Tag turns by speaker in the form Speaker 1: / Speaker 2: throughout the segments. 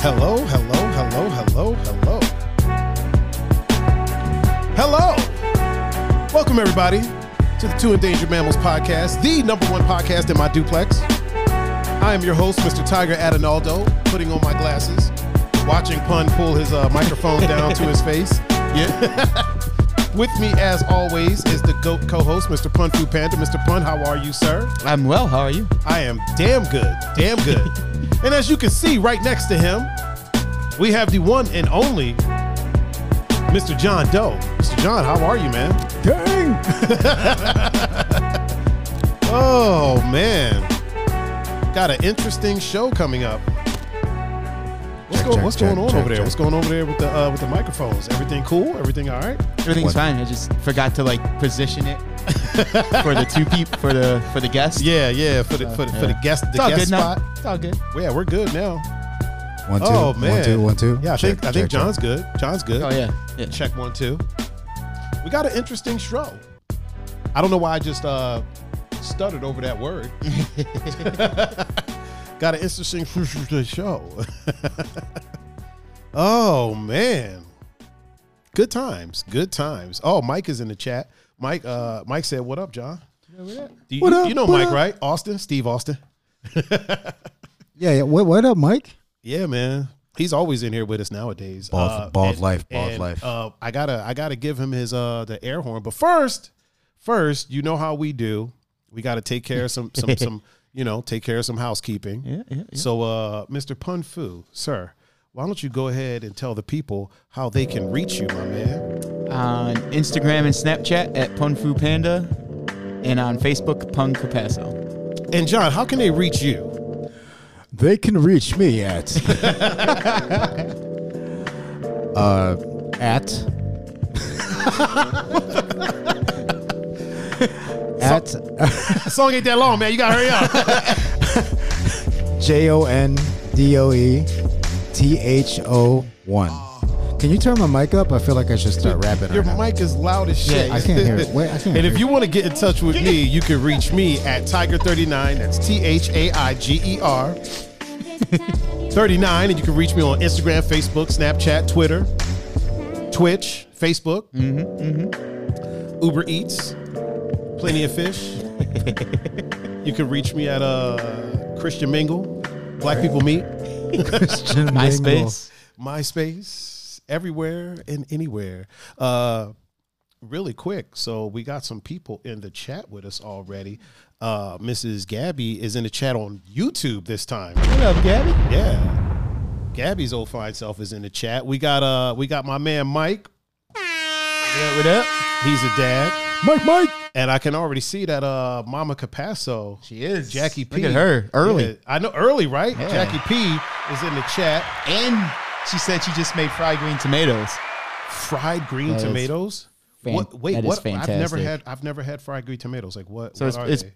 Speaker 1: Hello, hello, hello, hello, hello. Hello. Welcome, everybody, to the Two Endangered Mammals podcast, the number one podcast in my duplex. I am your host, Mr. Tiger Adinaldo, putting on my glasses, watching Pun pull his uh, microphone down to his face. Yeah. With me, as always, is the GOAT co host, Mr. Pun Fu Panda. Mr. Pun, how are you, sir?
Speaker 2: I'm well. How are you?
Speaker 1: I am damn good, damn good. and as you can see right next to him, we have the one and only Mr. John Doe. Mr. John, how are you, man?
Speaker 2: Dang.
Speaker 1: Oh, man. Got an interesting show coming up. What's,
Speaker 3: Check,
Speaker 1: going,
Speaker 3: check,
Speaker 1: what's
Speaker 3: check,
Speaker 1: going on
Speaker 3: check,
Speaker 1: over there?
Speaker 3: check.
Speaker 1: What's going over there with the uh, with the microphones? Everything cool? Everything all right?
Speaker 2: Everything's
Speaker 3: What?
Speaker 2: fine. I just forgot to like position it for the two people for the for the guests.
Speaker 1: Yeah, Uh, yeah. For the for the, for the
Speaker 2: yeah.
Speaker 1: guest the
Speaker 2: It's all
Speaker 1: guest
Speaker 2: good now.
Speaker 1: spot.
Speaker 2: It's all good.
Speaker 1: Yeah, we're good now.
Speaker 3: One, two,
Speaker 1: oh
Speaker 3: one, two, one, two.
Speaker 1: man, Yeah, I
Speaker 3: Check,
Speaker 1: think I think
Speaker 3: check, check.
Speaker 1: John's good. John's good.
Speaker 2: Oh yeah. yeah.
Speaker 1: check one two. We got an interesting show. I don't know why I just uh, stuttered over that word. got an interesting show. oh man, good times, good times. Oh, Mike is in the chat. Mike, uh, Mike said, "What up, John?" Do you,
Speaker 3: What up,
Speaker 1: you know
Speaker 3: what
Speaker 1: Mike,
Speaker 3: up?
Speaker 1: right? Austin, Steve Austin.
Speaker 3: Yeah, yeah. What, what up, Mike?
Speaker 1: Yeah, man. He's always in here with us nowadays. Uh,
Speaker 3: Bald- bald life, bald
Speaker 1: and,
Speaker 3: life.
Speaker 1: Uh, I gotta, I gotta give him his uh the air horn. But first, first, you know how we do. We gotta take care of some, some, some. You know, take care of some housekeeping.
Speaker 2: Yeah, yeah, yeah.
Speaker 1: So, uh, Mr. Pun Fu, sir, why don't you go ahead and tell the people how they can reach you, my man?
Speaker 2: On Instagram and Snapchat at Punfu Panda, and on Facebook Pung Capasso.
Speaker 1: And John, how can they reach you?
Speaker 3: They can reach me at uh, at at
Speaker 1: The song ain't that long, man. You gotta hurry up.
Speaker 3: J O N D O E T H O one. Can you turn my mic up? I feel like I should start rapping.
Speaker 1: Your
Speaker 3: right now.
Speaker 1: mic is loud as shit.
Speaker 2: Yeah,
Speaker 3: I can't hear it. Wait, I can't
Speaker 1: And
Speaker 3: hear
Speaker 1: if you want to get in touch with me, you can reach me at Tiger39. That's T H A I G E R 39. And you can reach me on Instagram, Facebook, Snapchat, Twitter, Twitch, Facebook,
Speaker 3: Mm-hmm,
Speaker 1: Uber Eats, Plenty of Fish. you can reach me at uh, Christian Mingle, Black People Meet,
Speaker 3: Christian Mingle.
Speaker 2: MySpace.
Speaker 1: MySpace, everywhere and anywhere. Uh, really quick. So we got some people in the chat with us already. Uh, Mrs. Gabby is in the chat on YouTube this time.
Speaker 2: What up, Gabby?
Speaker 1: Yeah. Gabby's old fine self is in the chat. We got uh we got my man Mike.
Speaker 2: Yeah, what up?
Speaker 1: He's a dad.
Speaker 3: Mike, Mike.
Speaker 1: And I can already see that uh Mama Capasso.
Speaker 2: She is
Speaker 1: Jackie P.
Speaker 2: Look at her early,
Speaker 1: Yeah, I know early, right?
Speaker 2: Yeah.
Speaker 1: Jackie P is in the chat.
Speaker 2: and she said she just made fried green tomatoes.
Speaker 1: fried green
Speaker 2: That is
Speaker 1: tomatoes.
Speaker 2: fan-
Speaker 1: what? Wait,
Speaker 2: that is
Speaker 1: what? I've never
Speaker 2: fantastic.
Speaker 1: had. I've never had fried green tomatoes. Like what?
Speaker 2: So
Speaker 1: what
Speaker 2: it's-
Speaker 1: are
Speaker 2: it's-
Speaker 1: they?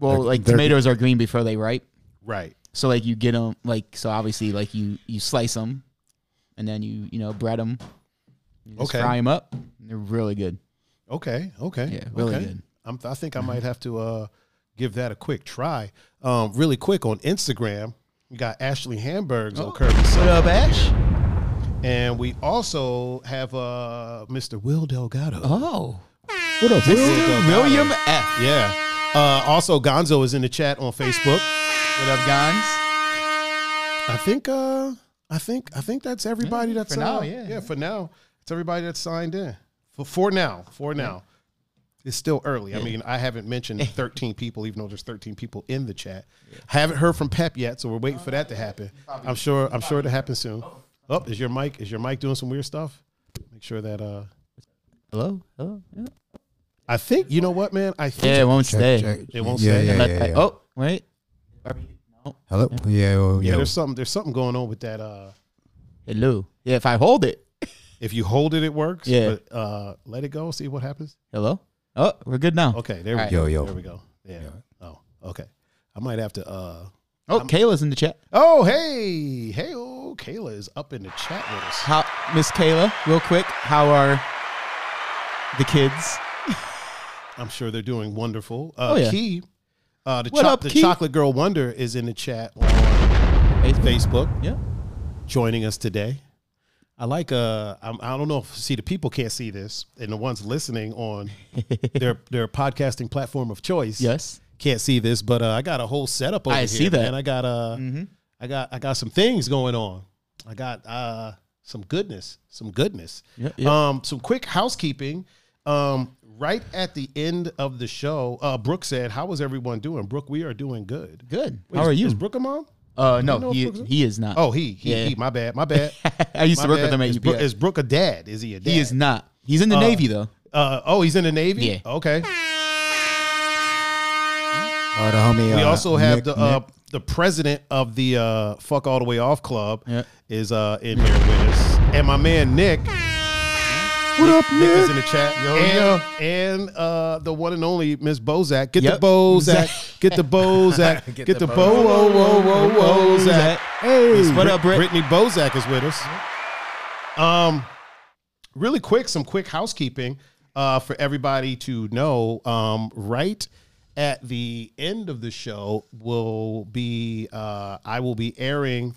Speaker 2: Well,
Speaker 3: They're-
Speaker 2: like
Speaker 3: they're-
Speaker 2: tomatoes are green before they ripe.
Speaker 1: Right.
Speaker 2: So like you get them like so obviously like you you slice them, and then you you know bread them. You just
Speaker 1: Okay.
Speaker 2: Fry them up. They're really good.
Speaker 1: Okay. Okay.
Speaker 2: Yeah, really
Speaker 1: okay.
Speaker 2: good. Mm-hmm.
Speaker 1: I'm, I think I might have to uh, give that a quick try. Um, really quick on Instagram, we got Ashley Hamburg's
Speaker 2: Oh.
Speaker 1: on Kirby.
Speaker 2: What up, Ash?
Speaker 1: and we also have uh, Mr. Will Delgado.
Speaker 2: Oh,
Speaker 3: What up, dude?
Speaker 2: William F.
Speaker 1: Yeah. Uh, also, Gonzo is in the chat on Facebook.
Speaker 2: What up, Gons?
Speaker 1: I think uh I think I think that's everybody that's
Speaker 2: for now,
Speaker 1: uh,
Speaker 2: yeah.
Speaker 1: yeah for now it's everybody that's signed in for for now for now it's still early I mean I haven't mentioned 13 people even though there's 13 people in the chat haven't heard from Pep yet so we're waiting for that to happen I'm sure I'm sure it'll happen soon oh is your mic is your mic doing some weird stuff make sure that uh
Speaker 2: Hello, hello. Yeah,
Speaker 1: I think you know what man I think
Speaker 2: it won't stay.
Speaker 1: It won't
Speaker 3: yeah,
Speaker 1: stay.
Speaker 3: Yeah,
Speaker 2: Let-
Speaker 3: yeah, yeah.
Speaker 2: Oh, wait.
Speaker 3: Hello. Yeah. Oh,
Speaker 1: yeah
Speaker 3: yeah.
Speaker 1: there's something there's something going on with that uh
Speaker 2: Hello. Yeah, if I hold it.
Speaker 1: if you hold it it works
Speaker 2: Yeah.
Speaker 1: but uh let it go see what happens
Speaker 2: Hello. Oh, we're good now.
Speaker 1: Okay, there we
Speaker 2: Alright.
Speaker 1: go.
Speaker 3: Yo, yo.
Speaker 1: There we go. Yeah. Oh, okay. I might have to uh
Speaker 2: Oh, Kayla's in the chat.
Speaker 1: Oh, hey. Hey, oh, Kayla is up in the chat with us.
Speaker 2: How Miss Kayla, real quick. How are the kids?
Speaker 1: I'm sure they're doing wonderful. Uh
Speaker 2: Oh, yeah.
Speaker 1: Key, uh the,
Speaker 2: What
Speaker 1: cho-
Speaker 2: up,
Speaker 1: the
Speaker 2: Key?
Speaker 1: chocolate girl wonder is in the chat on
Speaker 2: Facebook.
Speaker 1: Facebook.
Speaker 2: Yeah.
Speaker 1: joining us today. I like uh I'm, I don't know if see the people can't see this and the ones listening on their their podcasting platform of choice
Speaker 2: Yes.
Speaker 1: can't see this but uh, I got a whole setup over
Speaker 2: I
Speaker 1: here
Speaker 2: see that. Mm-hmm.
Speaker 1: man. I got uh I got I got some things going on. I got uh some goodness, some goodness.
Speaker 2: Yeah, yeah.
Speaker 1: Um, some quick housekeeping. Um, right at the end of the show, uh, Brooke said, "How is everyone doing?" Brooke, we are doing good.
Speaker 2: Good.
Speaker 1: Wait,
Speaker 2: How
Speaker 1: is-
Speaker 2: are you?
Speaker 1: Is Brooke a mom?
Speaker 2: Uh,
Speaker 1: you know
Speaker 2: no,
Speaker 1: if
Speaker 2: he,
Speaker 1: Brooks-
Speaker 2: he is not.
Speaker 1: Oh, he, he,
Speaker 2: Yeah.
Speaker 1: he. My bad, my bad.
Speaker 2: I used
Speaker 1: My
Speaker 2: to work
Speaker 1: bad.
Speaker 2: with him at
Speaker 1: is Brooke,
Speaker 2: UPS.
Speaker 1: is Brooke a dad? Is he a dad?
Speaker 2: he is not. He's in the Navy though.
Speaker 1: Uh, oh, he's in the Navy.
Speaker 2: Yeah.
Speaker 1: Okay.
Speaker 3: Oh, the homie.
Speaker 1: We
Speaker 3: uh,
Speaker 1: also have
Speaker 3: Nick-
Speaker 1: the uh, the president of the uh, Fuck All the Way Off Club
Speaker 2: Yeah.
Speaker 1: is uh, in here with us, and my man Nick.
Speaker 3: What up,
Speaker 1: Nick is in
Speaker 3: Nick?
Speaker 1: the chat. and and uh, the one and only Miss Bozak. Get
Speaker 2: Yep.
Speaker 1: the Bozak. Get the Bozak. Get, the, Bo. Whoa, whoa, whoa, whoa, Zach.
Speaker 3: Hey,
Speaker 2: What up, Britt?
Speaker 1: Brittany Bozak is with us. Um, really quick, some quick housekeeping uh, for everybody to know. Um, right at the end of the show will be uh, I will be airing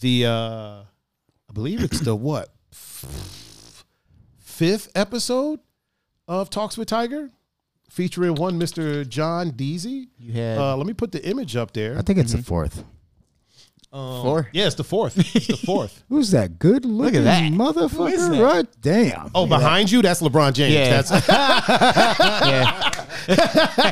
Speaker 1: the uh, I believe it's the what fifth episode of Talks with Tiger, featuring one Mister John Deasy.
Speaker 2: You had
Speaker 1: Uh, let me put the image up there.
Speaker 3: I think it's
Speaker 2: Mm-hmm.
Speaker 3: the fourth.
Speaker 2: four.
Speaker 1: Yeah, it's the fourth. It's the fourth.
Speaker 3: Who's that good looking
Speaker 2: that. Who is
Speaker 3: motherfucker?
Speaker 2: that?
Speaker 3: Right? Damn.
Speaker 1: Oh, behind you? That's LeBron James.
Speaker 2: Yeah.
Speaker 1: That's
Speaker 2: yeah.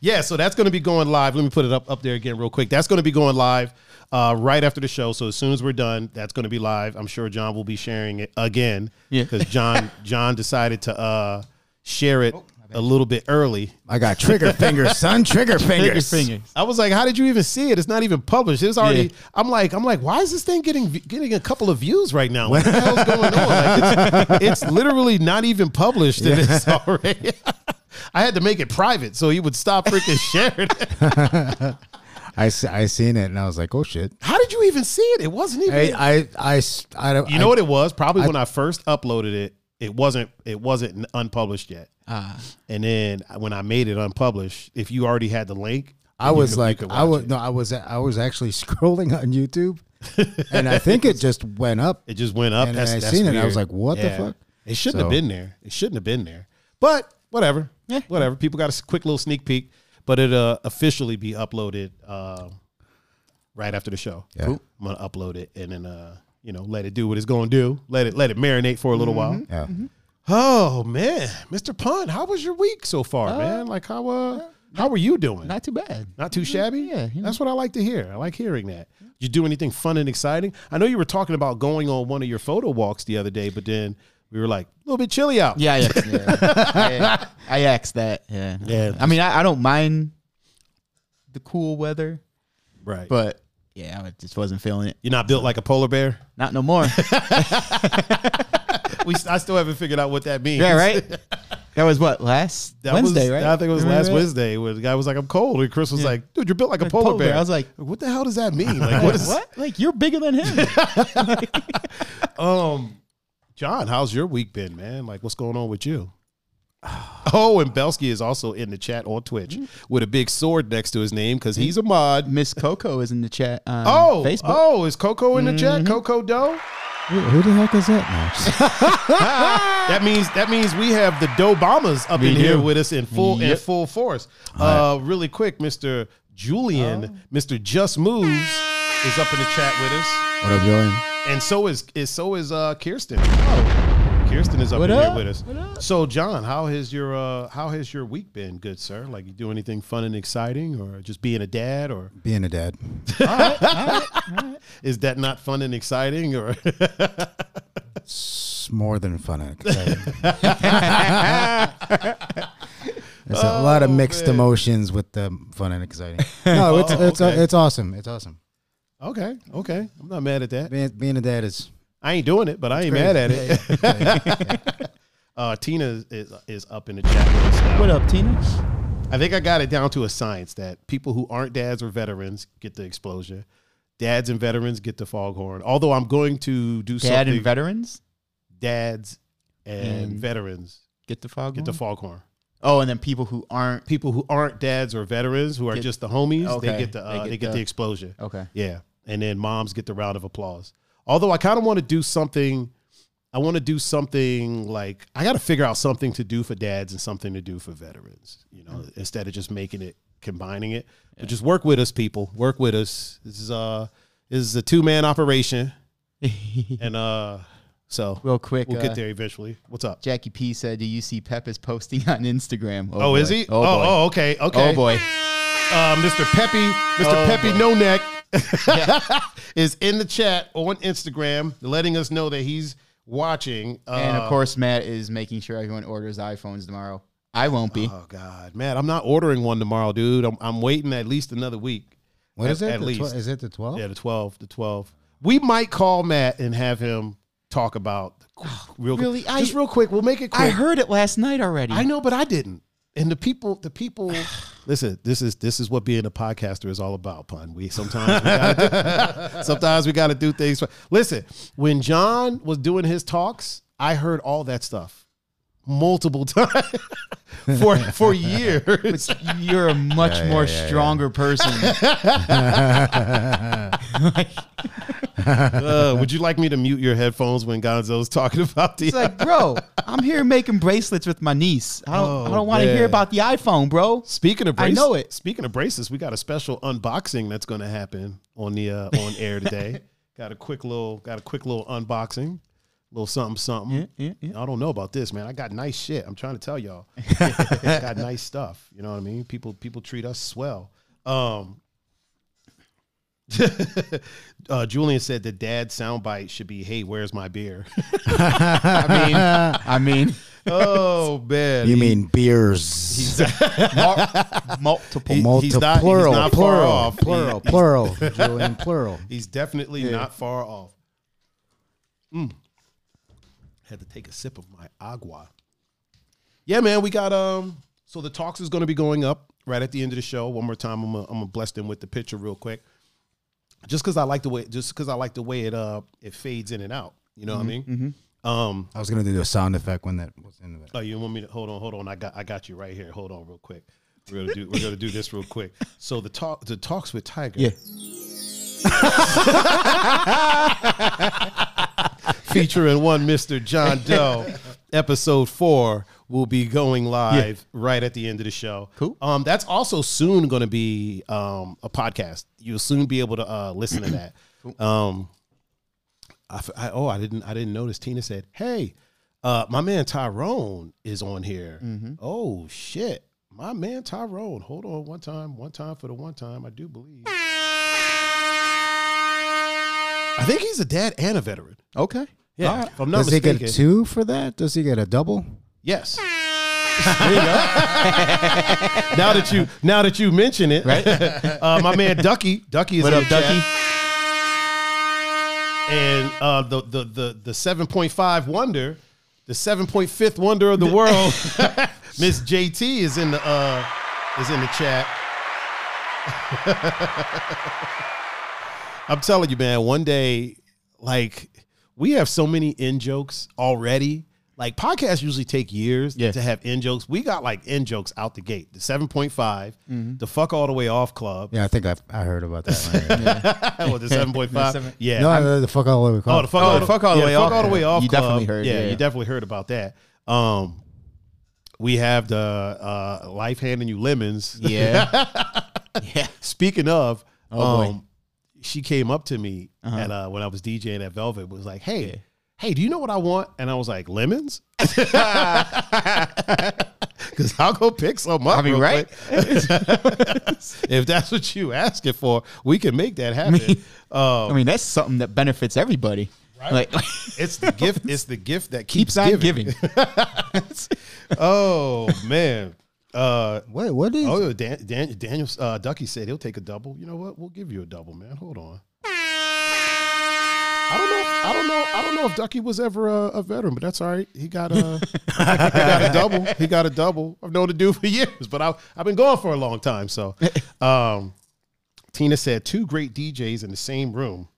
Speaker 1: yeah. So that's going to be going live. Let me put it up up there again real quick. That's going to be going live uh, right after the show. So as soon as we're done, that's going to be live. I'm sure John will be sharing it again.
Speaker 2: Yeah.
Speaker 1: Because John John decided to uh, share it a little bit early.
Speaker 3: I got trigger fingers, son. Trigger fingers.
Speaker 2: fingers.
Speaker 1: I was like, "How did you even see it? It's not even published. It's already."
Speaker 2: Yeah.
Speaker 1: I'm like, "I'm like, why is this thing getting getting a couple of views right now? What the hell's going on? Like, it's, it's literally not even published, and it's already." I had to make it private so he would stop freaking sharing it.
Speaker 3: I, se- I seen it and I was like, oh shit.
Speaker 1: How did you even see it? It wasn't even.
Speaker 3: Hey, I I s- I don't.
Speaker 1: you know what it was? Probably when I first uploaded it, it wasn't it wasn't unpublished yet.
Speaker 2: Ah.
Speaker 1: And then when I made it unpublished, if you already had the link,
Speaker 3: I was like,
Speaker 1: could
Speaker 3: I
Speaker 1: watch
Speaker 3: was no, I was I was actually scrolling on YouTube, and I think it just went up.
Speaker 1: It just went up.
Speaker 3: And
Speaker 1: that's,
Speaker 3: I
Speaker 1: that's
Speaker 3: seen it, and I
Speaker 1: weird.
Speaker 3: was like, what the fuck?
Speaker 1: It shouldn't have
Speaker 3: So-
Speaker 1: been there. It shouldn't have been there. But whatever.
Speaker 2: Yeah.
Speaker 1: Whatever. People got a s- quick little sneak peek, but it uh, officially be uploaded um, right after the show.
Speaker 3: Yeah. Cool.
Speaker 1: I'm gonna upload it and then uh, you know, let it do what it's gonna do. Let it let it marinate for a little while.
Speaker 3: Yeah.
Speaker 1: Oh man, Mr. Pun, how was your week so far, man? Like how uh how were you doing?
Speaker 2: Not too bad.
Speaker 1: Not too shabby.
Speaker 2: Mm-hmm. yeah, you know.
Speaker 1: that's what I like to hear. I like hearing that. Did you do anything fun and exciting? I know you were talking about going on one of your photo walks the other day, but then we were like a little bit chilly out.
Speaker 2: Yeah, I asked, yeah. I, I asked that. Yeah.
Speaker 1: Yeah.
Speaker 2: I mean, I, I don't mind the cool weather,
Speaker 1: right. But
Speaker 2: but yeah, I just wasn't feeling it.
Speaker 1: you're not built like a polar bear.
Speaker 2: Not no more.
Speaker 1: We I still haven't figured out what that means.
Speaker 2: yeah, right. That was what last
Speaker 1: That
Speaker 2: Wednesday,
Speaker 1: was,
Speaker 2: right?
Speaker 1: I think it was
Speaker 2: Remember
Speaker 1: last
Speaker 2: that?
Speaker 1: Wednesday where the guy was like, "I'm cold," and Chris was like, "Dude, you're built like a polar,
Speaker 2: polar
Speaker 1: bear.
Speaker 2: bear. I was like-
Speaker 1: "What the hell does that mean? Like, what is
Speaker 2: What? Like you're bigger than him.
Speaker 1: um?" John, how's your week been, man? Like, what's going on with you? Oh, and Belsky is also in the chat on Twitch
Speaker 2: Mm-hmm.
Speaker 1: with a big sword next to his name because he's a mod.
Speaker 2: Miss Coco is in the chat. On
Speaker 1: Oh,
Speaker 2: Facebook. Mm-hmm.
Speaker 1: oh, is Coco in the chat? Coco Doe.
Speaker 3: Who, who the heck is that? No.
Speaker 1: That means that means we have the Doe Bombers up
Speaker 2: We
Speaker 1: in here
Speaker 2: do.
Speaker 1: with us in full in
Speaker 2: Yep.
Speaker 1: full force. Uh, really quick, Mister Julian, Mister Just Moves is up in the chat with us,
Speaker 3: what up, Julian?
Speaker 1: and so is is so is uh, Kirsten. Oh, Kirsten is up
Speaker 2: What
Speaker 1: in
Speaker 2: up?
Speaker 1: here with us.
Speaker 2: What up?
Speaker 1: So, John, how has your uh, how has your week been, good sir? Like, you do anything fun and exciting, or just being a dad, or
Speaker 3: Being a dad.
Speaker 1: is that not fun and exciting, or
Speaker 3: It's more than fun and exciting. There's a lot of mixed
Speaker 1: Oh, man. Oh,
Speaker 3: emotions with the fun and exciting. No, it's it's
Speaker 1: okay.
Speaker 3: it's awesome. It's awesome.
Speaker 1: okay, okay, I'm not mad at that.
Speaker 3: Being, being a dad is
Speaker 1: I ain't doing it, but I ain't
Speaker 3: great.
Speaker 1: mad at it. Uh, Tina is, is is up in the chat with us now.
Speaker 2: What up, Tina?
Speaker 1: I think I got it down to a science that people who aren't dads or veterans get the exposure. Dads and veterans get the foghorn. Although I'm going to do
Speaker 2: Dad
Speaker 1: something.
Speaker 2: and veterans
Speaker 1: dads and,
Speaker 2: And- Mm.
Speaker 1: veterans
Speaker 2: get the fog.
Speaker 1: get the foghorn.
Speaker 2: Oh, and then people who aren't.
Speaker 1: People who aren't dads or veterans who are
Speaker 2: Get-
Speaker 1: just the homies, they
Speaker 2: okay.
Speaker 1: get the uh, they get, the, explosion.
Speaker 2: Okay.
Speaker 1: Yeah, and then moms get the round of applause. Although I kind of want to do something. I want to do something like I got to figure out something to do for dads and something to do for veterans. You know,
Speaker 2: Mm.
Speaker 1: instead of just making it combining it, but just work with us, people. Work with us. This is uh this is a two man operation, and uh so
Speaker 2: Real quick.
Speaker 1: we'll
Speaker 2: uh,
Speaker 1: get there eventually. What's up?
Speaker 2: Jackie P said, "Do you see Pep is posting on Instagram?"
Speaker 1: Oh, is
Speaker 2: boy.
Speaker 1: he?
Speaker 2: Oh,
Speaker 1: Oh,
Speaker 2: boy.
Speaker 1: oh, okay, okay.
Speaker 2: Oh, boy.
Speaker 1: Uh, Mr. Peppy, Mr.
Speaker 2: Ah. Oh,
Speaker 1: Peppy
Speaker 2: boy.
Speaker 1: No Neck is in the chat on Instagram, letting us know that he's watching. Uh,
Speaker 2: And of course, Matt is making sure everyone orders iPhones tomorrow. I won't be.
Speaker 1: oh God, man, I'm not ordering one tomorrow, dude. I'm, I'm waiting at least another week.
Speaker 3: What
Speaker 1: At-
Speaker 3: is it?
Speaker 1: At
Speaker 3: The twe-
Speaker 1: least,
Speaker 3: is it the 12?
Speaker 1: yeah, the 12, the 12. We might call Matt and have him talk about real
Speaker 2: Oh, really? I-
Speaker 1: just real quick. We'll make it quick.
Speaker 2: I heard it last night already.
Speaker 1: I know, but I didn't. And the people, the people, listen. This is this is what being a podcaster is all about. Pun. We sometimes we gotta do, sometimes we got to do things. for- Listen, when John was doing his talks, I heard all that stuff multiple times for for years.
Speaker 2: You're a much more stronger person.
Speaker 1: Uh, would you like me to mute your headphones when Gonzo's talking about the?
Speaker 2: It's like, bro, I'm here making bracelets with my niece. I don't, I
Speaker 1: Oh,
Speaker 2: don't want to
Speaker 1: man.
Speaker 2: hear about the iPhone, bro.
Speaker 1: Speaking of
Speaker 2: I
Speaker 1: braces,
Speaker 2: know it.
Speaker 1: Speaking of braces, we got a special unboxing that's going to happen on the uh, on air today. got a quick little got a quick little unboxing, little something something.
Speaker 2: yeah, yeah.
Speaker 1: I don't know about this, man. I got nice shit. I'm trying to tell y'all, I got nice stuff. You know what I mean? People people treat us swell. Um, uh, Julian said the dad soundbite should be, "Hey, where's my beer?"
Speaker 2: I mean, I mean,
Speaker 1: oh man,
Speaker 3: You mean beers?
Speaker 2: mul- multiple.
Speaker 1: He- he's
Speaker 3: Multiple,
Speaker 1: not- he's
Speaker 3: plural,
Speaker 1: not far
Speaker 3: plural,
Speaker 1: off.
Speaker 3: plural, plural, Julian, plural.
Speaker 1: He's definitely not far off. Mm. Had to take a sip of my agua. Yeah, man, we got um. So the talks is going to be going up right at the end of the show. One more time, I'm gonna, I'm gonna bless them with the picture real quick. Just because I like the way, just because I like the way it uh it fades in and out. You know what I mean? Um.
Speaker 3: I was gonna do a sound effect when that was in the
Speaker 1: Oh, you want me to hold on? Hold on. I got I got you right here. Hold on, real quick. We're gonna do we're gonna do this real quick. So the talk the talks with Tiger.
Speaker 2: Yeah.
Speaker 1: featuring one Mr. John Doe. Episode four will be going live right at the end of the show.
Speaker 2: Cool.
Speaker 1: Um, that's also soon going to be um, a podcast. You'll soon be able to uh, listen to that. Um, I f I oh, I didn't, I didn't notice. Tina said, "Hey, uh, my man Tyrone is on here."
Speaker 2: Mm-hmm.
Speaker 1: Oh shit, my man Tyrone. Hold on, one time, one time for the one time. I do believe. I think he's a dad and a veteran.
Speaker 2: Okay.
Speaker 1: Yeah,
Speaker 2: All right.
Speaker 1: if I'm not
Speaker 3: Does he
Speaker 1: mistaken.
Speaker 3: get two for that? Does he get a double?
Speaker 1: Yes. now that you now that you mention it, right? uh, my man Ducky, Ducky is
Speaker 2: What
Speaker 1: in
Speaker 2: up,
Speaker 1: the chat.
Speaker 2: Ducky?
Speaker 1: and uh, the the the the seven point five wonder, the seven point fifth wonder of the world, Miss JT is in the uh, is in the chat. I'm telling you, man. One day, like we have so many in jokes already. Like podcasts usually take years
Speaker 2: Yeah.
Speaker 1: to have in jokes. We got like in jokes out the gate. The seven the fuck all the way off club,
Speaker 3: Yeah, I think I I heard about that. one.
Speaker 1: or the seven point five.
Speaker 2: seven-
Speaker 1: Yeah,
Speaker 3: no, no, the fuck all the way.
Speaker 1: Oh, the fuck, all, the, fuck all the
Speaker 2: yeah,
Speaker 1: way
Speaker 2: fuck
Speaker 1: off.
Speaker 2: all the
Speaker 1: way off.
Speaker 2: You definitely
Speaker 1: club.
Speaker 2: heard,
Speaker 1: Yeah,
Speaker 2: yeah.
Speaker 1: you definitely heard about that. Um, we have the uh, life handing you lemons.
Speaker 2: Yeah. yeah.
Speaker 1: Speaking of,
Speaker 2: Oh, boy.
Speaker 1: um, she came up to me and uh, when I was DJing at Velvet was like, "Hey, hey, do you know what I want?" And I was like, "Lemons." Because I'll go pick some up.
Speaker 2: I mean,
Speaker 1: real
Speaker 2: right?
Speaker 1: quick. if that's what you asking for, we can make that happen. Um,
Speaker 2: I mean, that's something that benefits everybody. Right. Like,
Speaker 1: it's the gift. It's the gift that keeps,
Speaker 2: keeps on
Speaker 1: giving.
Speaker 2: giving.
Speaker 1: Oh man. Uh,
Speaker 3: What? What is?
Speaker 1: oh, Dan, Dan, Daniel uh, Ducky said he'll take a double. You know what? We'll give you a double, man. Hold on. I don't know. If, I don't know. I don't know if Ducky was ever a, a veteran, but that's all right. He got a he got a double. He got a double. I've known the dude for years, but I, I've been gone for a long time. So, um, Tina said two great DJs in the same room.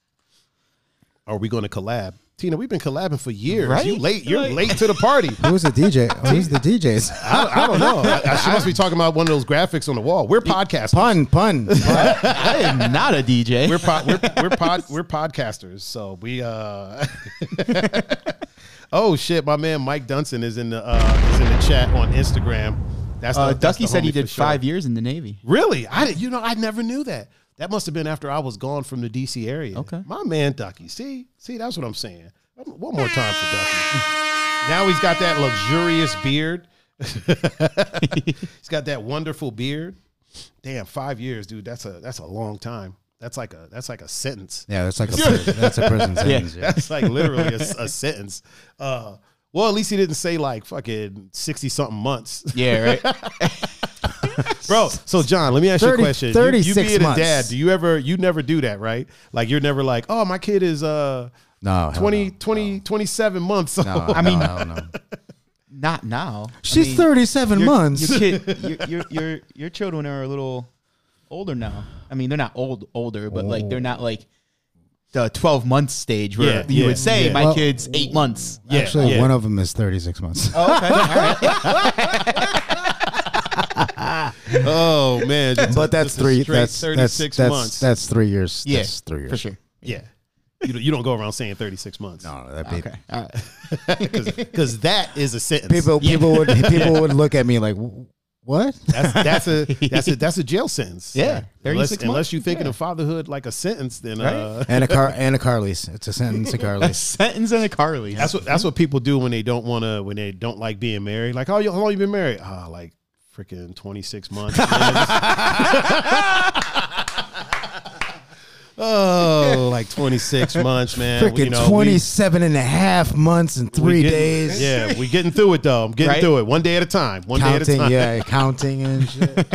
Speaker 1: Are we going to collab? Tina, we've been collabing for years.
Speaker 2: Right?
Speaker 1: You late. You're
Speaker 2: Like-
Speaker 1: late to the party.
Speaker 3: Who's the DJ? Oh, he's the DJs.
Speaker 1: I, I don't know. I, I- she must be talking about one of those graphics on the wall. We're podcasters.
Speaker 3: Pun, pun. pun.
Speaker 2: I am not a DJ.
Speaker 1: we're pod, we're we're pod we're podcasters. So we uh Oh shit, my man Mike Dunson is in the uh is in the chat on Instagram. That's the,
Speaker 2: uh,
Speaker 1: that's
Speaker 2: Ducky
Speaker 1: the
Speaker 2: said he
Speaker 1: homie for
Speaker 2: did
Speaker 1: sure.
Speaker 2: five years in the Navy.
Speaker 1: Really? I did, you know I never knew that. That must have been after I was gone from the DC area.
Speaker 2: Okay.
Speaker 1: My man Ducky. See? See, that's what I'm saying. One more time for Ducky. now he's got that luxurious beard. he's got that wonderful beard. Damn, 5 years, dude. That's a that's a long time. That's like a that's like a sentence.
Speaker 3: Yeah, that's like a prison. that's a prison sentence. Yeah.
Speaker 1: That's like literally a, a sentence. Uh, well, at least he didn't say like fucking sixty something months,
Speaker 2: Yeah, right.
Speaker 1: bro. So John, let me ask you
Speaker 3: 30
Speaker 1: a question. You- you,
Speaker 3: 36
Speaker 1: being
Speaker 3: months.
Speaker 1: a dad, do you ever you never do that, right? Like you're never like, oh, my kid is uh
Speaker 3: No, hell
Speaker 1: 20, 20 27 months.
Speaker 3: No,
Speaker 1: old."
Speaker 3: I mean, no, no,
Speaker 2: not now. I
Speaker 3: she's
Speaker 2: mean,
Speaker 3: 37
Speaker 2: your-
Speaker 3: months.
Speaker 2: Your, kid, your, your your your children are a little older now. I mean, they're not old older, but like they're not like the twelve month stage where
Speaker 1: Yeah,
Speaker 2: you
Speaker 1: yeah,
Speaker 2: would say
Speaker 1: yeah.
Speaker 2: my
Speaker 3: Well-
Speaker 2: kid's eight months.
Speaker 1: yeah,
Speaker 3: Actually,
Speaker 1: yeah.
Speaker 3: one of them is 36 months.
Speaker 1: oh man, just-
Speaker 3: but that's
Speaker 1: just a
Speaker 3: three.
Speaker 1: straight
Speaker 3: That's
Speaker 1: thirty
Speaker 3: that's
Speaker 1: six
Speaker 3: that's,
Speaker 1: months.
Speaker 3: that's three years.
Speaker 2: Yeah,
Speaker 3: that's three years.
Speaker 2: for sure.
Speaker 1: yeah, you don't, you don't go around saying thirty six months
Speaker 3: No, that'd be,
Speaker 2: Okay, all right.
Speaker 1: because that is a sentence.
Speaker 3: people people would people would look at me like, "Wh- what?
Speaker 1: That's that's a that's a that's a jail sentence.
Speaker 2: Yeah,
Speaker 1: Unless,
Speaker 2: 36
Speaker 1: unless
Speaker 2: months.
Speaker 1: you're thinking
Speaker 2: Yeah.
Speaker 1: of fatherhood like a sentence, then uh,
Speaker 3: And a car and a Carly's. It's a sentence to
Speaker 2: A
Speaker 3: Carly's.
Speaker 2: sentence and a Carly.
Speaker 1: that's what that's what people do when they don't want to when they don't like being married. Like, oh, you- how long you been married? Ah, like freaking 26 months. oh, like 26 months, man.
Speaker 3: Freaking
Speaker 1: you know, we-
Speaker 3: 27 and a half months and
Speaker 1: we
Speaker 3: three
Speaker 1: getting-
Speaker 3: days.
Speaker 1: Yeah, we getting through it though. I'm getting
Speaker 2: Right?
Speaker 1: through it one day at a time. One day at a
Speaker 3: Counting,
Speaker 1: time.
Speaker 3: yeah, counting and shit.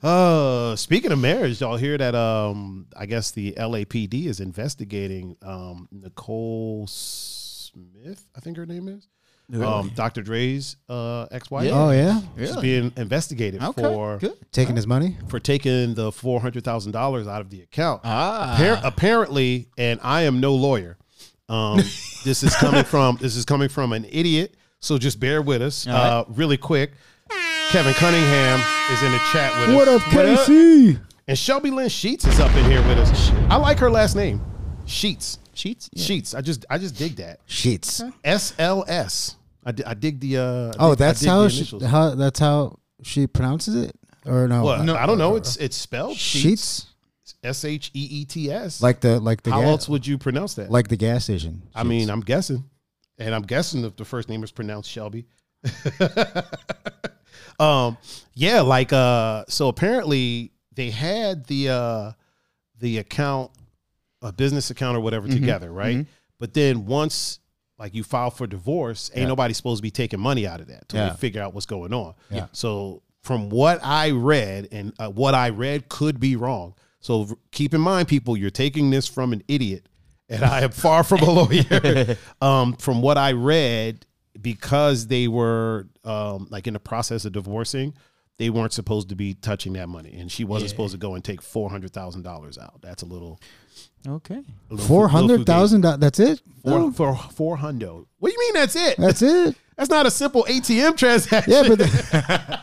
Speaker 1: Uh, speaking of marriage, y'all hear that? Um, I guess the LAPD is investigating um Nicole Smith, I think her name is. Um, Dr. Dre's uh ex-wife.
Speaker 2: Yeah.
Speaker 3: Oh yeah,
Speaker 1: She's being investigated
Speaker 2: Okay,
Speaker 1: for
Speaker 2: good.
Speaker 3: taking his money.
Speaker 1: for taking the four hundred thousand dollars out of the account.
Speaker 2: Ah.
Speaker 1: Appar- apparently, and I am no lawyer. Um, this is coming from this is coming from an idiot. So just bear with us,
Speaker 2: All
Speaker 1: uh, really quick. Kevin Cunningham is in the chat with us.
Speaker 3: KC?
Speaker 1: And Shelby Lynn Sheets is up in here with
Speaker 3: Oh,
Speaker 1: us. I like her last name, Sheets.
Speaker 2: Sheets. Yeah.
Speaker 1: Sheets. I just I just dig that.
Speaker 3: Sheets.
Speaker 1: S L S. I di- I dig the. Uh, I
Speaker 3: Oh,
Speaker 1: dig- I
Speaker 3: that's
Speaker 1: dig the
Speaker 3: how she,
Speaker 1: initials.
Speaker 3: how that's how she pronounces it, or no?
Speaker 1: What?
Speaker 3: uh,
Speaker 1: I don't know. It's it's spelled Sheets.
Speaker 3: Sheets,
Speaker 1: S H E E T S.
Speaker 3: like the like the
Speaker 1: how
Speaker 3: gas,
Speaker 1: else would you pronounce that?
Speaker 3: like the gas station.
Speaker 1: I mean, I'm guessing, and I'm guessing if the first name is pronounced Shelby. um, yeah, like uh, so apparently they had the uh, the account, a business account or whatever
Speaker 3: Mm-hmm.
Speaker 1: together, right? But then once like you file for divorce, ain't nobody supposed to be taking money out of that till
Speaker 3: Yeah.
Speaker 1: they figure out what's going on.
Speaker 3: Yeah.
Speaker 1: So from what I read, and uh, what I read could be wrong. So r- keep in mind, people, you're taking this from an idiot, and I am far from a lawyer. um, from what I read, because they were um, like in the process of divorcing, they weren't supposed to be touching that money, and she wasn't supposed to go and take four hundred thousand dollars out. That's a little
Speaker 2: Okay.
Speaker 1: a little fu-
Speaker 3: four
Speaker 1: little
Speaker 3: hundred thousand. That's it.
Speaker 1: fugazi.
Speaker 3: No,
Speaker 1: Four, four, four hundo. What do you mean? That's it?
Speaker 3: that's it.
Speaker 1: That's not a simple ATM transaction.
Speaker 3: Yeah, but.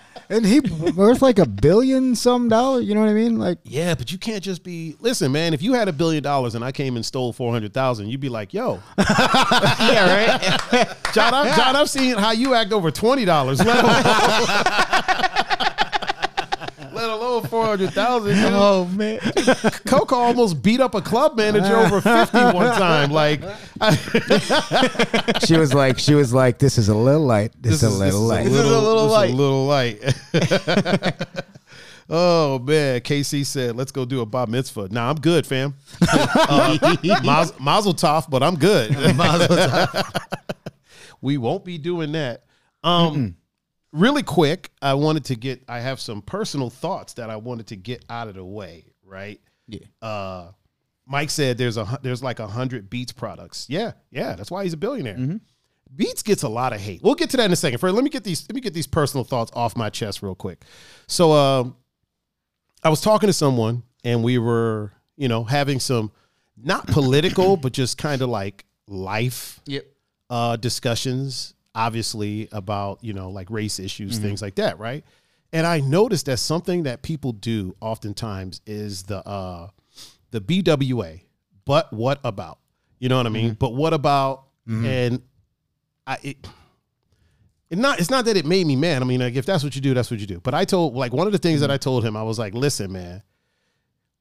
Speaker 3: and he worth like a billion some dollar. You know what I mean? Like
Speaker 1: Yeah, but you can't just be. Listen, man, if you had a billion dollars and I came and stole four hundred thousand, you'd be like, "Yo,
Speaker 2: Yeah. Right.
Speaker 1: John, I've, John, I've seen how you act over twenty dollars, let alone, let alone four hundred thousand.
Speaker 2: oh man.
Speaker 1: Coco almost beat up a club manager over fifty one time. Like
Speaker 3: she was like, she was like, this is a little light. This, is a
Speaker 1: this
Speaker 3: little light.
Speaker 1: This is
Speaker 2: This is a little
Speaker 1: this
Speaker 2: light.
Speaker 1: is a little light. oh man, KC said, "Let's go do a bar mitzvah." Nah, I'm good, fam. uh, maz- mazel tov, but I'm good. we won't be doing that. Um, Really quick, I wanted to get. I have some personal thoughts that I wanted to get out of the way. Right.
Speaker 2: Yeah.
Speaker 1: Uh, Mike said there's a hu- there's like a hundred Beats products. Yeah, yeah, that's why he's a billionaire. Beats gets a lot of hate. We'll get to that in a second. First, let me get these let me get these personal thoughts off my chest real quick. So, um, I was talking to someone and we were, you know, having some not political, but just kind of like life
Speaker 2: Yep.
Speaker 1: uh, discussions, obviously about you know like race issues, things like that, right? And I noticed that something that people do oftentimes is the uh, the BWA. But what about? You know what I mean? But what about? And I. It, it not it's not that it made me mad. I mean, like if that's what you do, that's what you do. But I told like one of the things that I told him, I was like, listen, man,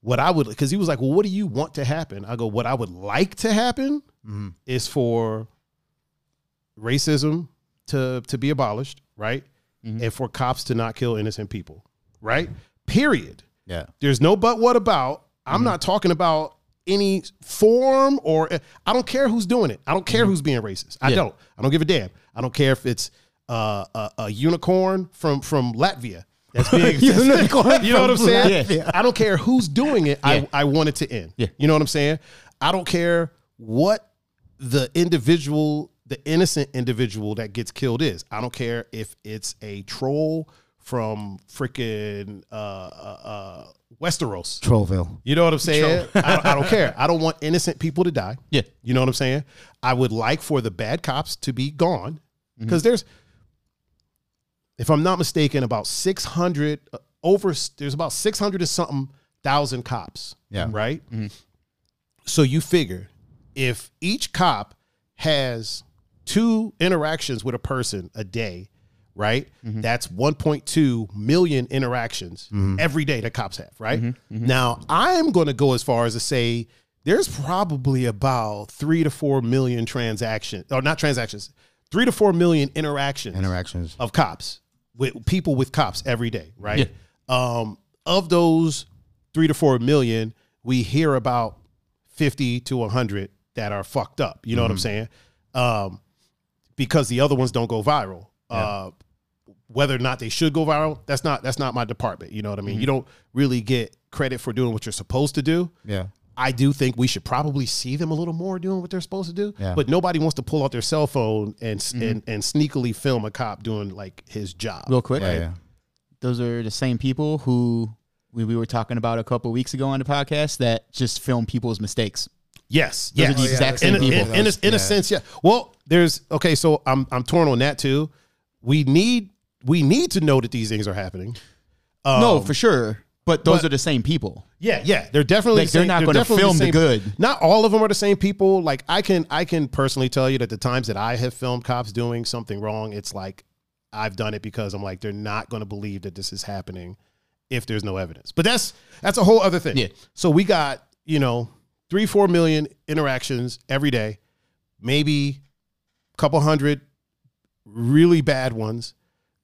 Speaker 1: what I would because he was like, well, what do you want to happen? I go, what I would like to happen is for racism to to be abolished, right? And for cops to not kill innocent people, right? Period.
Speaker 3: Yeah.
Speaker 1: There's no but what about. I'm not talking about any form or I don't care who's doing it. I don't care who's being racist. I don't. I don't give a damn. I don't care if it's uh, a, a unicorn from from Latvia that's being
Speaker 3: Unicorn
Speaker 1: you know what I'm
Speaker 3: from
Speaker 1: saying?
Speaker 3: Latvia.
Speaker 1: I don't care who's doing it.
Speaker 2: Yeah.
Speaker 1: I, I want it to end.
Speaker 2: Yeah.
Speaker 1: You know what I'm saying? I don't care what the individual, the innocent individual that gets killed is. I don't care if it's a troll from freaking uh, uh, uh, Westeros.
Speaker 3: Trollville.
Speaker 1: You know what I'm saying? I, don't- I don't care. I don't want innocent people to die.
Speaker 2: Yeah.
Speaker 1: You know what I'm saying? I would like for the bad cops to be gone because there's, if I'm not mistaken, about 600 uh, over. There's about 600 and something thousand cops.
Speaker 3: Yeah.
Speaker 1: Right. So you figure if each cop has two interactions with a person a day, right? That's 1.2 million interactions every day that cops have, right? Now, I'm going to go as far as to say there's probably about 3 to 4 million transactions or not transactions, 3 to 4 million interactions
Speaker 3: Interactions.
Speaker 1: of cops with people with cops every day, right? Um, of those three to four million, we hear about fifty to hundred that are fucked up. You know what I'm saying? Um, because the other ones don't go viral. Uh, whether or not they should go viral, that's not that's not my department. You know what I mean? You don't really get credit for doing what you're supposed to do.
Speaker 3: Yeah.
Speaker 1: I do think we should probably see them a little more doing what they're supposed to do.
Speaker 3: Yeah.
Speaker 1: But nobody wants to pull out their cell phone and,
Speaker 2: Mm-hmm.
Speaker 1: s and and sneakily film a cop doing like his job.
Speaker 2: Real quick.
Speaker 3: Yeah. Yeah.
Speaker 2: Those are the same people who we, we were talking about a couple weeks ago on the podcast that just film people's mistakes.
Speaker 1: yes,
Speaker 2: Those are
Speaker 1: yes. Oh,
Speaker 2: the exact
Speaker 3: that's
Speaker 1: in,
Speaker 2: same
Speaker 1: a-
Speaker 3: true.
Speaker 2: people.
Speaker 1: in, in a, in a
Speaker 3: Yeah.
Speaker 1: sense, yeah. Well, there's okay. So I'm I'm torn on that too. We need we need to know that these things are happening.
Speaker 2: no, for sure. But those
Speaker 1: but-
Speaker 2: are the same people.
Speaker 1: Yeah, yeah, they're definitely
Speaker 2: Like, they're
Speaker 1: same-
Speaker 2: not gonna
Speaker 1: definitely
Speaker 2: film the
Speaker 1: same-
Speaker 2: good.
Speaker 1: Not all of them are the same people. Like I can I can personally tell you that the times that I have filmed cops doing something wrong, it's like I've done it because I'm like they're not going to believe that this is happening if there's no evidence. But that's that's a whole other thing.
Speaker 2: Yeah.
Speaker 1: So we got you know three four million interactions every day, maybe a couple hundred really bad ones.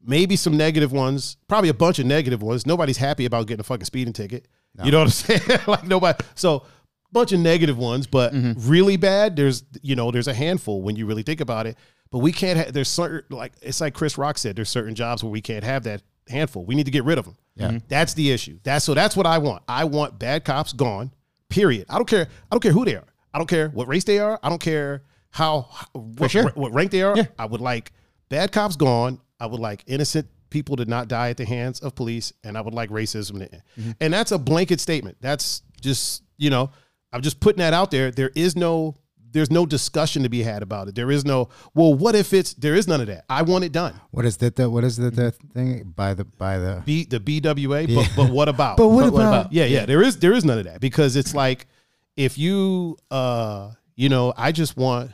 Speaker 1: Maybe some negative ones, probably a bunch of negative ones. Nobody's happy about getting a fucking speeding ticket. You know what I'm saying? like nobody. So bunch of negative ones, but really bad. There's you know there's a handful when you really think about it. But we can't. Ha- there's certain like it's like Chris Rock said. There's certain jobs where we can't have that handful. We need to get rid of them.
Speaker 3: Yeah.
Speaker 1: that's the issue. That's so that's what I want. I want bad cops gone. Period. I don't care. I don't care who they are. I don't care what race they are. I don't care how what,
Speaker 2: sure.
Speaker 1: what rank they are. I would like bad cops gone. I would like innocent people to not die at the hands of police, and I would like racism to end. And that's a blanket statement. That's just you know, I'm just putting that out there. There is no there's no discussion to be had about it. There is no well, what if it's there is none of that. I want it done.
Speaker 3: What is that? That what is that? That thing by the by the.
Speaker 1: B the BWA, but but what about?
Speaker 3: But what about-
Speaker 1: Yeah, yeah, there is there is none of that because it's like if you uh you know, I just want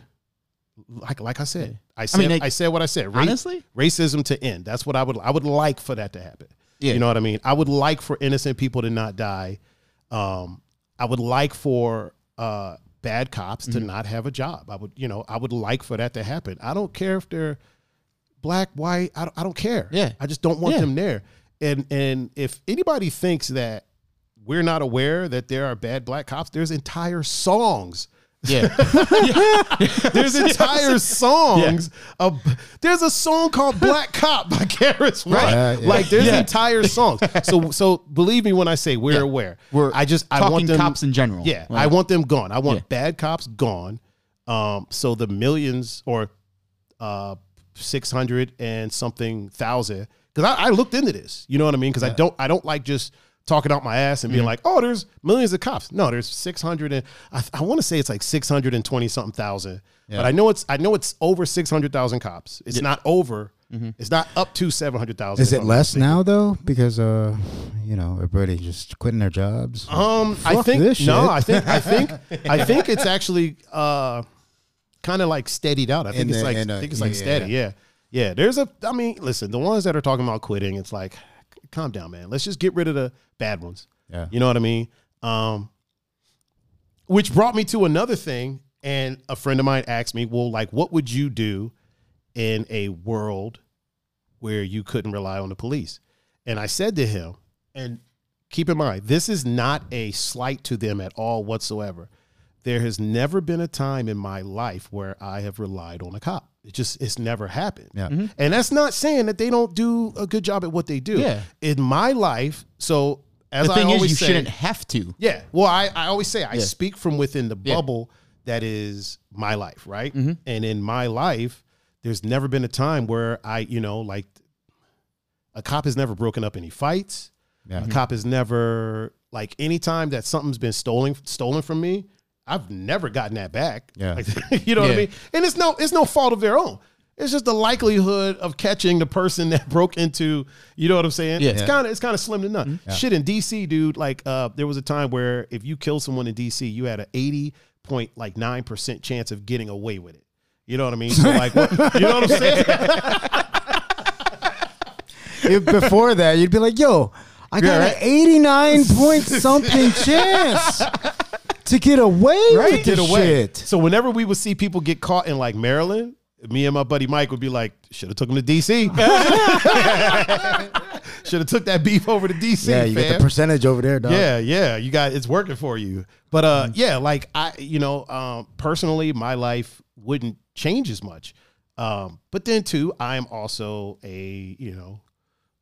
Speaker 1: like like I said. I said I,
Speaker 2: mean, like-
Speaker 1: said what I said. Ra-
Speaker 2: Honestly?
Speaker 1: racism to end. That's what I would I would like for that to happen.
Speaker 2: Yeah.
Speaker 1: You know what I mean? I would like for innocent people to not die. Um I would like for uh bad cops to
Speaker 2: Mm-hmm.
Speaker 1: not have a job. I would you know, I would like for that to happen. I don't care if they're black, white, I don't, I don't care.
Speaker 2: Yeah.
Speaker 1: I just don't want
Speaker 2: Yeah.
Speaker 1: them there. And and if anybody thinks that we're not aware that there are bad black cops, there's entire songs.
Speaker 2: Yeah.
Speaker 1: There's entire songs. Of, there's a song called Black Cop by Karis White.
Speaker 3: Right. Yeah.
Speaker 1: Like there's
Speaker 2: Yeah.
Speaker 1: entire songs. So so believe me when I say we're aware.
Speaker 2: We're
Speaker 1: I just I want
Speaker 2: talking
Speaker 1: them
Speaker 2: cops in general.
Speaker 1: Yeah,
Speaker 2: Like-
Speaker 1: I want them gone. I want
Speaker 2: Yeah.
Speaker 1: bad cops gone. Um, so the millions or uh, six hundred and something thousand. Because I, I looked into this. You know what I mean? Because I don't I don't like just talking out my ass and
Speaker 3: Mm-hmm.
Speaker 1: being like, "Oh, there's millions of cops." No, there's six hundred and I, I want to say it's like six hundred and twenty something thousand, but I know it's I know it's over six hundred thousand cops. It's not over. It's not up to seven hundred thousand.
Speaker 3: Mm-hmm. Is it less now though? Because uh, you know, everybody just quitting their jobs.
Speaker 1: Um, I
Speaker 3: Fuck
Speaker 1: think
Speaker 3: this
Speaker 1: no.
Speaker 3: shit.
Speaker 1: I think I think I think it's actually uh, kind of like steadied out. I think
Speaker 3: In
Speaker 1: it's
Speaker 3: the-
Speaker 1: like
Speaker 3: in
Speaker 1: I
Speaker 3: a-
Speaker 1: think it's like
Speaker 3: yeah,
Speaker 1: steady. Yeah. yeah, There's a. I mean, listen, the ones that are talking about quitting, it's like, c- calm down, man. Let's just get rid of the bad ones.
Speaker 3: Yeah.
Speaker 1: you know what I mean. Um, which brought me to another thing, and a friend of mine asked me, "Well, like, what would you do in a world where you couldn't rely on the police?" And I said to him, and keep in mind, this is not a slight to them at all whatsoever. There has never been a time in my life where I have relied on a cop. It just it's never happened.
Speaker 3: Yeah.
Speaker 2: Mm-hmm.
Speaker 1: And that's not saying that they don't do a good job at what they do.
Speaker 2: Yeah.
Speaker 1: In my life, so as
Speaker 2: The thing
Speaker 1: I
Speaker 2: is,
Speaker 1: always
Speaker 2: you
Speaker 1: say,
Speaker 2: shouldn't have to.
Speaker 1: yeah. Well, I, I always say I
Speaker 2: Yeah.
Speaker 1: speak from within the
Speaker 2: Yeah. Mm-hmm.
Speaker 1: bubble that is my life, right? And in my life, there's never been a time where I, you know, like a cop has never broken up any fights.
Speaker 3: Yeah.
Speaker 2: Mm-hmm.
Speaker 1: A cop has never like any time that something's been stolen stolen from me, I've never gotten that back.
Speaker 3: Yeah.
Speaker 1: Like, you know what I
Speaker 2: Yeah.
Speaker 1: mean? And it's no it's no fault of their own. It's just the likelihood of catching the person that broke into, you know what I'm saying?
Speaker 2: Yeah.
Speaker 1: It's kind of it's kind of slim to none. Shit in DC, dude. Like uh, there was a time where if you kill someone in DC, you had an eighty point like nine percent chance of getting away with it. You know what I mean? So like, what, you know what I'm saying?
Speaker 3: If before that, you'd be like, "Yo, I got
Speaker 2: right.
Speaker 3: an eighty-nine point something chance to get away with
Speaker 1: Get
Speaker 3: this
Speaker 1: away.
Speaker 3: shit."
Speaker 1: So whenever we would see people get caught in like Maryland, me and my buddy Mike would be like, should have took him to DC. should have took that beef over to DC.
Speaker 3: Yeah, you
Speaker 1: fam.
Speaker 3: get the percentage over there, dog.
Speaker 1: Yeah, yeah, you got it's working for you. But uh,
Speaker 3: Mm.
Speaker 1: yeah, like I, you know, um, personally, my life wouldn't change as much. Um, but then too, I am also a you know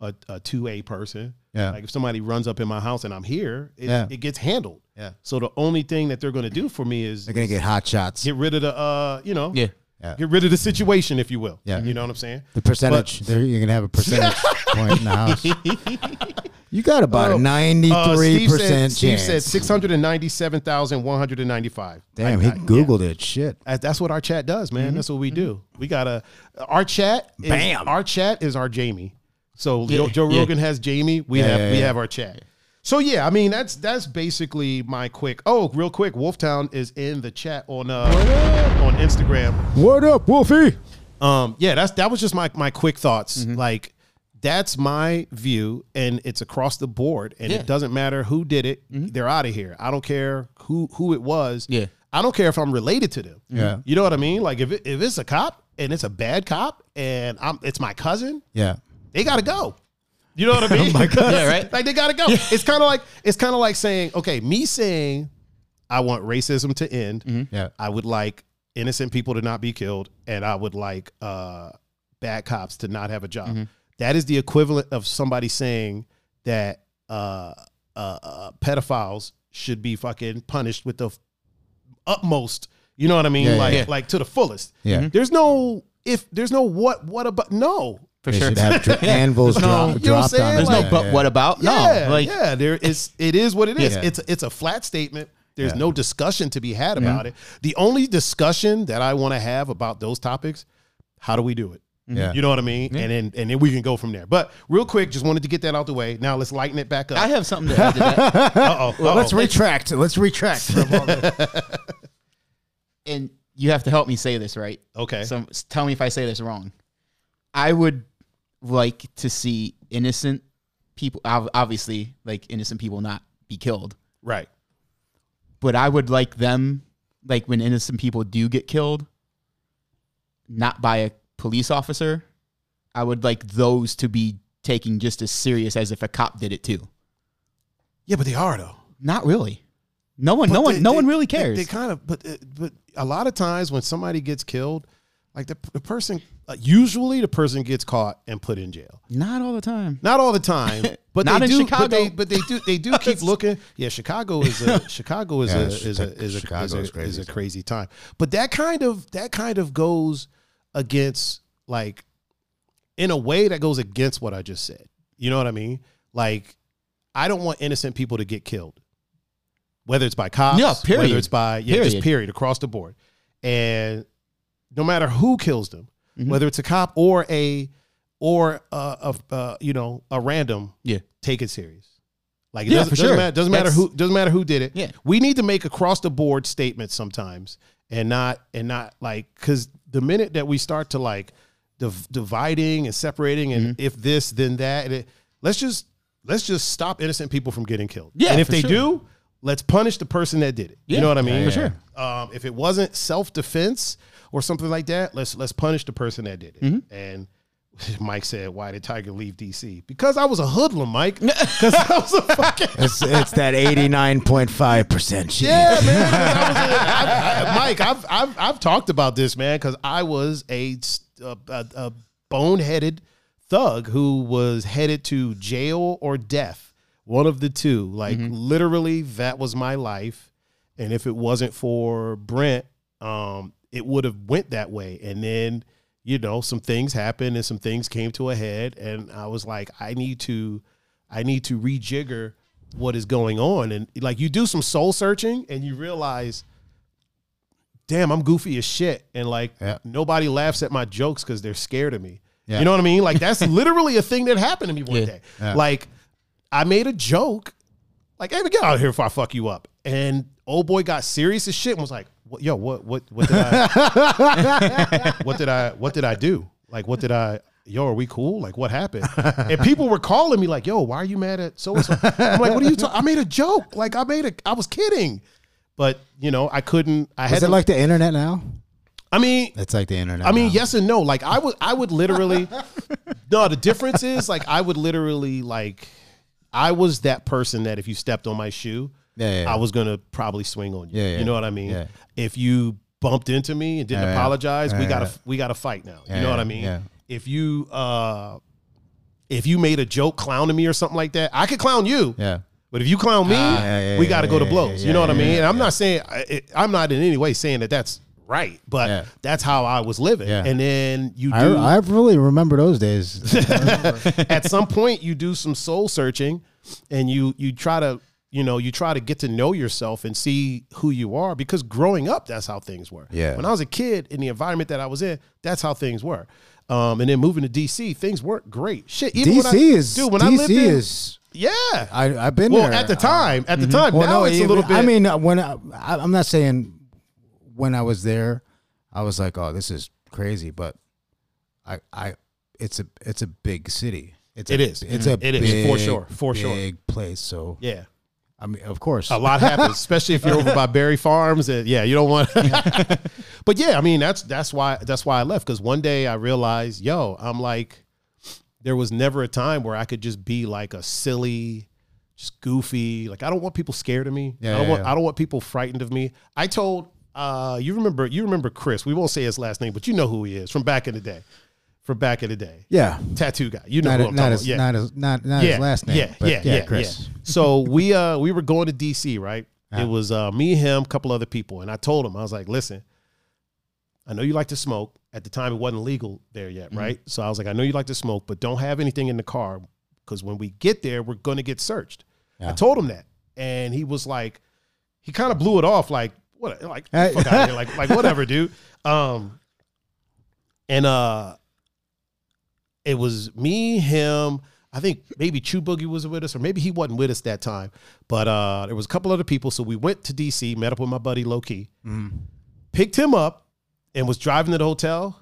Speaker 1: a, a two A person.
Speaker 3: Yeah.
Speaker 1: Like if somebody runs up in my house and I'm here, it,
Speaker 3: Yeah.
Speaker 1: it gets handled.
Speaker 3: Yeah.
Speaker 1: So the only thing that they're going to do for me is
Speaker 3: They're gonna get hot shots.
Speaker 1: get rid of the uh, you know,
Speaker 2: Yeah.
Speaker 3: Yeah.
Speaker 1: get rid of the situation, if you will.
Speaker 3: Yeah.
Speaker 1: You know what I'm saying?
Speaker 3: The percentage. there you're gonna have a percentage point in the house. You got about a
Speaker 1: Uh,
Speaker 3: ninety-three
Speaker 1: Steve Uh, said-
Speaker 3: percent
Speaker 1: Steve
Speaker 3: chance.
Speaker 1: said 697,195.
Speaker 3: Damn,
Speaker 1: I-
Speaker 3: he
Speaker 1: I-
Speaker 3: googled it. Shit.
Speaker 1: That- That's what our chat does, man. That's what we do. We gotta our chat. Is,
Speaker 3: Mm-hmm. Bam.
Speaker 1: Our chat is our Jamie. So Joe, Joe
Speaker 2: yeah.
Speaker 1: Rogan has Jamie. We have
Speaker 3: yeah,
Speaker 1: we
Speaker 3: yeah.
Speaker 1: have our chat. So yeah, I mean that's that's basically my quick. Oh, real quick, Wolftown is in the chat on uh on Instagram.
Speaker 3: What up, Wolfie?
Speaker 1: Um, yeah, that's that was just my my quick thoughts.
Speaker 2: Mm-hmm.
Speaker 1: Like that's my view, and it's across the board, and
Speaker 2: Yeah. Mm-hmm.
Speaker 1: it doesn't matter who did it. They're out of here. I don't care who who it was.
Speaker 2: Yeah.
Speaker 1: I don't care if I'm related to them.
Speaker 3: Yeah.
Speaker 1: you know what I mean. Like if it, if it's a cop and it's a bad cop, and I'm it's my cousin,
Speaker 3: Yeah.
Speaker 1: they gotta go. You know what I mean?
Speaker 3: my God.
Speaker 2: Oh Yeah, right?
Speaker 1: Like they gotta go. It's kind of like it's kind of like saying, okay, me saying I want racism to end.
Speaker 2: Mm-hmm.
Speaker 3: Yeah.
Speaker 1: I would like innocent people to not be killed, and I would like uh, bad cops to not have a
Speaker 3: Mm-hmm.
Speaker 1: job. That is the equivalent of somebody saying that uh, uh, uh, pedophiles should be fucking punished with the utmost. You know what I mean?
Speaker 3: Yeah, yeah,
Speaker 1: like,
Speaker 2: yeah.
Speaker 1: like to the fullest.
Speaker 3: Yeah. Mhm.
Speaker 1: There's no if. There's no what. What about no?
Speaker 2: For
Speaker 3: They
Speaker 2: sure.
Speaker 3: should have dr- anvils
Speaker 1: No,
Speaker 3: drop,
Speaker 1: you know what I'm
Speaker 3: dropped on
Speaker 1: saying?
Speaker 3: them.
Speaker 2: There's
Speaker 1: Like-
Speaker 2: no but what about?
Speaker 1: Yeah,
Speaker 2: no. Like
Speaker 1: yeah, there is. It is what it is.
Speaker 3: Yeah.
Speaker 1: It's it's a flat statement. There's
Speaker 3: Yeah.
Speaker 1: no discussion to be had about it. The only discussion that I want to have about those topics, how do we do it?
Speaker 3: Yeah.
Speaker 1: You know what I mean? And then and then we can go from there. But real quick, just wanted to get that out the way. Now let's lighten it back
Speaker 2: I
Speaker 1: up.
Speaker 2: have something to add to that.
Speaker 1: Uh oh.
Speaker 3: Let's retract. Let's retract.
Speaker 2: and you have to help me say this right.
Speaker 1: Okay.
Speaker 2: So s- tell me if I say this wrong. I would like to see innocent people, ob- obviously, like innocent people not be killed.
Speaker 1: right.
Speaker 2: But I would like them, like when innocent people do get killed, not by a police officer. I would like those to be taken just as serious as if a cop did it too.
Speaker 1: Yeah, but they are though.
Speaker 2: Not really. No one, no
Speaker 1: But
Speaker 2: one,
Speaker 1: they-
Speaker 2: no
Speaker 1: they-
Speaker 2: one really
Speaker 1: they-
Speaker 2: cares.
Speaker 1: They, kind of, but uh, but a lot of times when somebody gets killed, like the, the person, uh, usually the person gets caught and put in jail.
Speaker 2: not all the time.
Speaker 1: Not all the time, but
Speaker 2: Not
Speaker 1: they
Speaker 2: in
Speaker 1: do.
Speaker 2: Chicago.
Speaker 1: But they, but they do. They do keep looking. Yeah, Chicago is a Chicago is
Speaker 3: Yeah,
Speaker 1: a is a is a,
Speaker 3: Chicago
Speaker 1: is a,
Speaker 3: is
Speaker 1: is, a,
Speaker 3: crazy
Speaker 1: crazy time. But that kind of that kind of goes against like in a way that goes against what I just said. You know what I mean? Like I don't want innocent people to get killed, whether it's by cops,
Speaker 2: Yeah, period.
Speaker 1: whether it's by yeah, just
Speaker 2: Period.
Speaker 1: period across the board, and no matter who kills them,
Speaker 2: Mm-hmm.
Speaker 1: whether it's a cop or a or a, a, a you know a random,
Speaker 2: Yeah.
Speaker 1: take it serious. Like it
Speaker 2: Yeah,
Speaker 1: doesn't,
Speaker 2: for
Speaker 1: doesn't
Speaker 2: sure.
Speaker 1: matter, doesn't matter
Speaker 2: That's-
Speaker 1: who doesn't matter who did it.
Speaker 2: Yeah.
Speaker 1: We need to make across the board statements sometimes and not and not like cuz the minute that we start to like div- dividing and separating and
Speaker 2: Mm-hmm.
Speaker 1: if this then that and it, let's just let's just stop innocent people from getting killed.
Speaker 2: Yeah,
Speaker 1: and if
Speaker 2: for
Speaker 1: they
Speaker 2: sure.
Speaker 1: do, let's punish the person that did it. You
Speaker 2: Yeah.
Speaker 1: know what I mean?
Speaker 2: Yeah, For yeah,
Speaker 1: Um, if it wasn't self-defense or something like that, let's let's punish the person that did it.
Speaker 2: Mm-hmm.
Speaker 1: And Mike said, "Why did Tiger leave DC? Because I was a hoodlum, Mike. Because I was a fucking
Speaker 3: It's, it's that 89.5% shit.
Speaker 1: Yeah, man. I was a- I- I- Mike, I've, I've I've talked about this, man, because I was a, s- a- a- a boneheaded thug who was headed to jail or death, one of the two. Like literally, that was my life. And if it wasn't for Brent, um, it would have went that way. And then you know some things happened and some things came to a head, and I was like, I need to. I need to rejigger what is going on. And like you do some soul searching and you realize, damn, I'm goofy as shit. And like
Speaker 3: Yeah.
Speaker 1: nobody laughs at my jokes because they're scared of me.
Speaker 3: Yeah.
Speaker 1: You know what I mean? Like that's literally a thing that happened to me one
Speaker 2: Yeah.
Speaker 1: day. Like I made a joke, like, hey, get out of here before I fuck you up. And old boy got serious as shit and was like, what, yo, what, what, what did I, what did I, what did I do? Like, what did I, yo, are we cool? Like, what happened? And people were calling me like, yo, why are you mad at so and so? I'm like, what are you talking? I made a joke. Like, I made a, I was kidding. But, you know, I couldn't, I had
Speaker 3: Is it
Speaker 1: to,
Speaker 3: like the internet now?
Speaker 1: I mean,
Speaker 3: It's like the internet.
Speaker 1: I mean,
Speaker 3: now.
Speaker 1: yes and no. Like I would, I would literally. no, the difference is like I would literally like, I was that person that if you stepped on my shoe,
Speaker 3: Yeah, yeah, yeah.
Speaker 1: I was gonna probably swing on you.
Speaker 3: Yeah, yeah.
Speaker 1: You know what I mean?
Speaker 3: Yeah.
Speaker 1: If you bumped into me and didn't
Speaker 3: Yeah, yeah.
Speaker 1: apologize, we
Speaker 3: Yeah,
Speaker 1: gotta
Speaker 3: yeah.
Speaker 1: we gotta fight now.
Speaker 3: Yeah,
Speaker 1: you know what
Speaker 3: yeah,
Speaker 1: I mean?
Speaker 3: yeah.
Speaker 1: If you uh, if you made a joke clowning me or something like that, I could clown you.
Speaker 3: Yeah.
Speaker 1: But if you clown me,
Speaker 3: Ah, yeah, yeah,
Speaker 1: we got to
Speaker 3: yeah,
Speaker 1: go to
Speaker 3: yeah,
Speaker 1: blows.
Speaker 3: yeah,
Speaker 1: you know what I
Speaker 3: yeah,
Speaker 1: mean?
Speaker 3: yeah,
Speaker 1: And I'm not saying I- it, I'm not in any way saying that that's right, but
Speaker 3: Yeah.
Speaker 1: that's how I was living.
Speaker 3: Yeah.
Speaker 1: And then you do
Speaker 3: I, I really remember those days.
Speaker 1: at some point you do some soul searching, and you you try to you know you try to get to know yourself and see who you are because growing up that's how things were.
Speaker 3: Yeah.
Speaker 1: When I was a kid in the environment that I was in, that's how things were. Um, and then moving to DC, things weren't great. Shit, even when
Speaker 3: DC
Speaker 1: I,
Speaker 3: is
Speaker 1: dude. When
Speaker 3: DC
Speaker 1: I lived in,
Speaker 3: is
Speaker 1: yeah.
Speaker 3: I I've been
Speaker 1: well,
Speaker 3: there Mm-hmm.
Speaker 1: at the time, at the time, now it's a
Speaker 3: even-
Speaker 1: little bit.
Speaker 3: I mean, uh, when I, I, I'm not saying when I was there, I was like, "Oh, this is crazy," but I, I, it's a, it's a big city. It's
Speaker 1: It
Speaker 3: a,
Speaker 1: is.
Speaker 3: It's a
Speaker 1: It is, for sure,
Speaker 3: big,
Speaker 1: for sure.
Speaker 3: big place. So
Speaker 1: yeah.
Speaker 3: I mean, of course,
Speaker 1: a lot happens, especially if you're over by Berry Farms. And yeah, you don't want. but yeah, I mean that's that's why that's why I left because one day I realized, yo, I'm like, there was never a time where I could just be like a silly, just goofy. Like I don't want people scared of me.
Speaker 3: Yeah,
Speaker 1: I don't
Speaker 3: yeah,
Speaker 1: want
Speaker 3: yeah.
Speaker 1: I don't want people frightened of me. I told uh, you remember you remember Chris. We won't say his last name, but you know who he is from back in the day. From back in the day,
Speaker 3: yeah.
Speaker 1: tattoo guy. You know
Speaker 3: Not,
Speaker 1: who I'm
Speaker 3: not
Speaker 1: talking
Speaker 3: his,
Speaker 1: about. Yeah.
Speaker 3: not his, not not his last name.
Speaker 1: Yeah,
Speaker 3: but
Speaker 1: yeah, yeah,
Speaker 3: Chris. Uh-huh.
Speaker 1: yeah. So we uh we were going to DC, right? It was uh me, him, a couple other people, and I told him I was like, listen, I know you like to smoke. At the time, it wasn't legal there yet, right? So I was like, I know you like to smoke, but don't have anything in the car because when we get there, we're going to get searched. I
Speaker 3: Yeah.
Speaker 1: told him that, and he was like, he kind of blew it off, like what, like
Speaker 3: Hey.
Speaker 1: fuck out here, like like whatever, dude. Um, and uh, it was me, him. I think maybe Chew Boogie was with us, or maybe he wasn't with us that time. But uh, there was a couple other people, so we went to DC, met up with my buddy Low Key, picked him up, and was driving to the hotel.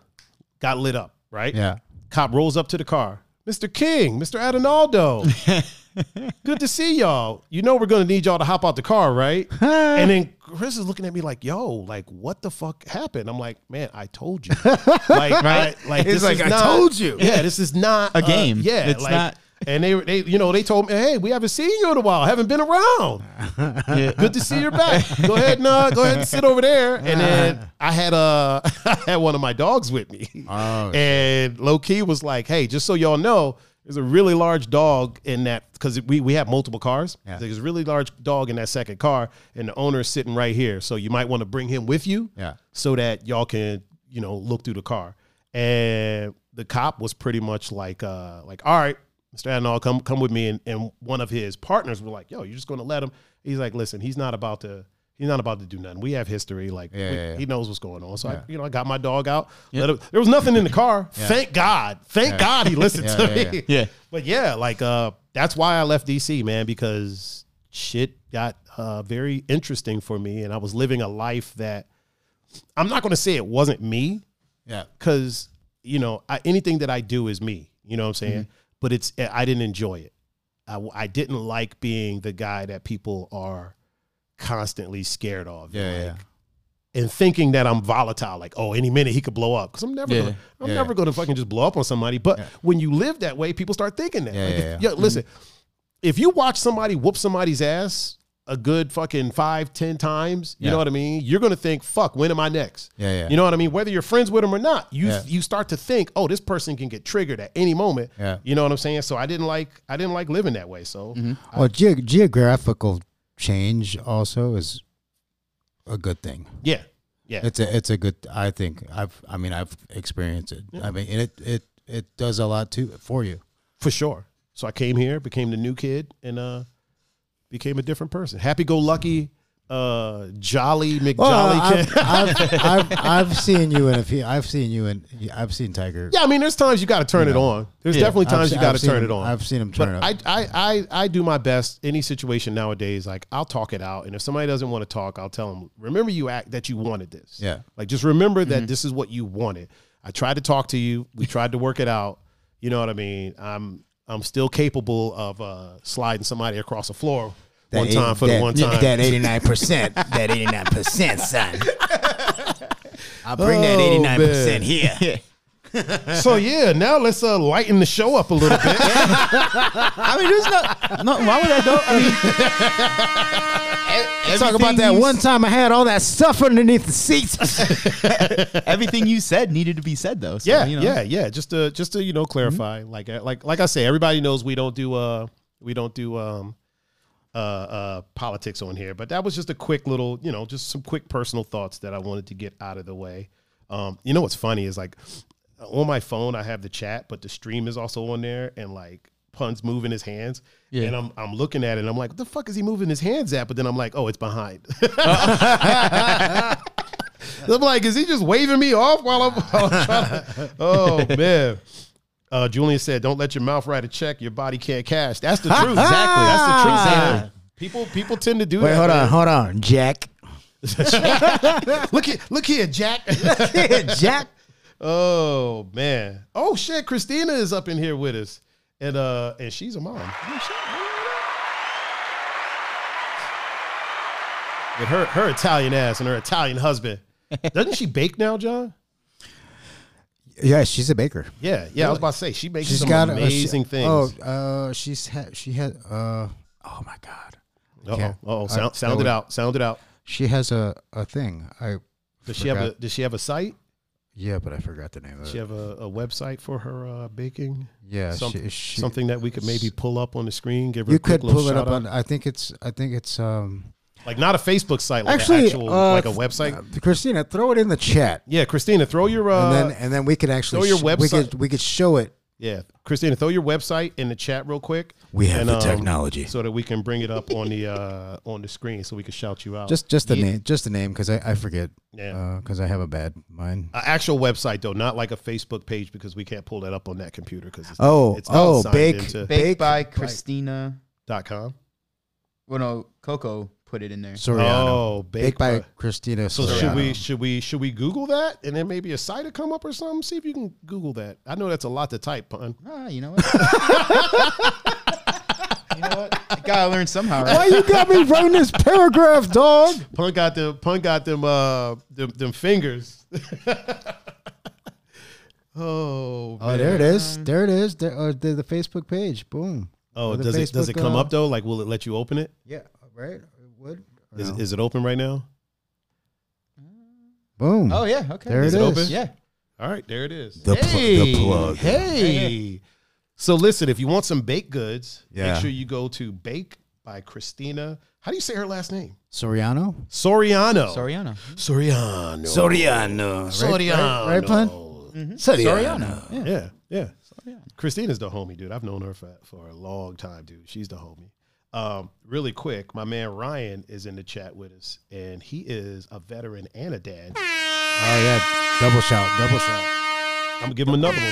Speaker 1: Got lit up, right?
Speaker 3: Yeah.
Speaker 1: Cop rolls up to the car. Mr. King, Mr. Adinaldo, good to see y'all. You know we're gonna need y'all to hop out the car, right? and then Chris is looking at me like, "Yo, like what the fuck happened?" I'm like, "Man, I told you." Like, right? like
Speaker 3: He's
Speaker 1: this
Speaker 3: like,
Speaker 1: is
Speaker 3: "I
Speaker 1: not-
Speaker 3: told you."
Speaker 1: Yeah, this is not
Speaker 2: A game.
Speaker 1: yeah,
Speaker 2: It's
Speaker 1: like,
Speaker 2: not-
Speaker 1: And they, they, you know, they told me, "Hey, we haven't seen you in a while. Haven't been around. Good to see you're back. Go ahead and uh, go ahead and sit over there." And then I had uh, I had one of my dogs with me.
Speaker 3: Oh,
Speaker 1: And low key was like, hey, just so y'all know, there's a really large dog in that because we we have multiple cars.
Speaker 3: Yeah.
Speaker 1: There's a really large dog in that second car, and the owner is sitting right here. So you might want to bring him with you,
Speaker 3: Yeah.
Speaker 1: so that y'all can you know look through the car. And the cop was pretty much like, uh, like, all right, Mr. Adenall, come come with me. And, and one of his partners were like, yo, you're just gonna let him. He's like, listen, he's not about to he's not about to do nothing. We have history. Like
Speaker 3: Yeah,
Speaker 1: we-
Speaker 3: yeah, yeah.
Speaker 1: he knows what's going on. So I,
Speaker 3: Yeah.
Speaker 1: you know, I got my dog out. Let him, there was nothing in the car. Thank God. Thank God he listened
Speaker 3: Yeah,
Speaker 1: to
Speaker 3: yeah,
Speaker 1: me.
Speaker 2: yeah. Yeah.
Speaker 1: But yeah, like uh that's why I left DC, man, because shit got uh very interesting for me. And I was living a life that I'm not gonna say it wasn't me,
Speaker 3: Yeah.
Speaker 1: because you know I, anything that I do is me. You know what I'm saying?
Speaker 3: Mm-hmm.
Speaker 1: But it's eh, I didn't enjoy it. I, w- I didn't like being the guy that people are constantly scared of.
Speaker 3: Yeah.
Speaker 1: like,
Speaker 3: Yeah.
Speaker 1: And thinking that I'm volatile, like oh, any minute he could blow up. Because I'm never,
Speaker 2: Yeah.
Speaker 1: gonna, I'm
Speaker 3: Yeah.
Speaker 1: never going to fucking just blow up on somebody. But
Speaker 3: Yeah.
Speaker 1: when you live that way, people start thinking that.
Speaker 3: Yeah,
Speaker 1: Like,
Speaker 3: yeah, Mm-hmm.
Speaker 1: if-
Speaker 3: yeah.
Speaker 1: Listen, if you watch somebody whoop somebody's ass a good fucking five, ten times, you
Speaker 3: Yeah.
Speaker 1: know what I mean. You're going to think, fuck, when am I next?
Speaker 3: Yeah, yeah.
Speaker 1: You know what I mean? Whether you're friends with them or not, you
Speaker 3: Yeah.
Speaker 1: you start to think, oh, this person can get triggered at any moment.
Speaker 3: Yeah. Mm-hmm.
Speaker 1: You know what I'm saying? So I didn't like I didn't like living that way. So
Speaker 3: Well, ge- geographical change also is a good thing.
Speaker 1: yeah, yeah,
Speaker 3: It's a it's a good. I think I've. I mean, I've experienced it. I mean, and it it it does a lot too for you.
Speaker 1: for sure. So I came here, became the new kid, and uh, became a different person. Happy go lucky, uh, jolly McJolly kid.
Speaker 3: I've, I've, I've, I've seen you in a few. I've seen you in. I've seen Tiger.
Speaker 1: yeah, I mean, there's times you got to turn it on. There's definitely
Speaker 3: I've
Speaker 1: times
Speaker 3: se-
Speaker 1: you got
Speaker 3: I've
Speaker 1: to
Speaker 3: seen
Speaker 1: turn
Speaker 3: him-
Speaker 1: it on.
Speaker 3: I've seen him turn
Speaker 1: But
Speaker 3: it
Speaker 1: I,
Speaker 3: on.
Speaker 1: I, I, I do my best. Any situation nowadays, like I'll talk it out, and if somebody doesn't want to talk, I'll tell them. Remember, you act that you wanted this.
Speaker 3: Yeah.
Speaker 1: Like just remember that this is what you wanted. I tried to talk to you. We tried to work it out. You know what I mean? I'm I'm still capable of uh, sliding somebody across the floor one
Speaker 3: That
Speaker 1: time
Speaker 3: eight-
Speaker 1: for
Speaker 3: that,
Speaker 1: the one time.
Speaker 4: That 89%. that 89%, son. I'll bring
Speaker 1: Oh,
Speaker 4: that 89% here.
Speaker 1: so yeah, now let's uh, lighten the show up a little bit.
Speaker 2: I mean, there's not nothing wrong with that though. I mean,
Speaker 3: Talk about that one time I had all that stuff underneath the seats.
Speaker 2: Everything you said needed to be said though. So,
Speaker 1: yeah,
Speaker 2: you know. Mm-hmm.
Speaker 1: yeah, yeah. Just to just to you know clarify, like uh, like like I say, everybody knows we don't do uh we don't do um uh uh politics on here, but that was just a quick little you know just some quick personal thoughts that I wanted to get out of the way. Um, you know what's funny is like uh, on my phone I have the chat, but the stream is also on there, and like puns moving his hands.
Speaker 2: Yeah.
Speaker 1: And I'm I'm looking at it and I'm like, what the fuck is he moving his hands at? But then I'm like, oh, it's behind. I'm like, is he just waving me off while I'm, while I'm trying to? Oh man. Uh, Julian said, "Don't let your mouth write a check your body can't cash." That's the truth. exactly. That's the truth. man. People people tend to do
Speaker 3: Wait,
Speaker 1: that.
Speaker 3: hold on,
Speaker 1: man.
Speaker 3: hold on, Jack.
Speaker 1: Look here, look here, Jack.
Speaker 3: Jack.
Speaker 1: oh man. Oh shit, Christina is up in here with us, and uh, and she's a mom. Oh, shit. With her her Italian ass and her Italian husband. Doesn't she bake now, John?
Speaker 3: Yeah, she's a baker.
Speaker 1: Yeah, yeah. I was about to say she makes
Speaker 3: She's
Speaker 1: some
Speaker 3: got a-
Speaker 1: amazing
Speaker 3: she-
Speaker 1: things.
Speaker 3: Oh, uh, she's had. She had. Uh, oh my God.
Speaker 1: Uh
Speaker 3: can't-
Speaker 1: oh, oh,
Speaker 3: I-
Speaker 1: sound,
Speaker 3: I
Speaker 1: sound it
Speaker 3: would-
Speaker 1: out, sound it out.
Speaker 3: She has a a thing. I.
Speaker 1: Does she have a
Speaker 3: Forgot.
Speaker 1: Does she have a site?
Speaker 3: Yeah, but I forgot the name of
Speaker 1: Does
Speaker 3: it.
Speaker 1: she have a, a website for her uh, baking?
Speaker 3: yeah,
Speaker 1: Some-
Speaker 3: she, she,
Speaker 1: Something that we could maybe pull up on the screen. Give her
Speaker 3: You
Speaker 1: a quick
Speaker 3: could pull
Speaker 1: little
Speaker 3: it
Speaker 1: shout
Speaker 3: up
Speaker 1: out.
Speaker 3: on. I think it's. I think it's. Um,
Speaker 1: like not a Facebook site, like
Speaker 3: actually,
Speaker 1: an actual
Speaker 3: uh,
Speaker 1: like a website.
Speaker 3: uh, Christina, throw it in the chat,
Speaker 1: yeah, Christina, throw your uh,
Speaker 3: and then and then we could actually.
Speaker 1: throw your
Speaker 3: We
Speaker 1: website-
Speaker 3: could we could show it.
Speaker 1: yeah, Christina, throw your website in the chat real quick.
Speaker 4: We have
Speaker 1: and,
Speaker 4: the
Speaker 1: um,
Speaker 4: technology.
Speaker 1: so that we can bring it up on the uh, on the screen, so we can shout you out.
Speaker 3: Just just the name, just the name, because I, I forget.
Speaker 1: Yeah. Oh,
Speaker 3: Because I have a bad mind.
Speaker 1: an actual website though, not like a Facebook page, because we can't pull that up on that computer because it's
Speaker 3: Oh,
Speaker 1: it's
Speaker 3: oh,
Speaker 1: signed
Speaker 3: bake-
Speaker 1: into
Speaker 2: Baked
Speaker 3: Bake
Speaker 2: by Christina.
Speaker 1: dot com.
Speaker 2: Well, no, Coco put it in there.
Speaker 3: Soriano.
Speaker 1: Oh,
Speaker 3: Baked
Speaker 1: bake
Speaker 3: by Christina.
Speaker 1: So
Speaker 3: Soriano.
Speaker 1: should we should we should we Google that and then maybe a site will come up or something? See if you can Google that. I know that's a lot to type, pun.
Speaker 2: Ah, you know what? you know what? I gotta learn somehow, right?
Speaker 3: Why you got me writing this paragraph, dog?
Speaker 1: Pun got them pun got them uh them, them fingers. oh
Speaker 3: Oh,
Speaker 1: man.
Speaker 3: there it is. There it is. There, uh, the, the Facebook page. Boom.
Speaker 1: Oh,
Speaker 3: Or the
Speaker 1: does it does it
Speaker 3: Facebook,
Speaker 1: come
Speaker 3: uh,
Speaker 1: up though? Like will it let you open it?
Speaker 3: Yeah. Right. It would. Or
Speaker 1: Is,
Speaker 3: no?
Speaker 1: is it open right now?
Speaker 3: Boom.
Speaker 2: Oh yeah, okay.
Speaker 3: There
Speaker 1: Is it
Speaker 3: it is.
Speaker 1: open?
Speaker 2: Yeah.
Speaker 1: All right, there it is.
Speaker 4: The pl- the plug.
Speaker 1: Hey. So listen, if you want some baked goods,
Speaker 3: Yeah.
Speaker 1: make sure you go to Bake by Christina. How do you say her last name?
Speaker 3: Soriano.
Speaker 1: Soriano.
Speaker 2: Soriano.
Speaker 1: Soriano.
Speaker 4: Soriano.
Speaker 1: Soriano.
Speaker 3: right, Pun?
Speaker 2: Mm-hmm.
Speaker 3: Soriano.
Speaker 1: Yeah, yeah. Christina's the homie, dude. I've known her for, for a long time, dude. She's the homie. Um, really quick, my man Ryan is in the chat with us, and he is a veteran and a dad.
Speaker 3: Oh yeah, double shout, double shout.
Speaker 1: I'm gonna give him another one.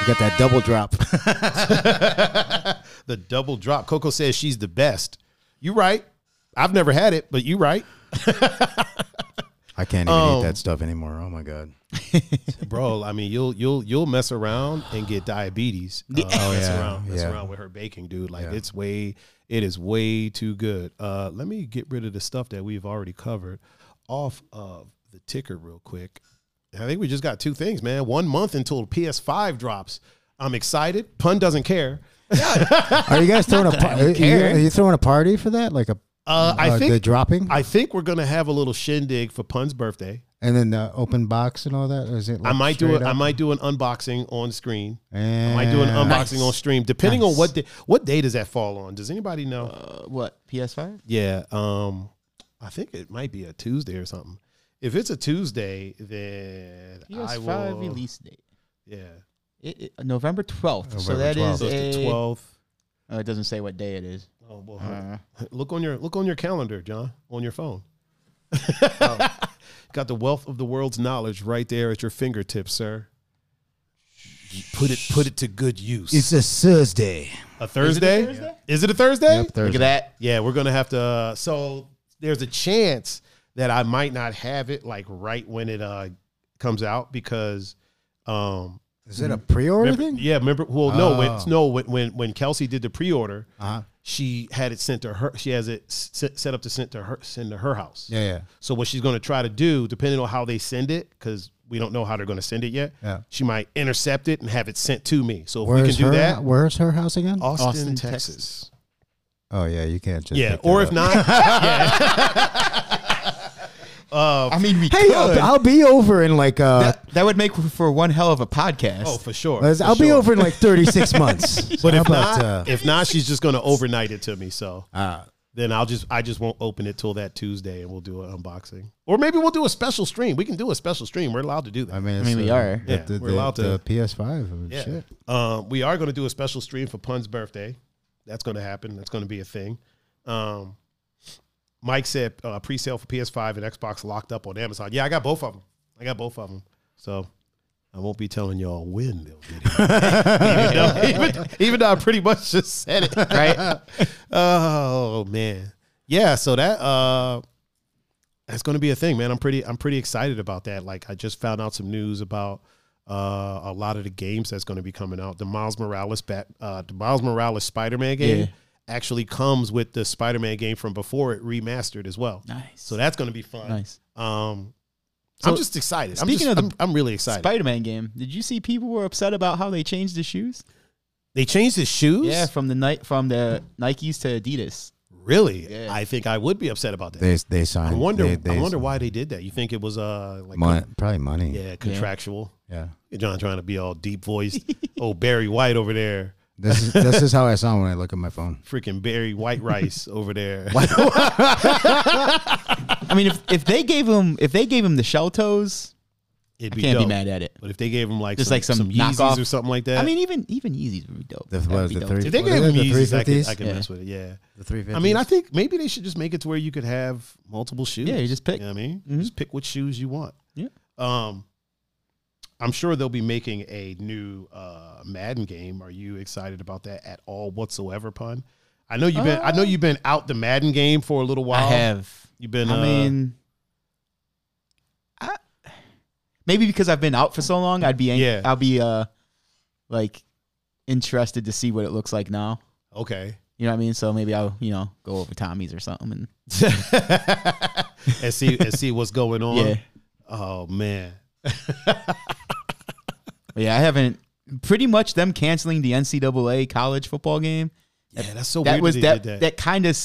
Speaker 3: You got that double drop.
Speaker 1: The double drop. Coco says she's the best. You right. I've never had it, but you right.
Speaker 3: I can't even eat that stuff anymore. Oh my god.
Speaker 1: Bro, I mean you'll you'll you'll mess around and get diabetes. Uh, mess
Speaker 3: yeah,
Speaker 1: around, mess
Speaker 3: yeah.
Speaker 1: around with her baking, dude. Like it's way it is way too good. Uh let me get rid of the stuff that we've already covered off of the ticker real quick. I think we just got two things, man. One month until PS5 drops. I'm excited. Pun doesn't care.
Speaker 3: Are you guys throwing a par- are, you,
Speaker 2: care.
Speaker 3: are you throwing a party for that? Like a
Speaker 1: Uh, I
Speaker 3: uh,
Speaker 1: think
Speaker 3: the dropping
Speaker 1: I think we're gonna have a little shindig for Pun's birthday.
Speaker 3: and then the open box and all that. Or is it?
Speaker 1: I
Speaker 3: like
Speaker 1: might do it.
Speaker 3: straight
Speaker 1: I
Speaker 3: up?
Speaker 1: might do an unboxing on screen. I might do an
Speaker 3: Yeah.
Speaker 1: unboxing
Speaker 2: Nice.
Speaker 1: on stream, depending on
Speaker 2: Nice.
Speaker 1: what day, what day does that fall on. Does anybody know?
Speaker 2: Uh, what PS5?
Speaker 1: yeah, um, I think it might be a Tuesday or something. If it's a Tuesday, then I will.
Speaker 2: PS5 release date.
Speaker 1: Yeah,
Speaker 2: It, it- November 12th. so
Speaker 3: November
Speaker 2: that is
Speaker 1: Oh,
Speaker 3: 12th.
Speaker 1: so it's
Speaker 2: a,
Speaker 1: the twelfth.
Speaker 2: Oh, it doesn't say what day it is.
Speaker 1: Oh boy,
Speaker 2: Uh,
Speaker 1: look on your look on your calendar, John, on your phone. Oh. Got the wealth of the world's knowledge right there at your fingertips, sir. Put it put it to good use.
Speaker 4: It's a Thursday.
Speaker 1: a Thursday? Is it a Thursday?
Speaker 3: Yep,
Speaker 2: look
Speaker 3: Thursday.
Speaker 2: at that.
Speaker 1: Yeah, we're gonna have to. Uh, so there's a chance that I might not have it like right when it uh comes out because, um,
Speaker 3: Is it a pre-order
Speaker 1: remember-
Speaker 3: thing?
Speaker 1: yeah, remember? Well, no, when,
Speaker 3: Oh.
Speaker 1: no, when, when when Kelsey did the pre-order,
Speaker 3: Uh-huh.
Speaker 1: she had it sent to her. She has it s- set up to send to her send to her house.
Speaker 3: Yeah, yeah.
Speaker 1: So what she's going to try to do, depending on how they send it, because we don't know how they're going to send it yet.
Speaker 3: Yeah.
Speaker 1: She might intercept it and have it sent to me. So if we can
Speaker 3: Where's
Speaker 1: do
Speaker 3: her?
Speaker 1: that,
Speaker 3: Where's her house again?
Speaker 1: Austin,
Speaker 2: Austin,
Speaker 1: Texas.
Speaker 2: Texas.
Speaker 3: Oh yeah, you can't just
Speaker 1: Yeah,
Speaker 3: pick that
Speaker 1: or
Speaker 3: up.
Speaker 1: if not, yeah. Oh,
Speaker 2: I mean, we
Speaker 3: Hey,
Speaker 2: could.
Speaker 3: I'll, I'll be over in like uh,
Speaker 2: that, that would make for one hell of a podcast.
Speaker 1: Oh, for sure.
Speaker 3: let's-
Speaker 1: for
Speaker 3: I'll be
Speaker 1: sure.
Speaker 3: over in like thirty six months.
Speaker 1: But
Speaker 3: How
Speaker 1: if
Speaker 3: about,
Speaker 1: not,
Speaker 3: uh,
Speaker 1: if not, she's just going to overnight it to me. So
Speaker 3: Ah.
Speaker 1: then I'll just I just won't open it till that Tuesday, and we'll do an unboxing, or maybe we'll do a special stream. We can do a special stream. We're allowed to do that.
Speaker 3: I mean,
Speaker 2: I mean,
Speaker 3: it's,
Speaker 2: we
Speaker 3: uh,
Speaker 2: are.
Speaker 3: the-
Speaker 1: Yeah,
Speaker 3: the,
Speaker 1: we're allowed
Speaker 3: the,
Speaker 1: to-
Speaker 3: the PS5. and
Speaker 1: Yeah.
Speaker 3: Shit.
Speaker 1: Um, we are going to do a special stream for Pun's birthday. That's going to happen. That's going to be a thing. Um, Mike said uh, pre-sale for PS5 and Xbox locked up on Amazon. Yeah, I got both of them. I got both of them. So I won't be telling y'all when they'll get it. even, though, even- even though I pretty much just said it, right? oh man, yeah. So that uh, that's going to be a thing, man. I'm pretty I'm pretty excited about that. Like I just found out some news about uh, a lot of the games that's going to be coming out. The Miles Morales bat, uh, the Miles Morales Spider-Man game
Speaker 2: Yeah.
Speaker 1: actually comes with the Spider-Man game from before it remastered as well.
Speaker 2: Nice.
Speaker 1: So that's going to be fun.
Speaker 2: nice.
Speaker 1: Um
Speaker 2: So,
Speaker 1: I'm just excited. I'm
Speaker 2: speaking
Speaker 1: just-
Speaker 2: of the
Speaker 1: I'm, I'm really excited.
Speaker 2: Spider-Man game. Did you see people were upset about how they changed the shoes?
Speaker 1: they changed his shoes?
Speaker 2: Yeah, from the night from the Nikes to Adidas.
Speaker 1: Really?
Speaker 2: Yeah.
Speaker 1: I think I would be upset about that.
Speaker 3: They they signed.
Speaker 1: I wonder
Speaker 3: They, they
Speaker 1: I wonder why they did that. You think it was uh like
Speaker 3: Mon- probably money.
Speaker 1: yeah, contractual.
Speaker 3: yeah.
Speaker 1: John trying to be all deep voiced. oh, Barry White over there.
Speaker 3: This is this is how I sound when I look at my phone.
Speaker 1: Freaking Barry White Rice over there.
Speaker 2: I mean, if if they gave him if they gave him the shell toes,
Speaker 1: It'd
Speaker 2: I
Speaker 1: be
Speaker 2: can't
Speaker 1: dope.
Speaker 2: be mad at it.
Speaker 1: But if they gave him like
Speaker 2: Just
Speaker 1: some,
Speaker 2: like some
Speaker 1: some Yeezys
Speaker 2: knockoff-
Speaker 1: or something like that.
Speaker 2: I mean, even even Yeezys would be dope.
Speaker 3: The,
Speaker 2: That'd
Speaker 3: what is
Speaker 2: be
Speaker 3: the
Speaker 2: dope,
Speaker 3: three?
Speaker 2: too.
Speaker 1: if they
Speaker 3: what
Speaker 1: gave
Speaker 3: is
Speaker 1: him
Speaker 3: it, the
Speaker 1: Yeezys, I could,
Speaker 3: 350s?
Speaker 1: I could
Speaker 2: Yeah.
Speaker 1: mess with it. Yeah.
Speaker 3: The three fifties.
Speaker 1: I mean, I think maybe they should just make it to where you could have multiple shoes.
Speaker 2: Yeah, you just pick. Mm-hmm.
Speaker 1: You know what I mean, just pick what shoes you want.
Speaker 2: Yeah.
Speaker 1: Um, I'm sure they'll be making a new uh, Madden game. Are you excited about that at all whatsoever, pun? I know you've been. I know you've been out the Madden game for a little
Speaker 2: I
Speaker 1: while.
Speaker 2: have.
Speaker 1: You've been.
Speaker 2: I
Speaker 1: uh,
Speaker 2: mean, I, maybe because I've been out for so long, I'd be ang-
Speaker 1: Yeah.
Speaker 2: I'll be uh like interested to see what it looks like now.
Speaker 1: okay.
Speaker 2: You know what I mean? So maybe I'll you know go over Tommy's or something. And
Speaker 1: and see and see what's going on.
Speaker 2: yeah,
Speaker 1: Oh man.
Speaker 2: But yeah. I haven't. Pretty much them canceling the NCAA college football game.
Speaker 1: Yeah, that's so
Speaker 2: That
Speaker 1: weird.
Speaker 2: was
Speaker 1: they
Speaker 2: that
Speaker 1: did
Speaker 2: that, kind of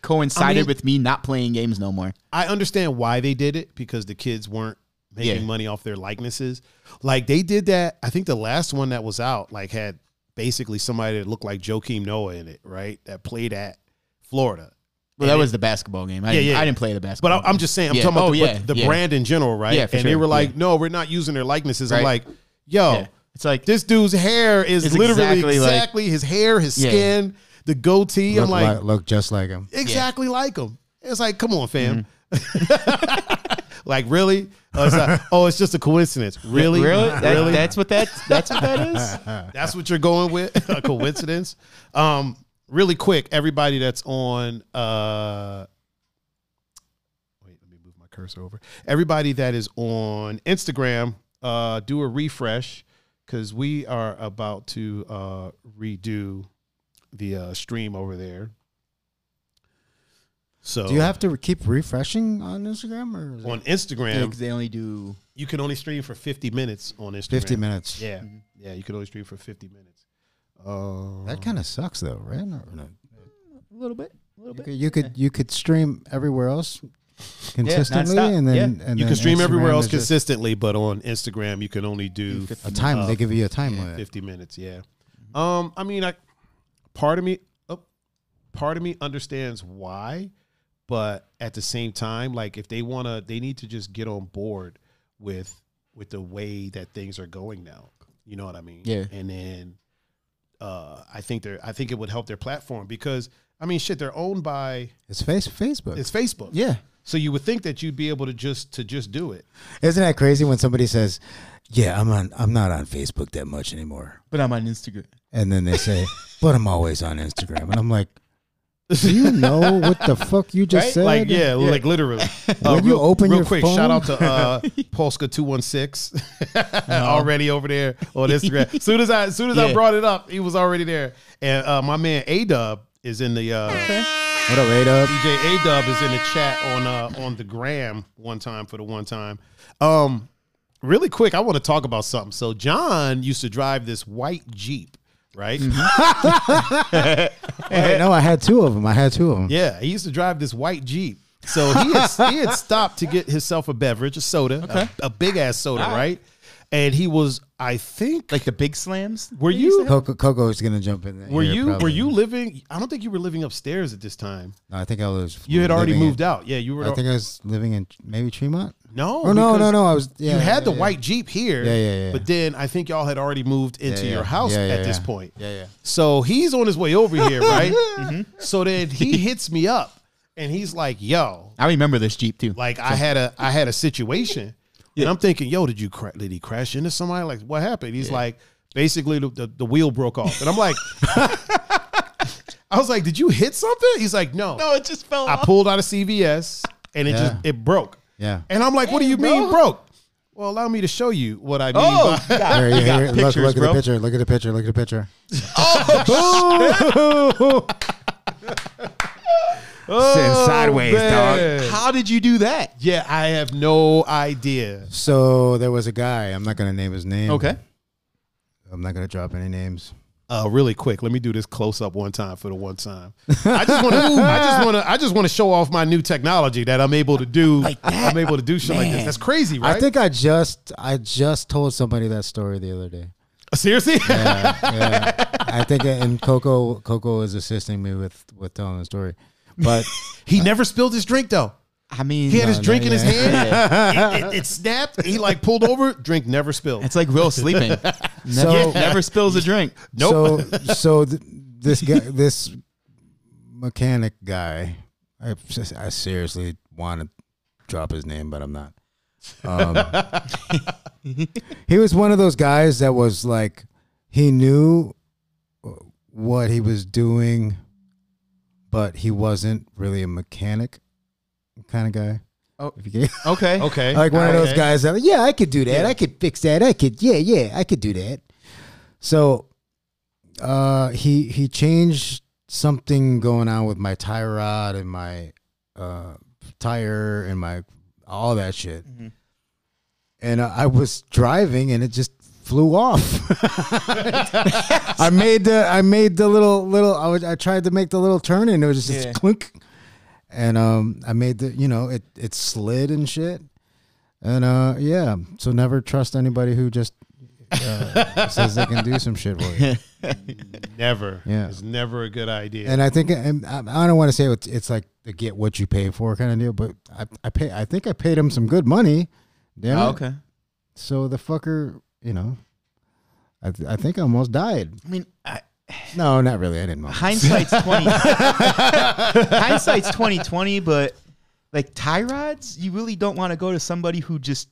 Speaker 2: coincided with me not playing games no more.
Speaker 1: I understand why they did it because the kids weren't making
Speaker 2: Yeah.
Speaker 1: money off their likenesses. Like they did that. I think the last one that was out like had basically somebody that looked like Joakim Noah in it, right? That played at Florida.
Speaker 2: Well, that was the basketball game. I,
Speaker 1: Yeah,
Speaker 2: didn't,
Speaker 1: yeah.
Speaker 2: I didn't play the basketball.
Speaker 1: But I, I'm just saying, I'm talking about the, the brand in general, right?
Speaker 2: Oh, Yeah, for
Speaker 1: and they
Speaker 2: sure.
Speaker 1: were like,
Speaker 2: Yeah.
Speaker 1: no, we're not using their likenesses. I'm
Speaker 2: Right.
Speaker 1: like, yo,
Speaker 2: Yeah. It's like
Speaker 1: this dude's hair is
Speaker 2: It's
Speaker 1: literally exactly,
Speaker 2: exactly like-
Speaker 1: his hair, his
Speaker 2: Yeah.
Speaker 1: skin, the goatee.
Speaker 3: Look,
Speaker 1: I'm like,
Speaker 3: like, look just like him.
Speaker 1: exactly like him. It's like, come on, fam.
Speaker 2: Mm-hmm.
Speaker 1: like, really? Oh it's, like, oh, it's just a coincidence. Really?
Speaker 2: really, That- that's what that that's what that is.
Speaker 1: That's what you're going with? a coincidence? Um, really quick, everybody that's on uh wait, let me move my cursor over. Everybody that is on Instagram, uh do a refresh because we are about to uh redo the uh stream over there. So
Speaker 3: Do you have to keep refreshing on Instagram or is it
Speaker 1: on
Speaker 2: Yeah,
Speaker 1: Instagram,
Speaker 2: 'cause they only do
Speaker 1: you can only stream for 50 minutes on Instagram.
Speaker 3: 50 minutes?
Speaker 1: Yeah. Yeah, you can only stream for 50 minutes.
Speaker 3: That kind of sucks though, right? No, no.
Speaker 2: a little bit, a little
Speaker 3: You
Speaker 2: bit.
Speaker 3: could you could, you could stream everywhere else consistently,
Speaker 2: nonstop.
Speaker 3: and then
Speaker 2: Yeah.
Speaker 3: and
Speaker 1: you
Speaker 3: then
Speaker 1: can stream
Speaker 3: Instagram
Speaker 1: everywhere else
Speaker 3: is just
Speaker 1: consistently, but on Instagram you can only do
Speaker 3: A time
Speaker 1: uh,
Speaker 3: they give you a time limit.
Speaker 1: fifty minutes. Yeah. Um, I mean, I part of me, oh, part of me understands why, but at the same time, like if they wanna, they need to just get on board with with the way that things are going now. You know what I mean?
Speaker 2: Yeah.
Speaker 1: And then, uh, I think they're, I think it would help their platform because I mean, shit, they're owned by
Speaker 3: It's face Facebook.
Speaker 1: it's Facebook.
Speaker 3: yeah.
Speaker 1: So you would think that you'd be able to just to just do it.
Speaker 3: Isn't that crazy when somebody says, "Yeah, I'm on. I'm not on Facebook that much anymore,"
Speaker 2: But I'm on Instagram.
Speaker 3: and then they say, "But I'm always on Instagram," and I'm like, "Do you know what the fuck you just
Speaker 2: Right?
Speaker 3: said?"
Speaker 1: Like yeah, like literally. Uh,
Speaker 3: When you open
Speaker 1: real
Speaker 3: your
Speaker 1: quick,
Speaker 3: phone-
Speaker 1: shout out to uh, Polska two one six already over there on Instagram. soon as I soon as I
Speaker 2: Yeah.
Speaker 1: brought it up, he was already there. And uh, my man A Dub is in the uh,
Speaker 3: What up, wait up?
Speaker 1: DJ A Dub is in the chat on uh, on the gram one time for the one time. Um, really quick, I want to talk about something. So John used to drive this white Jeep, right?
Speaker 3: Mm-hmm. Hey, no, I had two of them. I had two of them.
Speaker 1: Yeah, he used to drive this white Jeep. So he had, he had stopped to get himself a beverage, a soda, a, big ass soda, right. And he was, I think,
Speaker 2: Like the big slams.
Speaker 1: were you
Speaker 3: Coco, Coco is gonna jump in.
Speaker 1: were
Speaker 3: here
Speaker 1: you were
Speaker 3: probably.
Speaker 1: you living? I don't think you were living upstairs at this time.
Speaker 3: No, I think I was.
Speaker 1: You had already
Speaker 3: living
Speaker 1: moved
Speaker 3: in,
Speaker 1: out. Yeah, you were.
Speaker 3: I think I was living in maybe Tremont.
Speaker 1: no,
Speaker 3: Oh no, no,
Speaker 1: because
Speaker 3: no! I was. Yeah,
Speaker 1: You had the
Speaker 3: yeah, yeah.
Speaker 1: white Jeep here.
Speaker 3: Yeah, yeah, yeah.
Speaker 1: But then I think y'all had already moved into
Speaker 3: yeah.
Speaker 1: your house
Speaker 3: Yeah, yeah,
Speaker 1: at this
Speaker 3: yeah.
Speaker 1: point.
Speaker 3: Yeah, Mm-hmm. yeah.
Speaker 1: So he's on his way over here, right? So then he hits me up and he's like, yo,
Speaker 2: I remember this Jeep too.
Speaker 1: like I had a I had a situation, and I'm thinking, yo, did you cra- did he crash into somebody? Like, what happened? He's like, basically, the, the, the wheel broke off, and I'm like, I was like, did you hit something? He's like, no,
Speaker 2: oh, it just fell
Speaker 1: I pulled out of CVS, and it just
Speaker 3: Yeah.
Speaker 1: it broke.
Speaker 3: Yeah.
Speaker 1: and I'm like, what do you mean broke? Well, allow me to show you what I mean.
Speaker 2: Oh,
Speaker 1: by-
Speaker 3: Here, here, here, look,
Speaker 2: pictures,
Speaker 3: look at
Speaker 2: bro.
Speaker 3: the picture. Look at the picture. Look at the picture.
Speaker 4: Sitting
Speaker 2: Oh,
Speaker 4: sideways, dog.
Speaker 1: Oh, man.
Speaker 2: How did you do that?
Speaker 1: Yeah, I have no idea.
Speaker 3: So there was a guy. I'm not gonna name his name.
Speaker 2: Okay.
Speaker 3: I'm not gonna drop any names.
Speaker 1: uh, really quick. Let me do this close up one time for the one time. I just want to. I just want to. I just want to show off my new technology that I'm able to do. I'm able to do shit like this. That's crazy, right?
Speaker 3: I think I just I just told somebody that story the other day.
Speaker 1: Uh, seriously.
Speaker 3: Yeah, yeah. I think and Coco Coco is assisting me with with telling the story. But
Speaker 1: he never spilled his drink though.
Speaker 2: I mean, uh,
Speaker 1: He had his
Speaker 3: no,
Speaker 1: drink in his
Speaker 3: yeah.
Speaker 1: hand. it, it, it snapped. He like pulled over. Drink never spilled.
Speaker 2: it's like Will sleeping.
Speaker 3: so
Speaker 2: Never spills a drink.
Speaker 3: so so th- this guy this mechanic guy I, I seriously want to drop his name but I'm not. Um, he was one of those guys that was like he knew uh, what he was doing but he wasn't really a mechanic kind of guy.
Speaker 2: Oh.
Speaker 3: If you get-
Speaker 2: Okay.
Speaker 1: okay.
Speaker 3: like one of those
Speaker 1: Okay.
Speaker 3: guys that, yeah, I could do that. I could fix that. I could, yeah, yeah, I could do that. So, uh, he he changed something going on with my tie rod and my uh, tire and my all that shit. And I I was driving, and it just flew off. I made the I made the little little I, was, I tried to make the little turn and it was just
Speaker 2: Yeah.
Speaker 3: clunk, and um I made the you know it it slid and shit, and uh yeah so never trust anybody who just says they can do some shit for you.
Speaker 1: Never.
Speaker 3: Yeah.
Speaker 1: It's never a good idea.
Speaker 3: And I think, and I I don't want to say it's, it's like the get what you pay for kind of deal, but I, I pay. I think I paid him some good money. Damn it.
Speaker 2: Oh, okay.
Speaker 3: So the fucker, you know, I, th- I think I almost died.
Speaker 2: I mean, I,
Speaker 3: No, not really. I didn't. almost.
Speaker 2: hindsight's twenty. hindsight's twenty twenty, but like tie rods, you really don't want to go to somebody who just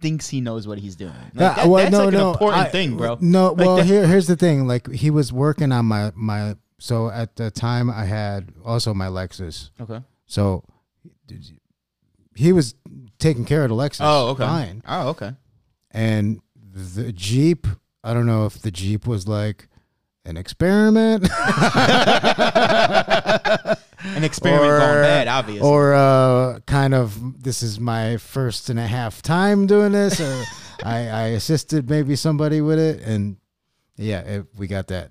Speaker 2: thinks he knows what he's doing. Like,
Speaker 3: Yeah,
Speaker 2: that-
Speaker 3: well,
Speaker 2: that's
Speaker 3: no,
Speaker 2: like an
Speaker 3: no,
Speaker 2: important
Speaker 3: I-
Speaker 2: thing, bro.
Speaker 3: No,
Speaker 2: Like
Speaker 3: well,
Speaker 2: that-
Speaker 3: here, here's the thing. Like he was working on my my. So at the time, I had also my Lexus.
Speaker 2: okay.
Speaker 3: So he was taking care of the Lexus.
Speaker 2: Oh, okay.
Speaker 3: Fine.
Speaker 2: Oh, okay.
Speaker 3: And the Jeep. I don't know if the Jeep was like an experiment
Speaker 2: An experiment gone bad, obviously.
Speaker 3: or uh, kind of this is my first and a half time doing this. Or I, I assisted maybe somebody with it, and yeah, it, we got that.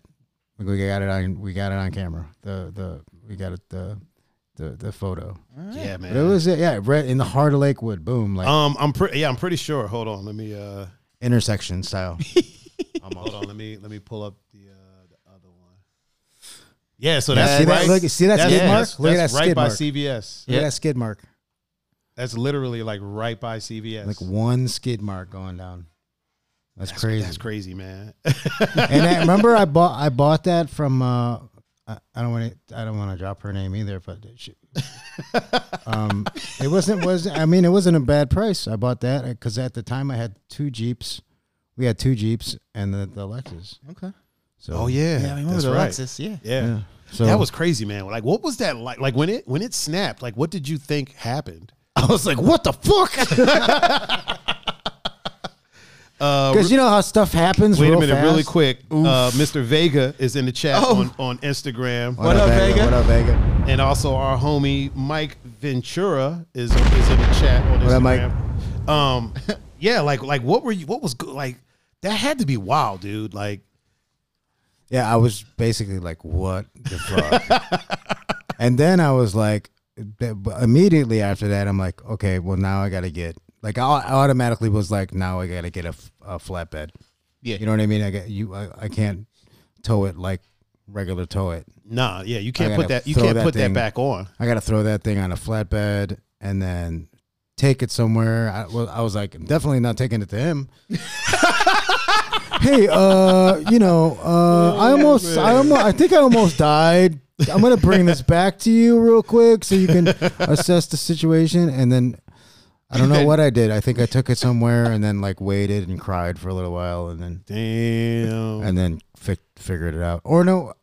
Speaker 3: We got it on. We got it on camera. The the we got it the the the photo.
Speaker 1: yeah,
Speaker 3: But it was yeah, right in the heart of Lakewood. Boom, like
Speaker 1: Um, I'm pretty. Yeah, I'm pretty sure. Hold on. Let me. Uh,
Speaker 3: intersection style. Um,
Speaker 1: hold on. Let me. Let me pull up the, uh, the other one. Yeah. So
Speaker 3: Yeah,
Speaker 1: that's
Speaker 3: see that-
Speaker 1: right.
Speaker 3: look- see that
Speaker 1: that's,
Speaker 3: skid mark?
Speaker 1: That's,
Speaker 3: Look at
Speaker 1: that's
Speaker 3: that
Speaker 1: right
Speaker 3: skid
Speaker 1: by
Speaker 3: mark.
Speaker 1: CVS.
Speaker 3: Look at that skid mark,
Speaker 1: That's literally like right by CVS.
Speaker 3: like one skid mark going down. That's, crazy.
Speaker 1: That's crazy, man.
Speaker 3: and I remember I bought I bought that from uh I, I don't want to I don't want to drop her name either, but she, um it wasn't was I mean it wasn't a bad price. I bought that because at the time I had two Jeeps, we had two Jeeps and the, the Lexus.
Speaker 2: okay.
Speaker 3: So
Speaker 1: oh yeah.
Speaker 2: Yeah, I remember
Speaker 1: that's
Speaker 2: the
Speaker 1: right.
Speaker 2: Lexus. Yeah.
Speaker 1: Yeah.
Speaker 3: yeah. So
Speaker 1: that was crazy, man. Like, what was that like? Like when it when it snapped. Like, what did you think happened?
Speaker 3: I was like, what the fuck?
Speaker 1: Uh,
Speaker 3: Because you know how stuff happens.
Speaker 1: Wait a
Speaker 3: real
Speaker 1: minute, really
Speaker 3: fast. Oh.
Speaker 1: quick. Uh, Mr. Vega is in the chat on, on Instagram,
Speaker 3: What, up, Vega? What up, Vega?
Speaker 1: and also our homie Mike Ventura is is in the chat on
Speaker 3: What up, Mike?
Speaker 1: Instagram. Um, yeah, like like what were you? What was good? Like that had to be wild, dude. Like
Speaker 3: Yeah, I was basically like, what the fuck? and then I was like, immediately after that, I'm like, okay, well, now I got to get, like, I I automatically was like, now I got to get a, f- a flatbed.
Speaker 2: Yeah.
Speaker 3: You know what I mean? I got you, I, I can't tow it like regular tow it.
Speaker 1: nah, yeah, you can't
Speaker 3: I
Speaker 1: put
Speaker 3: gotta
Speaker 1: that. You
Speaker 3: throw
Speaker 1: can't
Speaker 3: that
Speaker 1: put that
Speaker 3: thing-
Speaker 1: back on.
Speaker 3: I got to throw that thing on a flatbed and then take it somewhere. I, well, I was like, I'm definitely not taking it to him. hey, uh, you know, uh, I almost, I almost, I think I almost died. I'm gonna bring this back to you real quick so you can assess the situation, and then I don't know what I did. I think I took it somewhere and then like waited and cried for a little while, and then
Speaker 1: Damn.
Speaker 3: and then fi- figured it out. Or no,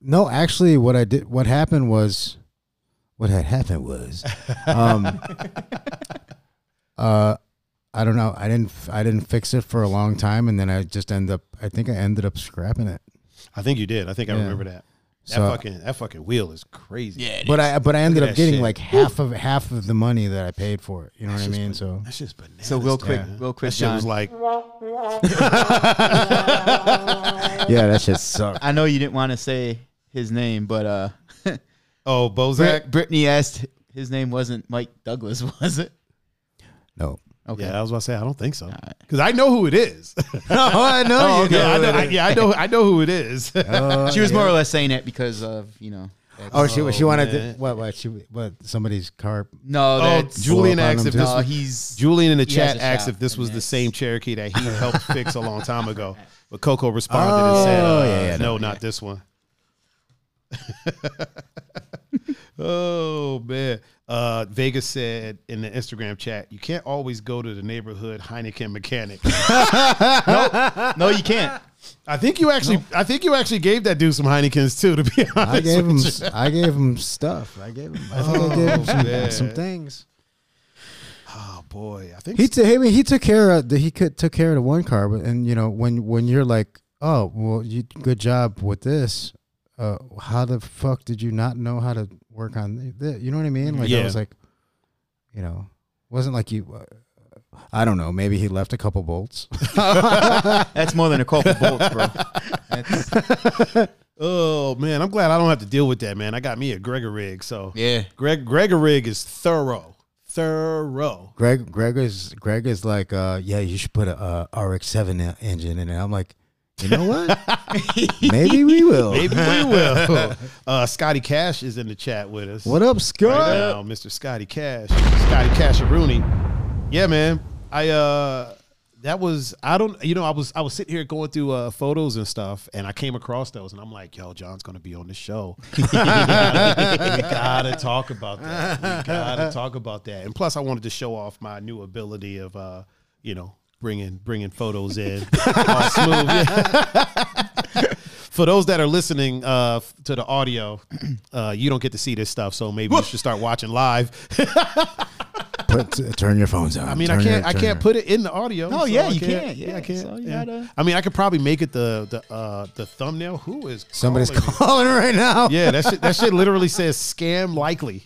Speaker 3: no, actually, what I did, what happened was, what had happened was, um, uh, I don't know. I didn't, f- I didn't fix it for a long time, and then I just end up. I think I ended up scrapping it.
Speaker 1: I think you did. I think I
Speaker 3: Yeah.
Speaker 1: remember that. That
Speaker 3: So-
Speaker 1: fucking that fucking wheel is crazy. Yeah,
Speaker 3: But I, but I ended
Speaker 1: Look at
Speaker 3: up
Speaker 1: that
Speaker 3: getting
Speaker 1: shit.
Speaker 3: like half of half of the money that I paid for it. You know what I mean? So
Speaker 1: that's just bananas.
Speaker 2: So real quick,
Speaker 1: man.
Speaker 2: real quick,
Speaker 1: that shit was
Speaker 2: John.
Speaker 1: like
Speaker 3: yeah, that shit sucked.
Speaker 2: I know you didn't want to say his name, but uh,
Speaker 1: oh Bozak.
Speaker 2: Brit- Brittany asked. His name wasn't Mike Douglas, was it?
Speaker 3: No.
Speaker 2: Okay.
Speaker 1: Yeah, I was about to say I don't think so because I know who it is.
Speaker 3: No, I know
Speaker 2: Oh, you okay.
Speaker 1: yeah, I know, I, yeah, I know. I know who it is.
Speaker 2: She was more or less saying it because of you know.
Speaker 3: Oh, she she wanted
Speaker 1: man.
Speaker 3: to, what what she what somebody's car.
Speaker 2: No, that's
Speaker 1: Oh, Julian
Speaker 3: Blow up on
Speaker 1: asked
Speaker 3: him
Speaker 1: if
Speaker 3: too.
Speaker 1: this
Speaker 2: no.
Speaker 1: was,
Speaker 2: He's
Speaker 1: Julian in the
Speaker 2: he
Speaker 1: chat
Speaker 2: has a
Speaker 1: asked
Speaker 2: shop,
Speaker 1: if this was
Speaker 2: and
Speaker 1: the
Speaker 2: it's-
Speaker 1: same Cherokee that he helped fix a long time ago, but Coco responded and said,
Speaker 3: Oh,
Speaker 1: uh,
Speaker 3: yeah, yeah,
Speaker 1: "No, not this one." oh man, uh, Vegas said in the Instagram chat, "You can't always go to the neighborhood Heineken mechanic."
Speaker 2: no, you can't.
Speaker 1: I think you actually, I think you actually gave that dude some Heinekens too. To be honest,
Speaker 3: I gave
Speaker 1: with
Speaker 3: him.
Speaker 1: you.
Speaker 3: I gave him stuff. I gave him. I think I gave him
Speaker 1: man.
Speaker 3: some, some things.
Speaker 1: Oh boy, I think
Speaker 3: He, t- I mean, he took care of. The, he could, took care of the one car, but and you know when when you're like, oh well, you good job with this. Uh, how the fuck did you not know how to work on this? You know what I mean? Like
Speaker 1: Yeah.
Speaker 3: I was like, you know, wasn't like you. uh, I don't know. Maybe he left a couple bolts.
Speaker 2: That's more than a couple bolts, bro.
Speaker 1: Oh man, I'm glad I don't have to deal with that, man. I got me a Gregor rig, so
Speaker 2: Yeah.
Speaker 1: Greg Gregor rig is thorough, thorough.
Speaker 3: Greg Greg is Greg is like, uh, yeah, you should put a, uh RX seven engine in it. I'm like, you know what? Maybe we will.
Speaker 1: Maybe we will. Uh, Scotty Cash is in the chat with us.
Speaker 3: What up, Scott?
Speaker 1: right now, Mr. Scotty Cash, Scotty Casharuni. Yeah, man. I uh that was I don't you know I was I was sitting here going through uh photos and stuff and I came across those and I'm like, yo, John's gonna be on the show. we, gotta, we gotta talk about that. We gotta talk about that. And plus, I wanted to show off my new ability of uh you know bringing bringing photos in all smooth. Yeah for those that are listening uh, f- to the audio, uh, you don't get to see this stuff, so maybe you should start watching live.
Speaker 3: Put, t- turn your phones on.
Speaker 1: I mean, I can't, I can't put it in the audio.
Speaker 2: Oh, yeah, you
Speaker 1: can.
Speaker 2: can't. Yeah,
Speaker 1: I can't.
Speaker 2: so you
Speaker 1: yeah.
Speaker 2: gotta-
Speaker 1: I mean, I could probably make it the the uh, the thumbnail. Who is
Speaker 3: Somebody's
Speaker 1: calling me?
Speaker 3: calling right now.
Speaker 1: Yeah, that shit, that shit literally says scam likely,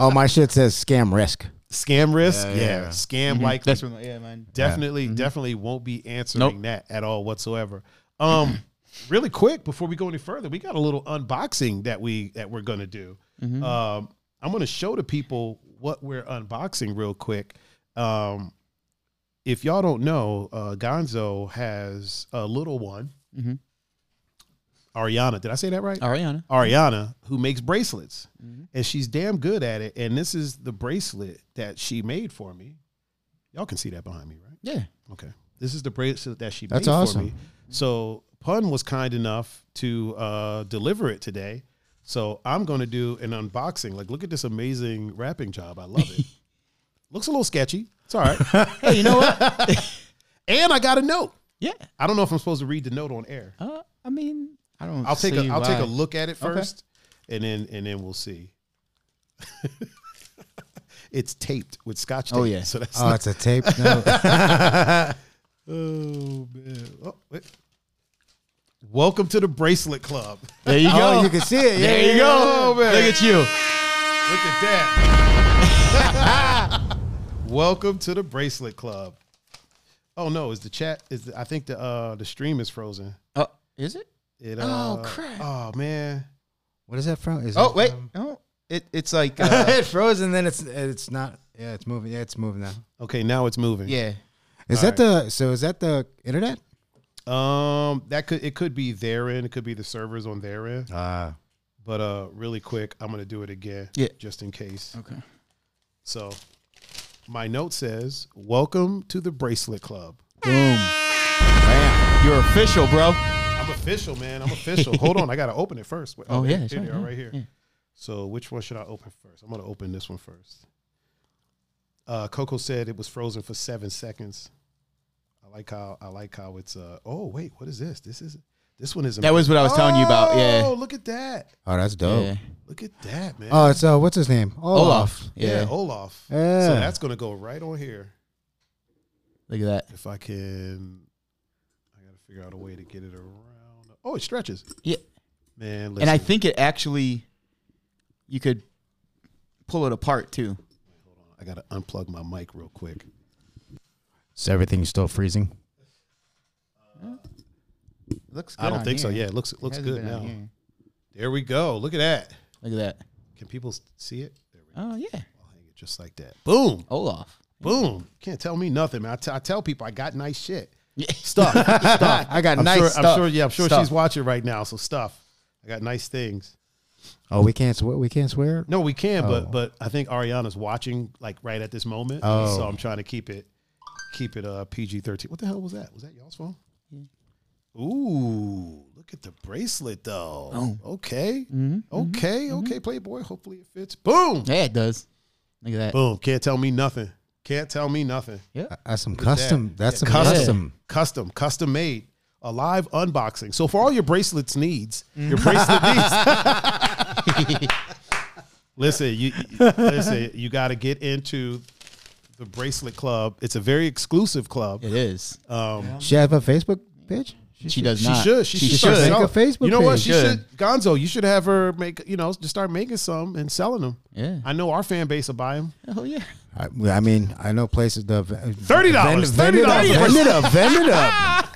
Speaker 3: Oh, my shit says scam risk.
Speaker 1: scam risk. Yeah,
Speaker 3: Yeah, yeah, yeah.
Speaker 1: scam likely.
Speaker 2: That's what, yeah, man.
Speaker 1: definitely definitely won't be answering
Speaker 2: Nope.
Speaker 1: that at all whatsoever um really quick before we go any further we got a little unboxing that we that we're gonna do
Speaker 2: Mm-hmm.
Speaker 1: um i'm gonna show the people what we're unboxing real quick um if y'all don't know uh gonzo has a little one
Speaker 2: Mhm.
Speaker 1: ariana did i say that right
Speaker 2: Ariana.
Speaker 1: Ariana, who makes bracelets,
Speaker 3: Mm-hmm.
Speaker 1: and she's damn good at it. And this is the bracelet that she made for me. Y'all can see that behind me, right?
Speaker 2: Yeah.
Speaker 1: Okay, this is the bracelet that she
Speaker 3: That's
Speaker 1: made for
Speaker 3: awesome.
Speaker 1: me. So Pun was kind enough to uh, deliver it today. So I'm going to do an unboxing. Like, look at this amazing wrapping job. I love it. Looks a little sketchy. It's all right.
Speaker 2: Hey, you know what?
Speaker 1: and I got a note.
Speaker 2: yeah.
Speaker 1: I don't know if I'm supposed to read the note on air.
Speaker 2: Uh, I mean, I don't.
Speaker 1: I'll take a,
Speaker 2: see
Speaker 1: I'll take
Speaker 2: why.
Speaker 1: a look at it
Speaker 2: Okay.
Speaker 1: first, and then and then we'll see. it's taped with scotch tape.
Speaker 2: Oh, yeah.
Speaker 1: so that's
Speaker 3: Oh,
Speaker 1: not-
Speaker 3: it's a tape. No.
Speaker 1: oh man. Oh, wait. Welcome to the bracelet club.
Speaker 2: There you go.
Speaker 3: oh, you can see it. Yeah,
Speaker 2: there you
Speaker 3: yeah,
Speaker 2: go.
Speaker 1: man.
Speaker 2: Look at you.
Speaker 1: Look at that. Welcome to the bracelet club. Oh no, is the chat? Is the, I think the uh the stream is frozen.
Speaker 2: Oh, is it?
Speaker 1: It,
Speaker 2: Oh,
Speaker 1: uh,
Speaker 2: crap.
Speaker 1: Oh man.
Speaker 3: What is that from? Is
Speaker 2: Oh
Speaker 3: that
Speaker 2: wait.
Speaker 3: from-
Speaker 2: No. It it's like uh,
Speaker 3: it froze and then it's it's not. Yeah, it's moving. Yeah, it's moving now.
Speaker 1: Okay, now it's moving.
Speaker 2: yeah.
Speaker 3: Is that the? So is that the internet?
Speaker 1: Um, that could it could be their end. It could be the servers on their end.
Speaker 3: Ah,
Speaker 1: But uh, really quick, I'm gonna do it again,
Speaker 2: Yeah.
Speaker 1: just in case.
Speaker 2: Okay.
Speaker 1: So, my note says, "Welcome to the Bracelet Club."
Speaker 2: Boom. Bam. You're official, bro.
Speaker 1: I'm official, man. I'm official. Hold on, I gotta open it first. Wait,
Speaker 2: Oh, yeah,
Speaker 1: here
Speaker 2: that's
Speaker 1: they
Speaker 2: right,
Speaker 1: are,
Speaker 2: yeah,
Speaker 1: right here. So, which one should I open first? I'm gonna open this one first. Uh, Coco said it was frozen for seven seconds. I like how I like how it's. Uh, oh wait, what is this? This is this one is.
Speaker 2: That was what I was telling you about.
Speaker 1: Oh,
Speaker 2: Yeah.
Speaker 1: look at that!
Speaker 3: oh, that's dope.
Speaker 2: Yeah.
Speaker 1: Look at that, man.
Speaker 3: Oh, it's uh, what's his name? Olaf.
Speaker 2: Olaf.
Speaker 1: Yeah,
Speaker 2: Oh. Yeah.
Speaker 1: Olaf. So
Speaker 3: Yeah.
Speaker 1: that's gonna go right on here.
Speaker 2: Look at that.
Speaker 1: If I can, I gotta figure out a way to get it around. Oh, it stretches,
Speaker 2: Yeah.
Speaker 1: man. Listen,
Speaker 2: And I think it actually, you could pull it apart too.
Speaker 1: I gotta unplug my mic real quick.
Speaker 3: So everything's still freezing.
Speaker 2: It looks. Good
Speaker 1: I don't
Speaker 2: on
Speaker 1: think so.
Speaker 2: here.
Speaker 1: Yeah, it looks it looks
Speaker 2: hasn't
Speaker 1: good
Speaker 2: been on
Speaker 1: now.
Speaker 2: here.
Speaker 1: There we go. Look at that.
Speaker 2: Look at that.
Speaker 1: Can people s- see it? There we go.
Speaker 2: Oh yeah.
Speaker 1: I'll hang it just like that. Boom,
Speaker 2: Olaf.
Speaker 1: boom. Can't tell me nothing, man. I, t- I tell people I got nice shit.
Speaker 2: Yeah.
Speaker 1: Stuff. stuff.
Speaker 3: I got
Speaker 1: I'm
Speaker 3: nice
Speaker 1: sure, I'm
Speaker 3: stuff.
Speaker 1: sure. Yeah, I'm sure
Speaker 2: Stuff.
Speaker 1: she's watching right now. So stuff. I got nice things.
Speaker 3: Oh, we can't swear. We can't swear.
Speaker 1: No, we can, but but I think Ariana's watching like right at this moment. So I'm trying to keep it keep it uh PG thirteen. What the hell was that? Was that y'all's phone? Ooh, look at the bracelet though. Okay. Okay, okay, Playboy. Hopefully it fits. Boom.
Speaker 2: Yeah, it does. Look at that.
Speaker 1: Boom. Can't tell me nothing. Can't tell me nothing.
Speaker 3: That's some custom.
Speaker 1: that.
Speaker 3: That's some
Speaker 1: Custom.
Speaker 3: custom.
Speaker 1: Custom, custom made. A live unboxing. So for all your bracelets needs, your bracelet needs. listen, you you- listen, you got to get into the bracelet club. It's a very exclusive club.
Speaker 2: It is.
Speaker 1: Um,
Speaker 3: She have a Facebook page.
Speaker 2: Uh, she does
Speaker 1: She
Speaker 2: not.
Speaker 1: should. She, should,
Speaker 3: should.
Speaker 1: start
Speaker 3: Make a
Speaker 1: selling-
Speaker 3: Facebook
Speaker 1: You know what?
Speaker 3: page.
Speaker 1: She should. Gonzo, you should have her make. You know, just start making some and selling them.
Speaker 2: Yeah.
Speaker 1: I know our fan base will buy them.
Speaker 2: Oh yeah.
Speaker 3: I, I mean, I know places that
Speaker 1: $30,
Speaker 3: Vend it up.
Speaker 1: $30.
Speaker 3: Vend it up. Vend it up.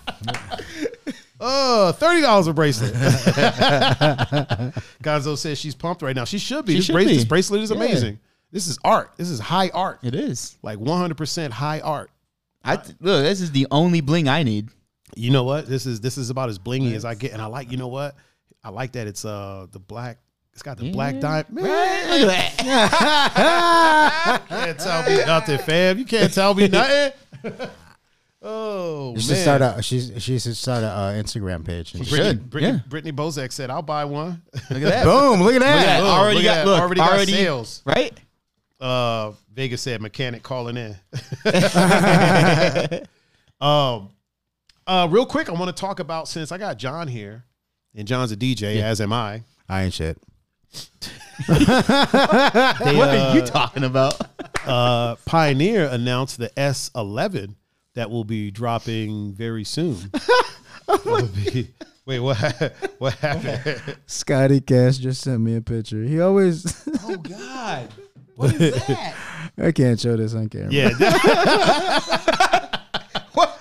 Speaker 1: Oh, thirty dollars a bracelet. Gonzo says she's pumped right now. She should be.
Speaker 2: She
Speaker 1: this,
Speaker 2: should
Speaker 1: brace-
Speaker 2: be.
Speaker 1: this bracelet is
Speaker 2: Yeah.
Speaker 1: amazing. This is art. This is high art.
Speaker 2: It is.
Speaker 1: Like 100% high art.
Speaker 2: I look. This is the only bling I need.
Speaker 1: You know what? This is this is about as blingy as I get, and I like. You know what? I like that it's uh the black. It's got the black diamond. Man,
Speaker 2: Look at that.
Speaker 1: can't tell me nothing, fam. You can't tell me nothing. oh
Speaker 3: She should
Speaker 1: man.
Speaker 3: start a she she should start a uh, Instagram page. and shit.
Speaker 1: Brittany,
Speaker 2: should,
Speaker 1: Brittany,
Speaker 2: yeah.
Speaker 1: Brittany Bozak said, "I'll buy one."
Speaker 2: Look at that.
Speaker 3: Boom! Look
Speaker 2: Look at
Speaker 3: at that.
Speaker 2: that.
Speaker 1: Boom.
Speaker 2: already
Speaker 1: Look at
Speaker 2: got
Speaker 1: that.
Speaker 2: look,
Speaker 1: Already
Speaker 2: already,
Speaker 1: got sales.
Speaker 2: right?
Speaker 1: uh Vega said mechanic calling in. um uh real quick, I want to talk about since I got John here, and John's a DJ, as am I.
Speaker 3: I ain't shit.
Speaker 1: They,
Speaker 2: what
Speaker 1: uh,
Speaker 2: are you talking about?
Speaker 1: uh, Pioneer announced the S11 that will be dropping very soon.
Speaker 2: Oh
Speaker 1: Will be- wait, what? What happened?
Speaker 3: Scotty Cash just sent me a picture. He always
Speaker 2: Oh God. What is that?
Speaker 3: I can't show this on camera.
Speaker 1: yeah. What?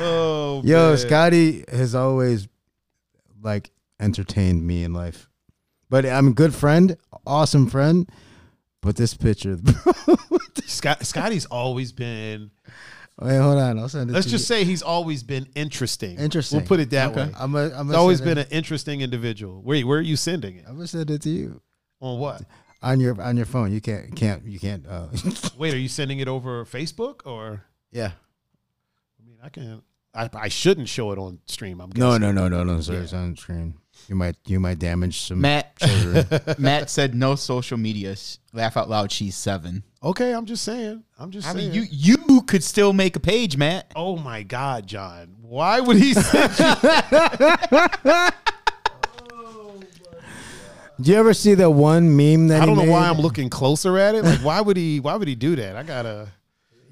Speaker 1: Oh,
Speaker 3: Yo,
Speaker 1: man.
Speaker 3: Scotty has always like entertained me in life. But I'm a good friend, awesome friend. But this picture, bro.
Speaker 1: Scott, Scotty's always been.
Speaker 3: Wait, hold on. I'll send it.
Speaker 1: Let's
Speaker 3: to
Speaker 1: just
Speaker 3: you.
Speaker 1: say he's always been interesting.
Speaker 3: Interesting.
Speaker 1: We'll put it that way.
Speaker 3: I'm a, I'm
Speaker 1: It's
Speaker 3: a
Speaker 1: always
Speaker 3: send
Speaker 1: been
Speaker 3: it,
Speaker 1: an interesting individual. Where where are you sending it?
Speaker 3: I'm gonna send it to you
Speaker 1: On what?
Speaker 3: on your on your phone. You can't can't you can't. Uh,
Speaker 1: Wait, are you sending it over Facebook or?
Speaker 3: yeah.
Speaker 1: I mean, I can. I, I shouldn't show it on stream. I'm
Speaker 3: No
Speaker 1: guessing.
Speaker 3: no no no no. Sorry, it's on screen. You might you might damage some
Speaker 2: Matt
Speaker 3: children.
Speaker 2: Matt said no social media. Sh- Laugh out loud. She's seven.
Speaker 1: Okay, I'm just saying. I'm just
Speaker 2: I
Speaker 1: saying.
Speaker 2: mean, you you could still make a page, Matt.
Speaker 1: Oh my God, John! Why would he send you?
Speaker 3: Do you ever see that one meme that
Speaker 1: I
Speaker 3: he
Speaker 1: don't know why
Speaker 3: made?
Speaker 1: I'm looking closer at it. Like, why would he? Why would he do that? I gotta.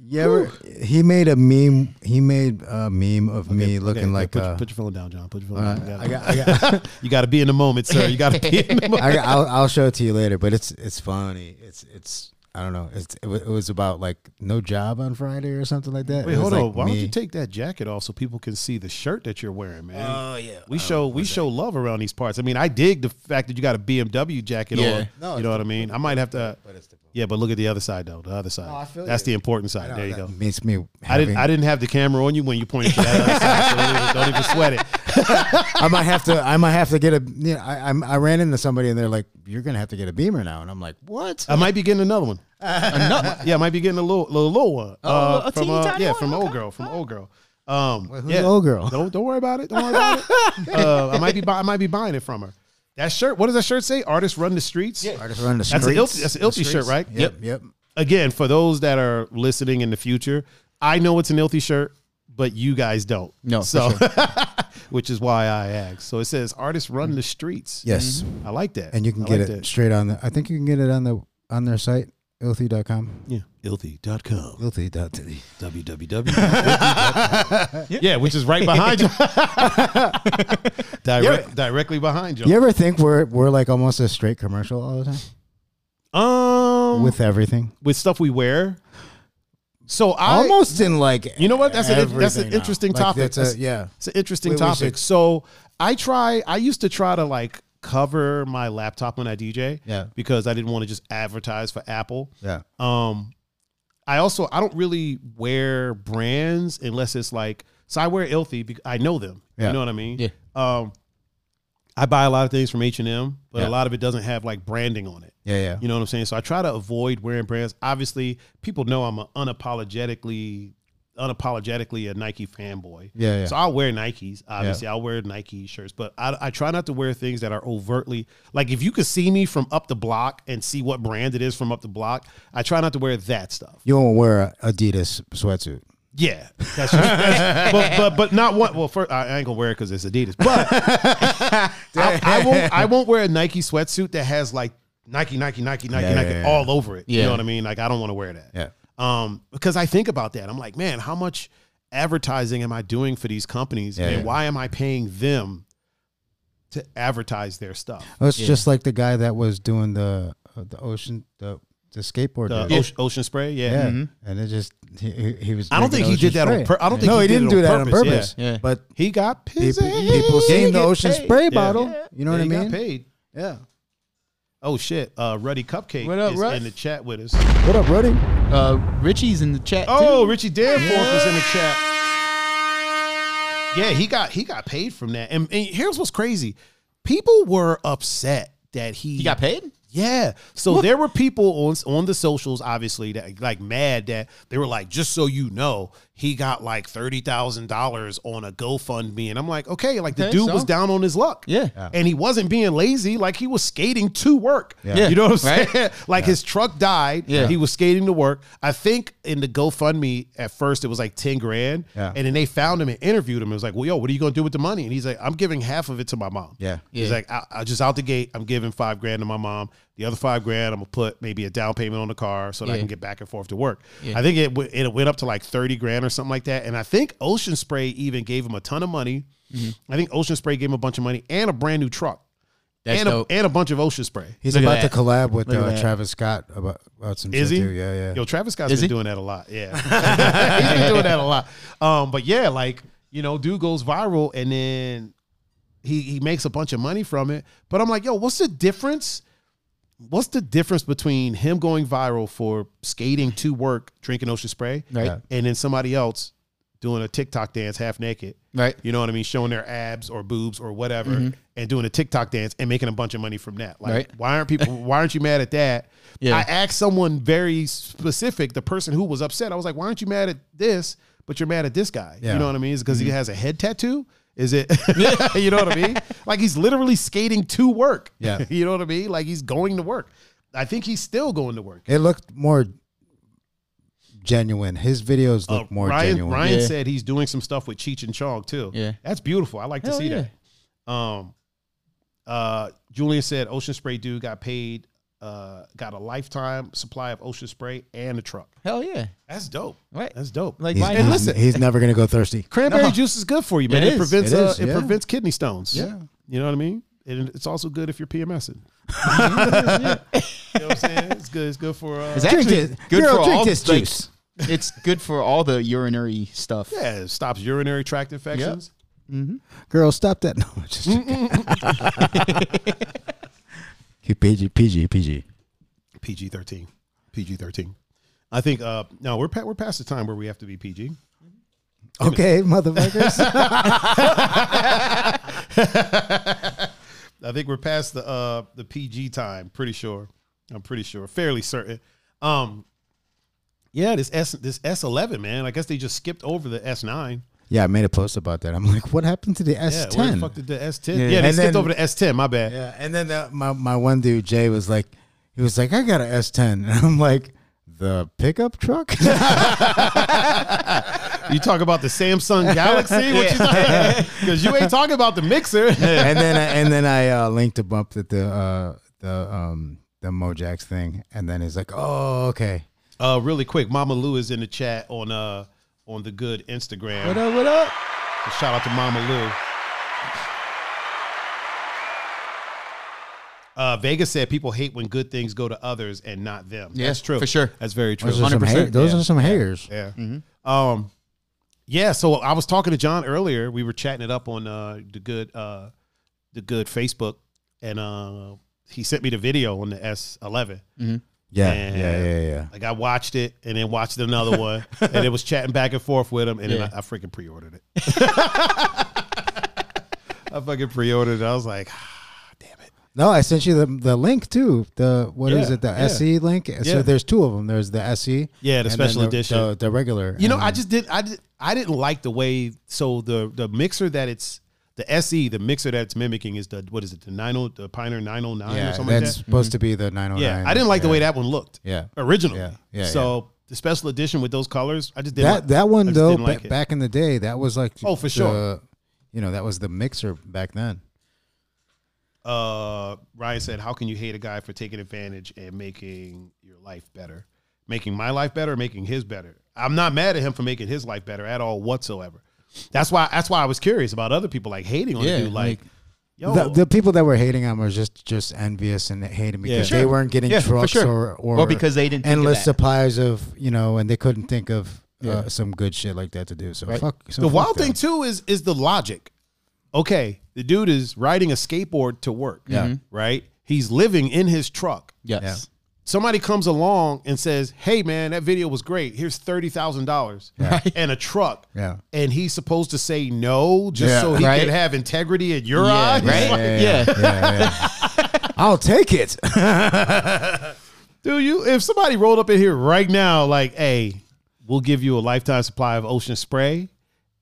Speaker 3: You ever, he made a meme. He made a meme of me looking
Speaker 1: Okay,
Speaker 3: like
Speaker 1: put, your-
Speaker 3: a.
Speaker 1: put your phone down, John. Put your phone down. You
Speaker 3: I
Speaker 1: gotta,
Speaker 3: got, I got,
Speaker 1: you gotta be in the moment, sir. You gotta be in the moment.
Speaker 3: I got, I'll, I'll show it to you later, but it's it's funny. It's it's I don't know. It's it, wa- it was about like no job on Friday or something like that.
Speaker 1: Wait,
Speaker 3: It was
Speaker 1: hold on.
Speaker 3: like
Speaker 1: Why don't
Speaker 3: me.
Speaker 1: you take that jacket off so people can see the shirt that you're wearing, man?
Speaker 4: Oh yeah.
Speaker 1: We show we show love around these parts. I mean, I dig the fact that you got a BMW jacket
Speaker 2: Yeah.
Speaker 1: on.
Speaker 3: No,
Speaker 1: you
Speaker 3: it's
Speaker 1: know what I mean. I might have to.
Speaker 3: it's different.
Speaker 1: Yeah, but look at the other side though. The other side.
Speaker 3: I feel
Speaker 1: That's
Speaker 3: you.
Speaker 1: the important side.
Speaker 3: I know,
Speaker 1: there you
Speaker 3: Oh, that
Speaker 1: go.
Speaker 3: Makes me.
Speaker 1: I didn't. I didn't have the camera on you when you pointed to that other side. So don't even, don't even sweat it.
Speaker 3: I might have to. I might have to get a. You know, I I'm, I ran into somebody and they're like, "You're gonna have to get a beamer now," and I'm like, "What?"
Speaker 1: I might be getting another one. another. Yeah, I might be getting a little little, little one. Uh,
Speaker 2: Oh, a
Speaker 1: from
Speaker 2: teeny
Speaker 1: uh,
Speaker 2: tiny
Speaker 1: yeah,
Speaker 2: one?
Speaker 1: from old
Speaker 2: Okay.
Speaker 1: girl. From old girl. Um,
Speaker 3: who's
Speaker 1: yeah.
Speaker 3: the old girl?
Speaker 1: Don't don't worry about it. Don't worry about it. Uh, I might be bu- I might be buying it from her. That shirt. What does that shirt say? Artists run the streets. Yeah.
Speaker 3: I just run the
Speaker 1: That's an
Speaker 3: streets.
Speaker 1: Ilty, that's an Ilty shirt, right?
Speaker 3: Yep. Yep.
Speaker 1: again, for those that are listening in the future, I know it's an Ilthy shirt, but you guys don't.
Speaker 2: No, for
Speaker 1: So, which is why I asked. So it says artists run the streets.
Speaker 3: Yes.
Speaker 1: I like that.
Speaker 3: and you can
Speaker 1: Mm-hmm. I
Speaker 3: get
Speaker 1: like
Speaker 3: it
Speaker 1: that.
Speaker 3: straight on the i think you can get it on the on their site ilthy.com
Speaker 1: Yeah. Ilthy.com.
Speaker 3: ilthy.com
Speaker 1: www. yeah, which is right behind you. Direct, Directly behind you.
Speaker 3: you ever think we're we're like almost a straight commercial all the time
Speaker 1: Um, with,
Speaker 3: with everything
Speaker 1: with stuff we wear. So I.
Speaker 3: almost in like
Speaker 1: You know what? That's an, that's
Speaker 3: everything
Speaker 1: an
Speaker 3: now.
Speaker 1: interesting
Speaker 3: Like,
Speaker 1: topic.
Speaker 3: that's a-
Speaker 1: That's-
Speaker 3: yeah
Speaker 1: It's an interesting
Speaker 3: We- we
Speaker 1: topic.
Speaker 3: should-
Speaker 1: So I try. I used to try to like cover my laptop when I DJ.
Speaker 3: Yeah.
Speaker 1: Because I didn't want to just advertise for Apple.
Speaker 3: yeah
Speaker 1: Um, I also I don't really wear brands unless it's like so I wear Ilthy because I know them.
Speaker 3: Yeah.
Speaker 1: You know what I mean?
Speaker 2: Yeah.
Speaker 1: Um, I buy a lot of things from H and M, but
Speaker 3: Yeah.
Speaker 1: a lot of it doesn't have like branding on it.
Speaker 3: yeah yeah
Speaker 1: You know what I'm saying? So I try to avoid wearing brands. Obviously, people know I'm a unapologetically unapologetically a Nike fanboy.
Speaker 3: Yeah, yeah.
Speaker 1: So I'll wear Nikes. Obviously, I'll wear Nike shirts, but I, I try not to wear things that are overtly like if you could see me from up the block and see what brand it is from up the block. I try not to wear that stuff.
Speaker 3: you won't wear a adidas sweatsuit
Speaker 1: Yeah, that's just, that's- but, but but not one. Well, first I I ain't gonna wear it because it's Adidas. But I, I won't. I won't wear a Nike sweatsuit that has like Nike, Nike, Nike, Nike,
Speaker 3: Yeah,
Speaker 1: Nike
Speaker 3: yeah, yeah.
Speaker 1: all over it. You
Speaker 2: Yeah.
Speaker 1: know what I mean? Like I don't want to wear that.
Speaker 3: Yeah.
Speaker 1: Um, because I think about that. I'm like, man, how much advertising am I doing for these companies,
Speaker 3: Yeah,
Speaker 1: and
Speaker 3: yeah.
Speaker 1: why am I paying them to advertise their stuff?
Speaker 3: it's just like the guy that was doing the uh, the ocean the the skateboard
Speaker 1: The
Speaker 3: dude.
Speaker 1: ocean, ocean spray. Yeah.
Speaker 3: yeah
Speaker 2: Mm-hmm.
Speaker 3: and it just he, he, he was
Speaker 1: I don't
Speaker 3: drinking
Speaker 1: think he did
Speaker 3: Ocean
Speaker 1: that on
Speaker 3: Spray.
Speaker 1: pur- I don't think
Speaker 3: no
Speaker 1: he
Speaker 3: he,
Speaker 1: did
Speaker 3: didn't
Speaker 1: it
Speaker 3: do
Speaker 1: on
Speaker 3: that on
Speaker 1: purpose, yeah.
Speaker 3: purpose
Speaker 2: Yeah.
Speaker 3: but
Speaker 1: He got pissed.
Speaker 3: people, people seen the ocean spray bottle you know what i
Speaker 1: He
Speaker 3: mean
Speaker 1: got paid.
Speaker 3: yeah
Speaker 1: Oh shit! Uh, Ruddy Cupcake
Speaker 2: What up,
Speaker 1: is
Speaker 2: Russ?
Speaker 1: in the chat with us.
Speaker 3: What up, Ruddy?
Speaker 2: Uh, Richie's in the chat.
Speaker 1: Oh,
Speaker 2: too.
Speaker 1: Richie Danforth is in the chat. Yeah, he got he got paid from that. And, and here's what's crazy: people were upset that he
Speaker 2: he got paid.
Speaker 1: Yeah. So there were people on on the socials, obviously, that like mad that they were like, just so you know, he got like thirty thousand dollars on a GoFundMe, and I'm like, okay, like the
Speaker 2: Okay,
Speaker 1: dude
Speaker 2: so?
Speaker 1: was down on his luck,
Speaker 2: Yeah. Yeah.
Speaker 1: and he wasn't being lazy, like he was skating to work.
Speaker 2: Yeah.
Speaker 1: You know what I'm
Speaker 2: Right?
Speaker 1: saying? like his truck died,
Speaker 2: Yeah.
Speaker 1: he was skating to work. I think in the GoFundMe at first it was like ten grand,
Speaker 3: Yeah.
Speaker 1: and then they found him and interviewed him. It was like, well, yo, what are you gonna do with the money? And he's like, I'm giving half of it to my mom.
Speaker 3: Yeah.
Speaker 1: He's
Speaker 2: Yeah.
Speaker 1: like, I, I just out the gate, I'm giving five grand to my mom. The other five grand, I'm gonna put maybe a down payment on the car so that I
Speaker 2: Yeah.
Speaker 1: can get back and forth to work.
Speaker 2: Yeah.
Speaker 1: I think it w- it went up to like thirty grand or something like that. And I think Ocean Spray even gave him a ton of money.
Speaker 2: Mm-hmm.
Speaker 1: I think Ocean Spray gave him a bunch of money and a brand new truck
Speaker 2: That's
Speaker 1: and a,
Speaker 2: dope.
Speaker 1: and a bunch of Ocean Spray.
Speaker 3: He's
Speaker 2: Look at
Speaker 3: about to
Speaker 2: that.
Speaker 3: collab with
Speaker 2: Look at
Speaker 3: uh,
Speaker 2: that.
Speaker 3: Travis Scott about, about some
Speaker 1: Is
Speaker 3: shit
Speaker 1: he?
Speaker 3: too. Yeah, yeah.
Speaker 1: Yo, Travis Scott's
Speaker 2: Is
Speaker 1: been
Speaker 2: he?
Speaker 1: doing that a lot. Yeah, he's been doing that a lot. Um, but yeah, like you know, dude goes viral and then he he makes a bunch of money from it. But I'm like, yo, what's the difference? What's the difference between him going viral for skating to work, drinking ocean spray,
Speaker 2: Right.
Speaker 3: Yeah.
Speaker 1: and then somebody else doing a TikTok dance half naked?
Speaker 2: Right.
Speaker 1: You know what I mean? Showing their abs or boobs or whatever and doing a TikTok dance and making a bunch of money from that. Like,
Speaker 2: Right.
Speaker 1: why aren't people, why aren't you mad at that?
Speaker 2: Yeah.
Speaker 1: I asked someone very specific, the person who was upset. I was like, why aren't you mad at this, but you're mad at this guy?
Speaker 3: Yeah.
Speaker 1: You know what I mean? Is because he has a head tattoo? Is it, you know what I mean? Like, he's literally skating to work.
Speaker 3: Yeah.
Speaker 1: you know what I mean? Like, he's going to work. I think he's still going to work.
Speaker 3: It looked more genuine. His videos look
Speaker 1: Uh,
Speaker 3: more
Speaker 1: Ryan,
Speaker 3: genuine.
Speaker 1: Ryan
Speaker 2: Yeah.
Speaker 1: said he's doing some stuff with Cheech and Chong too.
Speaker 2: Yeah.
Speaker 1: That's beautiful. I like to
Speaker 2: Hell
Speaker 1: see
Speaker 2: yeah.
Speaker 1: that. Um uh Julian said Ocean Spray dude got paid uh got a lifetime supply of Ocean Spray and a truck.
Speaker 2: Hell yeah.
Speaker 1: That's dope.
Speaker 2: Right.
Speaker 1: That's dope.
Speaker 2: Like
Speaker 3: He's,
Speaker 2: why
Speaker 3: he's-
Speaker 2: not?
Speaker 1: listen.
Speaker 3: he's never gonna go thirsty.
Speaker 1: Cranberry juice is good for you, man.
Speaker 2: It
Speaker 1: It,
Speaker 2: is.
Speaker 1: prevents
Speaker 3: It
Speaker 1: uh,
Speaker 3: is,
Speaker 1: it
Speaker 3: yeah.
Speaker 1: prevents kidney stones.
Speaker 3: Yeah.
Speaker 1: You know what I mean? And it's also good if you're PMSing. you know what I'm saying? It's good. It's good for uh,
Speaker 2: It's actually
Speaker 3: this.
Speaker 2: good
Speaker 3: Girl,
Speaker 2: for
Speaker 3: drink
Speaker 2: all
Speaker 3: this
Speaker 2: like,
Speaker 3: juice.
Speaker 2: it's good for all the urinary stuff.
Speaker 1: yeah, it stops urinary tract infections.
Speaker 3: Girl, stop that. No, I'm just he PG PG PG.
Speaker 1: PG thirteen, PG thirteen. I think uh no, we're pa- we're past the time where we have to be PG.
Speaker 3: Okay, motherfuckers.
Speaker 1: I think we're past the uh the PG time. Pretty sure. I'm pretty sure. Fairly certain. Um. Yeah, this S this S eleven man. I guess they just skipped over the S nine.
Speaker 3: yeah, I made a post about that. I'm like, what happened to the
Speaker 1: Yeah,
Speaker 3: S
Speaker 1: where the
Speaker 3: ten?
Speaker 1: fuck did the S ten? Yeah,
Speaker 2: Yeah.
Speaker 1: they
Speaker 3: And
Speaker 1: skipped
Speaker 3: then-
Speaker 1: over the S ten. My bad.
Speaker 3: Yeah, and then the, my my one dude Jay was like, he was like, I got a S ten, and I'm like, the pickup truck.
Speaker 1: You talk about the Samsung Galaxy, what you talking? Because you ain't talking about the mixer.
Speaker 3: and then I, and then I uh, linked him up at the uh, the um the Mojax thing, and then he's like, "Oh, okay."
Speaker 1: Uh, really quick, Mama Lou is in the chat on uh on the good Instagram.
Speaker 2: What up? What up?
Speaker 1: Shout out to Mama Lou. Uh, Vegas said people hate when good things go to others and not them.
Speaker 2: Yeah,
Speaker 1: That's true.
Speaker 2: for sure.
Speaker 1: That's very true.
Speaker 3: Those are some
Speaker 2: 100%,
Speaker 3: hate- those
Speaker 2: yeah.
Speaker 3: are some haters.
Speaker 1: Yeah.
Speaker 2: Mm-hmm.
Speaker 1: Um, yeah. So I was talking to John earlier. We were chatting it up on uh, the good, uh, the good Facebook, and uh, he sent me the video on the S11.
Speaker 2: Mm-hmm.
Speaker 3: Yeah, yeah,
Speaker 1: And-
Speaker 3: yeah, yeah. yeah.
Speaker 1: Like I watched it and then watched another one, and it was chatting back and forth with him, and then
Speaker 2: Yeah.
Speaker 1: I, I freaking pre-ordered it. I fucking pre-ordered it. I was like,
Speaker 3: No, I sent you the the link too. The what is
Speaker 1: Yeah,
Speaker 3: it? The
Speaker 1: yeah.
Speaker 3: SE link.
Speaker 1: Yeah.
Speaker 3: So there's two of them. There's the SE.
Speaker 1: Yeah, the
Speaker 3: and then
Speaker 1: special edition.
Speaker 3: The, the regular.
Speaker 1: you know,
Speaker 3: And-
Speaker 1: I just did. I did, I didn't like the way. So the the mixer that it's the SE, the mixer that it's mimicking is the what is it? The nine oh the Pioneer nine oh nine
Speaker 3: yeah,
Speaker 1: or
Speaker 3: that's
Speaker 1: something like that. Mm-hmm.
Speaker 3: supposed to be the 909.
Speaker 1: Yeah, I didn't like the
Speaker 3: Yeah.
Speaker 1: way that one looked.
Speaker 3: Yeah.
Speaker 1: originally.
Speaker 3: Yeah, yeah,
Speaker 1: so the special edition with those colors, I just didn't.
Speaker 3: that
Speaker 1: like,
Speaker 3: that
Speaker 1: I
Speaker 3: one
Speaker 1: just
Speaker 3: though.
Speaker 1: didn't like
Speaker 3: ba-
Speaker 1: it.
Speaker 3: back in the day, that was like
Speaker 1: Oh, for
Speaker 3: the-
Speaker 1: sure.
Speaker 3: You know, that was the mixer back then.
Speaker 1: uh, Ryan said, "How can you hate a guy for taking advantage and making your life better, making my life better, making his better? I'm not mad at him for making his life better at all whatsoever. That's why. That's why I was curious about other people like hating on
Speaker 2: Yeah,
Speaker 1: you, like,
Speaker 2: like-
Speaker 1: yo,
Speaker 3: The, the people that were hating him were just just envious and hated because
Speaker 1: Yeah.
Speaker 3: they weren't getting
Speaker 2: Yeah, for
Speaker 3: trucks
Speaker 2: sure.
Speaker 3: or, or
Speaker 2: Well, because they didn't think of
Speaker 3: endless
Speaker 2: that.
Speaker 3: supplies of you know, and they couldn't think of uh, some good shit like that to do. So fuck. So
Speaker 1: the
Speaker 3: fuck
Speaker 1: wild
Speaker 3: them.
Speaker 1: thing too is is the logic. Okay, the dude is riding a skateboard to work.
Speaker 3: Yeah. Mhm.
Speaker 1: right. He's living in his truck.
Speaker 2: Yes.
Speaker 1: Somebody comes along and says, "Hey, man, that video was great. Here's thirty thousand dollars and a truck."
Speaker 3: Yeah.
Speaker 1: And he's supposed to say no just
Speaker 3: Yeah.
Speaker 1: so he
Speaker 2: Right.
Speaker 1: can have integrity in your
Speaker 2: Yeah,
Speaker 1: eyes,
Speaker 2: right?
Speaker 1: Like,
Speaker 2: Yeah.
Speaker 3: yeah, yeah. I'll take it.
Speaker 1: Dude, you if somebody rolled up in here right now, like, hey, we'll give you a lifetime supply of ocean spray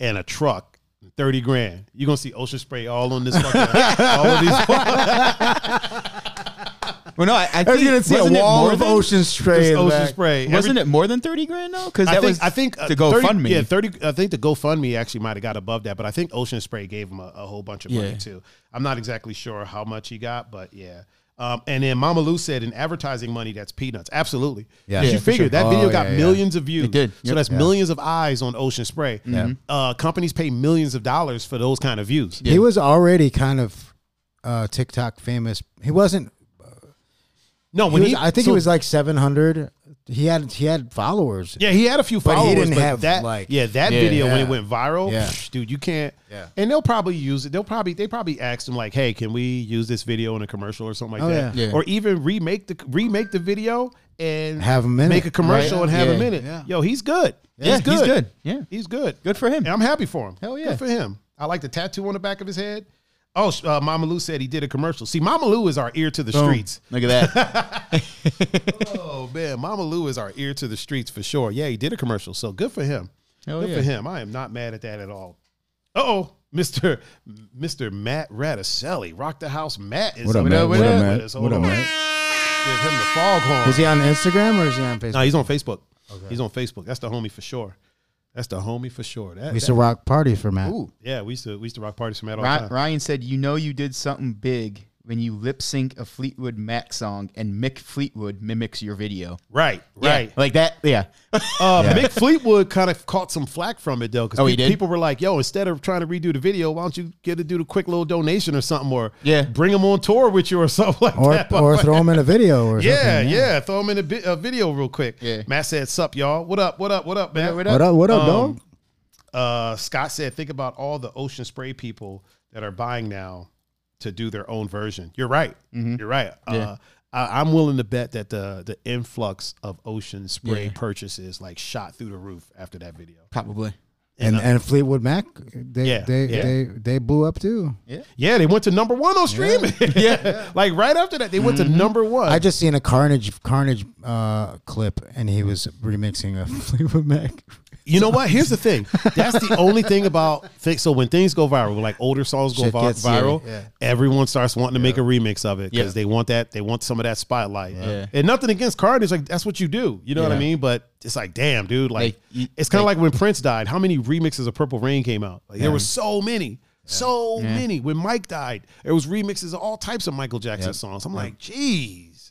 Speaker 1: and a truck, thirty grand. You're gonna see ocean spray all on this fucking all of these
Speaker 2: Well, no, I, I think
Speaker 3: I was gonna see a
Speaker 2: wasn't it
Speaker 3: wall
Speaker 2: more
Speaker 3: of
Speaker 2: than-
Speaker 3: ocean spray. in the
Speaker 1: ocean
Speaker 3: back.
Speaker 1: spray. Every-
Speaker 2: Wasn't it more than thirty grand though? Because
Speaker 1: I
Speaker 2: that
Speaker 1: think
Speaker 2: was
Speaker 1: I think uh,
Speaker 2: the GoFundMe.
Speaker 1: Yeah, thirty. I think the GoFundMe actually might have got above that, but I think Ocean Spray gave him a, a whole bunch of money
Speaker 2: Yeah.
Speaker 1: too. I'm not exactly sure how much he got, but yeah. Um, and then Mama Lou said, "In advertising money, that's peanuts." Absolutely.
Speaker 3: Yeah.
Speaker 1: 'Cause
Speaker 3: Yeah,
Speaker 1: you
Speaker 3: for
Speaker 1: figure
Speaker 3: sure.
Speaker 1: that
Speaker 3: Oh,
Speaker 1: video got
Speaker 3: yeah, yeah.
Speaker 1: millions of views.
Speaker 2: It did.
Speaker 1: So
Speaker 2: Yep.
Speaker 1: that's millions of eyes on Ocean Spray. Uh, companies pay millions of dollars for those kind of views.
Speaker 3: He was already kind of uh, TikTok famous. He wasn't.
Speaker 1: No,
Speaker 3: He
Speaker 1: when
Speaker 3: was,
Speaker 1: he,
Speaker 3: I think
Speaker 1: so-
Speaker 3: he was like seven hundred. He had he had followers.
Speaker 1: Yeah, he had a few
Speaker 3: But he
Speaker 1: followers, but,
Speaker 3: didn't have,
Speaker 1: that,
Speaker 3: like-
Speaker 1: yeah, that
Speaker 2: Yeah.
Speaker 1: video when it
Speaker 3: Yeah.
Speaker 1: went viral,
Speaker 3: Yeah.
Speaker 1: psh, dude, you can't.
Speaker 3: Yeah.
Speaker 1: And they'll probably use it. They'll probably they probably asked him like, "Hey, can we use this video in a commercial or something like
Speaker 3: Oh,
Speaker 1: that,
Speaker 2: yeah. Yeah.
Speaker 1: or even remake the remake the video and
Speaker 3: Have him in
Speaker 1: make
Speaker 3: it.
Speaker 1: a commercial
Speaker 2: Right.
Speaker 1: and have
Speaker 2: Yeah.
Speaker 1: a minute."
Speaker 3: Yeah.
Speaker 1: Yo, he's good.
Speaker 2: Yeah,
Speaker 1: he's good.
Speaker 2: he's good. Yeah.
Speaker 1: he's good.
Speaker 2: Good for him.
Speaker 1: And I'm happy for him.
Speaker 2: Hell yeah.
Speaker 1: good for him. I like the tattoo on the back of his head. Oh, sh- uh, Mama Lou said he did a commercial. See, Mama Lou is our ear to the streets.
Speaker 2: Look at that.
Speaker 1: Oh man, Mama Lou is our ear to the streets for sure. Yeah, he did a commercial, so good for him.
Speaker 2: Hell
Speaker 1: good
Speaker 2: yeah.
Speaker 1: for him. I am not mad at that at all. Oh, Mister Mister Matt Raticelli, rock the house. Matt is
Speaker 3: What up,
Speaker 1: with
Speaker 3: Matt?
Speaker 1: us. Hold
Speaker 3: What up, Matt? What up,
Speaker 1: on.
Speaker 3: Matt?
Speaker 1: Give him the foghorn.
Speaker 3: Is he on Instagram or is he on Facebook?
Speaker 1: no, he's on Facebook. He's on Facebook. That's the homie for sure. That's the homie for sure. That,
Speaker 3: we used to rock parties for Matt.
Speaker 1: that- yeah, we used to we used to rock parties from Matt all the
Speaker 2: Ry-
Speaker 1: time.
Speaker 2: Ryan said, "You know, you did something big when you lip sync a Fleetwood Mac song, and Mick Fleetwood mimics your video.
Speaker 1: Right, right.
Speaker 2: Yeah, like that. Yeah,
Speaker 1: Uh, Mick Fleetwood kind of caught some flack from it though, because
Speaker 2: Oh, he did?
Speaker 1: people were like, "Yo, instead of trying to redo the video, why don't you get to do the quick little donation or something, or
Speaker 2: Yeah.
Speaker 1: bring him on tour with you or something like
Speaker 3: Or
Speaker 1: that."
Speaker 3: or throw him in a video or
Speaker 1: yeah,
Speaker 3: something.
Speaker 1: yeah, throw him in a, bi- a video real quick.
Speaker 2: Yeah.
Speaker 1: Matt said, "Sup, y'all? What up? What up? What up, man?
Speaker 2: what
Speaker 3: What up? What up,
Speaker 1: Um,
Speaker 3: dog?
Speaker 1: Uh, Scott said, "Think about all the ocean spray people that are buying now to do their own version." You're right.
Speaker 2: Mm-hmm.
Speaker 1: You're right. Uh, I, I'm willing to bet that the the influx of ocean spray
Speaker 2: Yeah.
Speaker 1: purchases like shot through the roof after that video.
Speaker 2: probably.
Speaker 3: And and Fleetwood Mac, they
Speaker 1: Yeah,
Speaker 3: they,
Speaker 1: yeah.
Speaker 3: they they blew up too.
Speaker 1: Yeah, they went to number one on streaming. Yeah, Mm-hmm. like right after that, they went to number one.
Speaker 3: I just seen a Carnage Carnage uh, clip, and he was remixing a Fleetwood Mac.
Speaker 1: you know what? Here's the thing. That's the only thing about things. So when things go viral, like older songs go
Speaker 3: Shit
Speaker 1: vi-
Speaker 3: gets- yeah,
Speaker 1: viral,
Speaker 3: yeah.
Speaker 1: everyone starts wanting to make a remix of it because
Speaker 2: Yeah.
Speaker 1: they want that. They want some of that spotlight.
Speaker 2: Yeah.
Speaker 1: And nothing against Carnage, like that's what you do. You know what I
Speaker 2: Yeah.
Speaker 1: mean? But it's like, damn, dude. Like,
Speaker 2: Like, you-
Speaker 1: it's kind of like, when Prince died. How many remixes of Purple Rain came out? Like there were so many. So many. When Mike died, there was remixes of all types of Michael Jackson songs. I'm like, jeez,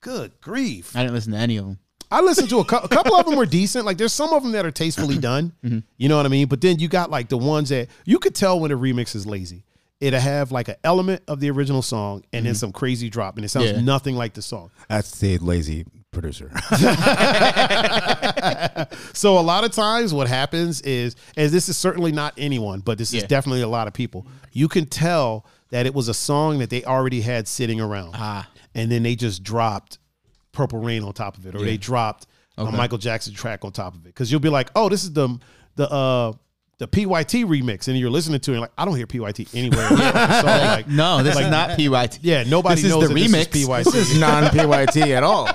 Speaker 1: good grief.
Speaker 2: I didn't listen to any of them.
Speaker 1: I listened to a, cou- a couple of them were decent. Like there's some of them that are tastefully done. You know what I mean? But then you got like the ones that you could tell when a remix is lazy. It'll have like an element of the original song and then some crazy drop, and it sounds
Speaker 2: Yeah.
Speaker 1: nothing like the song.
Speaker 3: That's the lazy producer.
Speaker 1: So a lot of times what happens is, and this is certainly not anyone, but this is
Speaker 2: Yeah.
Speaker 1: definitely a lot of people. You can tell that it was a song that they already had sitting around.
Speaker 2: Ah.
Speaker 1: And then they just dropped Purple Rain on top of it, or they dropped a Michael Jackson track on top of it. Because you'll be like, oh, this is the the uh the PYT remix, and you're listening to it, and you're like, I don't hear PYT anywhere. in the song. Like,
Speaker 2: No, this is not PYT.
Speaker 1: yeah, nobody
Speaker 2: This is
Speaker 1: knows that
Speaker 2: the
Speaker 1: this
Speaker 2: remix.
Speaker 1: is PYT.
Speaker 3: this is non PYT at all.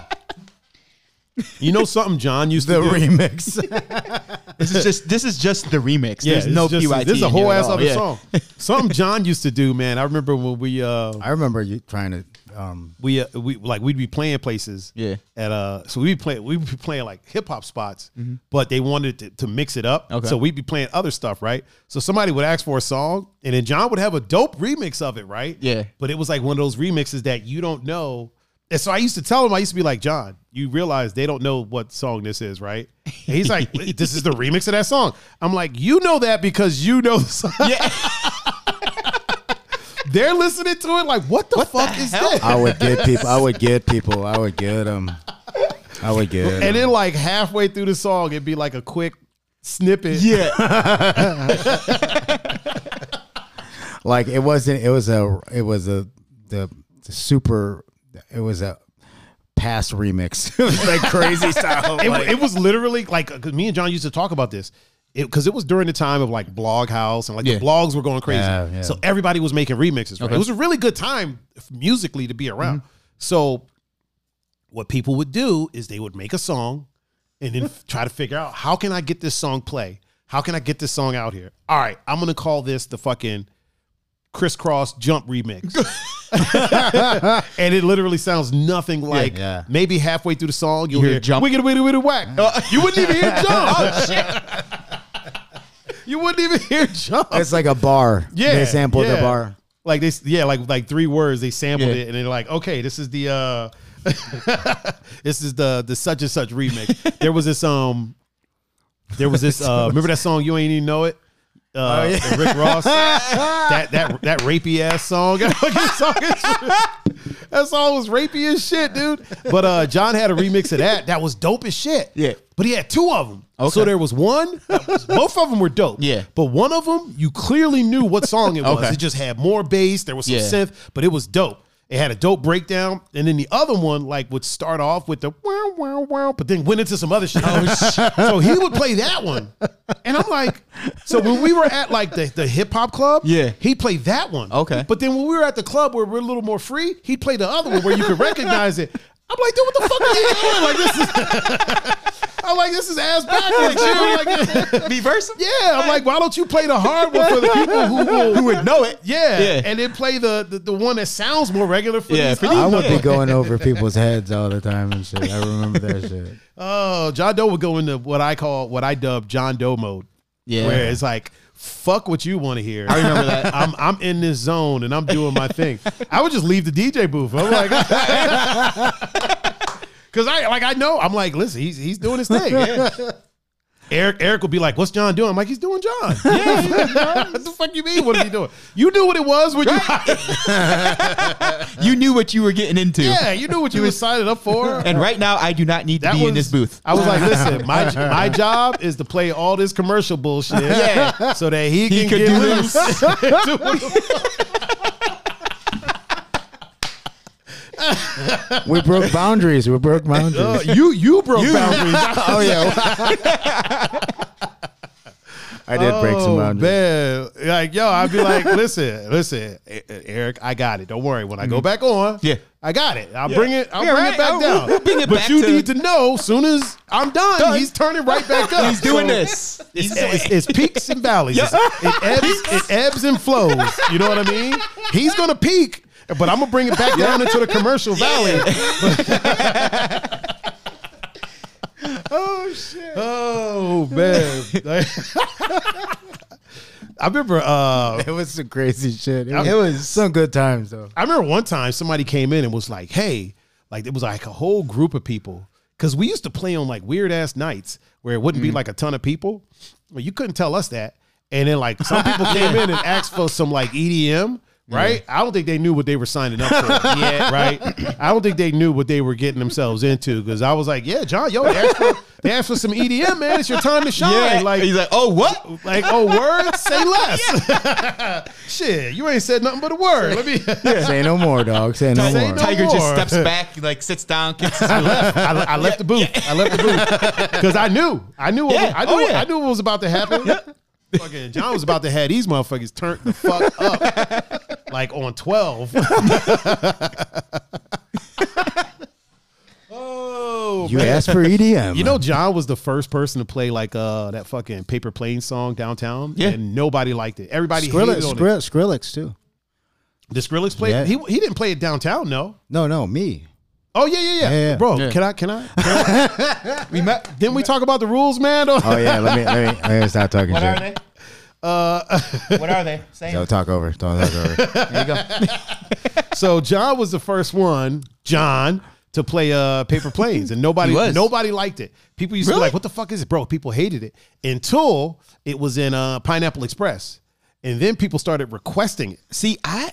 Speaker 1: you know something John used
Speaker 3: The
Speaker 1: to do?
Speaker 3: remix.
Speaker 2: This is just this is just the remix.
Speaker 1: Yeah,
Speaker 2: There's
Speaker 1: it's
Speaker 2: no
Speaker 1: just-
Speaker 2: PYT.
Speaker 1: This is a
Speaker 2: in
Speaker 1: whole
Speaker 2: here at
Speaker 1: ass
Speaker 2: all.
Speaker 1: other
Speaker 2: Yeah.
Speaker 1: song. Something John used to do, man. I remember when we uh
Speaker 3: I remember you trying to. Um,
Speaker 1: we uh, we like we'd be playing places.
Speaker 2: Yeah.
Speaker 1: At uh, so we'd be playing we'd be playing like hip hop spots, but they wanted to, to mix it up.
Speaker 2: Mm-hmm. Okay.
Speaker 1: So we'd be playing other stuff, right? So somebody would ask for a song, and then John would have a dope remix of it, right?
Speaker 2: Yeah.
Speaker 1: But it was like one of those remixes that you don't know. And so I used to tell him, I used to be like, John, you realize they don't know what song this is, right? And he's like, "Wait, this is the remix of that song. I'm like, you know that because you know the song.
Speaker 2: Yeah.
Speaker 1: They're listening to it like, what the fuck is this?
Speaker 3: I would get people. I would get people. I would get them. I would get. 'em.
Speaker 1: And then like halfway through the song, it'd be like a quick snippet.
Speaker 2: Yeah.
Speaker 3: like it wasn't. It was a. It was a. The It's a super. It was a past remix. it was like crazy style.
Speaker 1: It,
Speaker 3: like-
Speaker 1: it was literally like 'cause me and John used to talk about this because it, was during the time of like Bloghouse and like
Speaker 2: Yeah.
Speaker 1: the blogs were going crazy.
Speaker 3: Yeah, yeah.
Speaker 1: So everybody was making remixes. Right?
Speaker 2: Okay.
Speaker 1: It was a really good time musically to be around.
Speaker 3: Mm-hmm.
Speaker 1: So what people would do is they would make a song and then f- try to figure out how can I get this song play? How can I get this song out here? All right, I'm gonna call this the fucking crisscross jump remix. and it literally sounds nothing like
Speaker 3: yeah.
Speaker 1: maybe halfway through the song you'll
Speaker 2: hear
Speaker 1: hear,
Speaker 2: jump.
Speaker 1: wiggity wiggity wiggity whack. Uh, you wouldn't even hear jump. Oh, shit. you wouldn't even hear jump.
Speaker 3: it's like a bar.
Speaker 1: Yeah,
Speaker 3: they sampled
Speaker 1: yeah.
Speaker 3: the bar.
Speaker 1: Like they yeah, like like three words they sampled
Speaker 2: Yeah.
Speaker 1: it and they're like, "Okay, this is the uh this is the the such and such remix." there was this um there was this uh remember that song you ain't even know it?
Speaker 3: Oh,
Speaker 1: Uh, Rick Ross, that that that rapey ass song. that fucking song is- that song was rapey as shit, dude. But uh, John had a remix of that. That was dope as shit.
Speaker 2: Yeah.
Speaker 1: But he had two of them.
Speaker 2: Okay.
Speaker 1: So there was one. that was- both of them were dope.
Speaker 2: Yeah.
Speaker 1: But one of them, you clearly knew what song it was.
Speaker 2: Okay.
Speaker 1: It just had more bass. There was some
Speaker 2: Yeah.
Speaker 1: synth, but it was dope. It had a dope breakdown, and then the other one like would start off with the wow wow wow, but then went into some other shit.
Speaker 2: Oh,
Speaker 1: so he would play that one, and I'm like, so when we were at like the, the hip hop club,
Speaker 2: Yeah.
Speaker 1: he played that one,
Speaker 2: Okay.
Speaker 1: But then when we were at the club where we're a little more free, he played the other one where you could recognize it. I'm like, dude, what the fuck are you doing? Like this is, I'm like, this is ass backwards. dude. I'm like,
Speaker 2: Reverse
Speaker 1: yeah, I'm like, why don't you play the hard one for the people who will, who would know it? Yeah,
Speaker 2: Yeah.
Speaker 1: and then play the, the the one that sounds more regular for
Speaker 2: Yeah,
Speaker 1: these.
Speaker 2: for
Speaker 1: other-
Speaker 2: these-
Speaker 3: I would be going over people's heads all the time and shit. I remember that shit.
Speaker 1: oh, John Doe would go into what I call what I dub John Doe mode.
Speaker 2: Yeah.
Speaker 1: where it's like, fuck what you want to hear.
Speaker 2: I remember that.
Speaker 1: I'm I'm in this zone and I'm doing my thing. I would just leave the DJ booth. I'm like, because I like I know I'm like, listen, he's he's doing his thing. Yeah. Eric Eric will be like, what's John doing? I'm like, he's doing John. what the fuck you mean? What is he doing? You knew what it was when you
Speaker 2: You knew what you were getting into.
Speaker 1: yeah you knew what you were signing up for.
Speaker 2: And right now, I do not need to
Speaker 1: That
Speaker 2: be
Speaker 1: was
Speaker 2: in this booth.
Speaker 1: I was like, listen, my my job is to play all this commercial bullshit,
Speaker 2: Yeah.
Speaker 1: so that he,
Speaker 2: He
Speaker 1: can
Speaker 2: could
Speaker 1: get
Speaker 2: do
Speaker 1: loose.
Speaker 2: this.
Speaker 3: We broke boundaries. We broke boundaries.
Speaker 1: Uh, you you broke boundaries.
Speaker 3: oh yeah. I did break some
Speaker 1: Oh,
Speaker 3: boundaries.
Speaker 1: Man, like yo, I'd be like, listen, listen, E- Eric, I got it. Don't worry. When I go back on,
Speaker 2: Mm-hmm. Yeah.
Speaker 1: I got it. I'll bring it. I'll
Speaker 2: Yeah,
Speaker 1: bring
Speaker 2: right.
Speaker 1: it back
Speaker 2: I'll-
Speaker 1: down.
Speaker 2: we'll bring it
Speaker 1: but
Speaker 2: back
Speaker 1: you
Speaker 2: to-
Speaker 1: need to know, soon as I'm done,
Speaker 2: Done.
Speaker 1: he's turning right back up.
Speaker 2: He's doing
Speaker 1: So
Speaker 2: this.
Speaker 1: It's, it's- it's peaks and valleys. It ebbs, it ebbs and flows. You know what I mean? He's gonna peak, but I'm gonna bring it back down into the commercial valley. oh shit! Oh man! I remember. Uh,
Speaker 3: It was some crazy shit. It was,
Speaker 1: It
Speaker 3: some good times though.
Speaker 1: I remember one time somebody came in and was like, "Hey," like it was like a whole group of people because we used to play on like weird ass nights where it wouldn't be like a ton of people. Well, you couldn't tell us that. And then like some people came in and asked for some like EDM. Right, I don't think they knew what they were signing up for. yeah, right. I don't think they knew what they were getting themselves into because I was like, "Yeah, John, yo, they asked, for, they asked for some EDM, man. It's your time to shine."
Speaker 2: Yeah.
Speaker 1: Like,
Speaker 2: he's like, oh, what?
Speaker 1: like, oh, word, say less. Shit, you ain't said nothing but a word. Let me.
Speaker 3: Say no more, dog. Say no
Speaker 1: Say
Speaker 3: more.
Speaker 1: no-
Speaker 2: Tiger just
Speaker 1: more.
Speaker 2: steps back, like sits down, kicks his
Speaker 1: I, I left the booth. I left the booth because I knew, I knew, what,
Speaker 2: Yeah.
Speaker 1: I knew,
Speaker 2: Oh, yeah.
Speaker 1: I knew what was about to happen. Fucking John was about to have these motherfuckers turned the fuck up, like on twelve. oh,
Speaker 3: You asked for E EDM.
Speaker 1: you know, John was the first person to play like uh that fucking paper plane song downtown,
Speaker 2: Yeah.
Speaker 1: and nobody liked it. Everybody
Speaker 3: Skrillex,
Speaker 1: hated on it.
Speaker 3: Skrill- Skrillex too.
Speaker 1: The Skrillex played.
Speaker 3: Yeah.
Speaker 1: He he didn't play it downtown, no.
Speaker 3: No, no, me.
Speaker 1: Oh yeah, yeah, yeah,
Speaker 3: Yeah, yeah.
Speaker 1: bro.
Speaker 2: Yeah.
Speaker 1: Can I? Can I? we met, didn't we talk about the rules, man?
Speaker 3: Oh yeah, let me let me, let me stop talking
Speaker 2: What
Speaker 3: shit.
Speaker 2: are they? Uh, what are they? Say
Speaker 3: Don't talk over. Don't talk over.
Speaker 2: There you go.
Speaker 1: so John was the first one, John, to play uh paper planes, and nobody
Speaker 2: He was.
Speaker 1: nobody liked it. People used to be
Speaker 2: Really?
Speaker 1: like, "What the fuck is it, bro?" People hated it until it was in uh Pineapple Express, and then people started requesting it.
Speaker 2: See, I,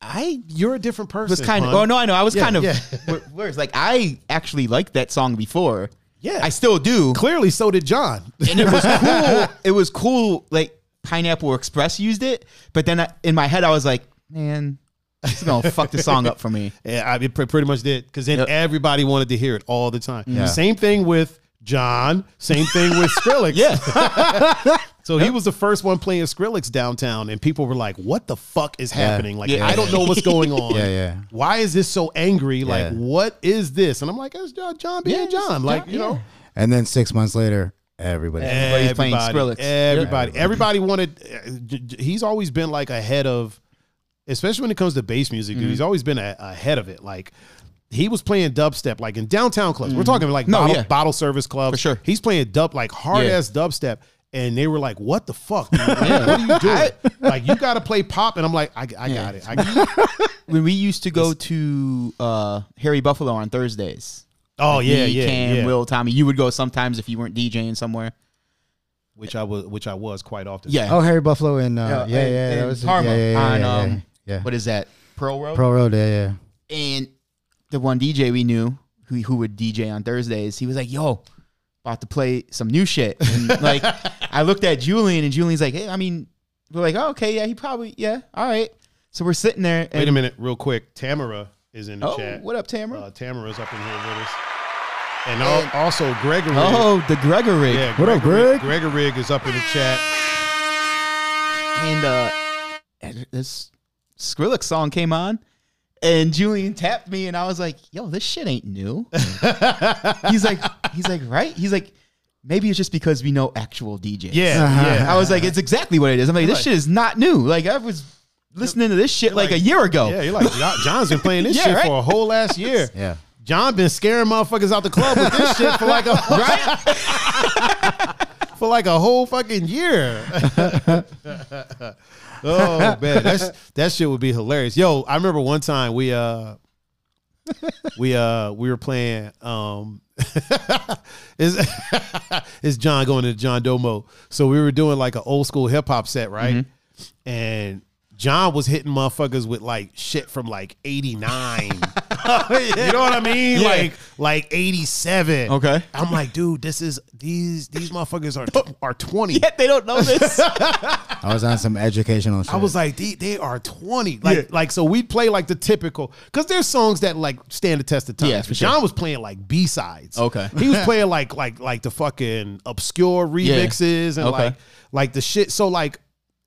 Speaker 2: I
Speaker 1: You're a different person.
Speaker 2: was kind of.
Speaker 1: hun.
Speaker 2: Oh no, I know. I was
Speaker 1: Yeah,
Speaker 2: kind of.
Speaker 1: yeah.
Speaker 2: where- Where's like I actually liked that song before.
Speaker 1: Yeah.
Speaker 2: I still do.
Speaker 1: Clearly, so did John.
Speaker 2: and it was cool. It was cool. Like Pineapple Express used it, but then I, in my head I was like, man, It's gonna fuck the song up for me.
Speaker 1: Yeah, I it pre- pretty much did because then
Speaker 2: Yep.
Speaker 1: everybody wanted to hear it all the time. Same thing with John. Same thing with Skrillex.
Speaker 2: Yeah.
Speaker 1: So he was the first one playing Skrillex downtown, and people were like, "What the fuck is happening? Like,
Speaker 2: Yeah.
Speaker 1: I don't know what's going on.
Speaker 3: Yeah, yeah.
Speaker 1: Why is this so angry? Like,
Speaker 3: Yeah.
Speaker 1: what is this?" And I'm like, "It's John, John being
Speaker 2: Yeah, it's
Speaker 1: John.
Speaker 2: John,
Speaker 1: Like, you
Speaker 2: yeah.
Speaker 1: know."
Speaker 3: And then six months later, everybody.
Speaker 2: Everybody's playing Skrillex.
Speaker 1: Everybody, everybody wanted. uh, j- j- He's always been like ahead of, especially when it comes to bass music. Dude, he's
Speaker 2: Mm-hmm.
Speaker 1: always been a, ahead of it. Like he was playing dubstep, like in downtown clubs. We're talking like
Speaker 2: Mm-hmm. No,
Speaker 1: bottle,
Speaker 2: yeah.
Speaker 1: bottle service clubs.
Speaker 2: For sure.
Speaker 1: he's playing dub like hard
Speaker 2: Yeah.
Speaker 1: ass dubstep. And they were like, "What the fuck? dude? Like, What are you doing? like, you got to play pop." And I'm like, "I, I got it. I,
Speaker 2: When we used to go to uh, Harry Buffalo on Thursdays,
Speaker 1: oh yeah,
Speaker 2: me,
Speaker 1: yeah,
Speaker 2: Cam,
Speaker 1: yeah."
Speaker 2: Will, Tommy, you would go sometimes if you weren't DJing somewhere.
Speaker 1: Which I was, which I was quite often.
Speaker 2: Yeah.
Speaker 3: Oh, Harry Buffalo and uh, yeah, yeah,
Speaker 2: and-
Speaker 3: that
Speaker 2: and
Speaker 3: was
Speaker 2: Harmo
Speaker 3: yeah, yeah, yeah,
Speaker 2: on
Speaker 3: yeah,
Speaker 2: um,
Speaker 3: yeah.
Speaker 2: what is that? Pearl Road.
Speaker 3: Pro Road, yeah, yeah.
Speaker 2: and the one DJ we knew who who would DJ on Thursdays, he was like, "Yo, about to play some new shit." And like, I looked at Julian, and Julian's like, "Hey, I mean, we're like, oh, okay, yeah, he probably, yeah, all right." So we're sitting there, and
Speaker 1: Wait a minute, real quick. Tamara is in the
Speaker 2: oh,
Speaker 1: chat.
Speaker 2: what up, Tamara?
Speaker 1: Uh, Tamara's up in here with us. And al- also Gregory.
Speaker 2: oh, the Gregor rig,
Speaker 1: yeah,
Speaker 3: What up,
Speaker 1: Gregory-
Speaker 3: Greg?
Speaker 1: Gregory is up in the chat.
Speaker 2: and uh, and this Skrillex song came on. And Julian tapped me, and I was like, "Yo, this shit ain't new." he's like, he's like, right? He's like, maybe it's just because we know actual DJs.
Speaker 3: Uh-huh.
Speaker 1: Yeah, yeah.
Speaker 2: I was like, it's exactly what it is. I'm like, this
Speaker 1: Right.
Speaker 2: shit is not new. Like I was listening to this shit like, a year
Speaker 3: Oh.
Speaker 2: ago.
Speaker 1: Yeah, you're like, "John- John's been playing this
Speaker 2: Yeah,
Speaker 1: shit
Speaker 2: right?
Speaker 1: for a whole last year.
Speaker 3: Yeah.
Speaker 1: John been scaring motherfuckers out the club with this shit for like a for like a whole fucking year. oh man, that's that shit would be hilarious. Yo, I remember one time we uh we uh we were playing um is it's John going to John Domo. So we were doing like an old school hip hop set, right?
Speaker 2: Mm-hmm.
Speaker 1: And John was hitting motherfuckers with like shit from like 89. You know what I mean?
Speaker 2: Yeah.
Speaker 1: Like like 87.
Speaker 2: Okay.
Speaker 1: I'm like, dude, this is these these motherfuckers are are 20.
Speaker 2: Yet they don't know this.
Speaker 3: I was on some educational shit.
Speaker 1: I was like, they, they are 20. Like, like so we play like the typical because there's songs that like stand the test of time.
Speaker 2: Yeah, for sure.
Speaker 1: John was playing like B sides.
Speaker 2: Okay.
Speaker 1: He was playing like like like the fucking obscure remixes and
Speaker 2: Okay.
Speaker 1: like like the shit. So like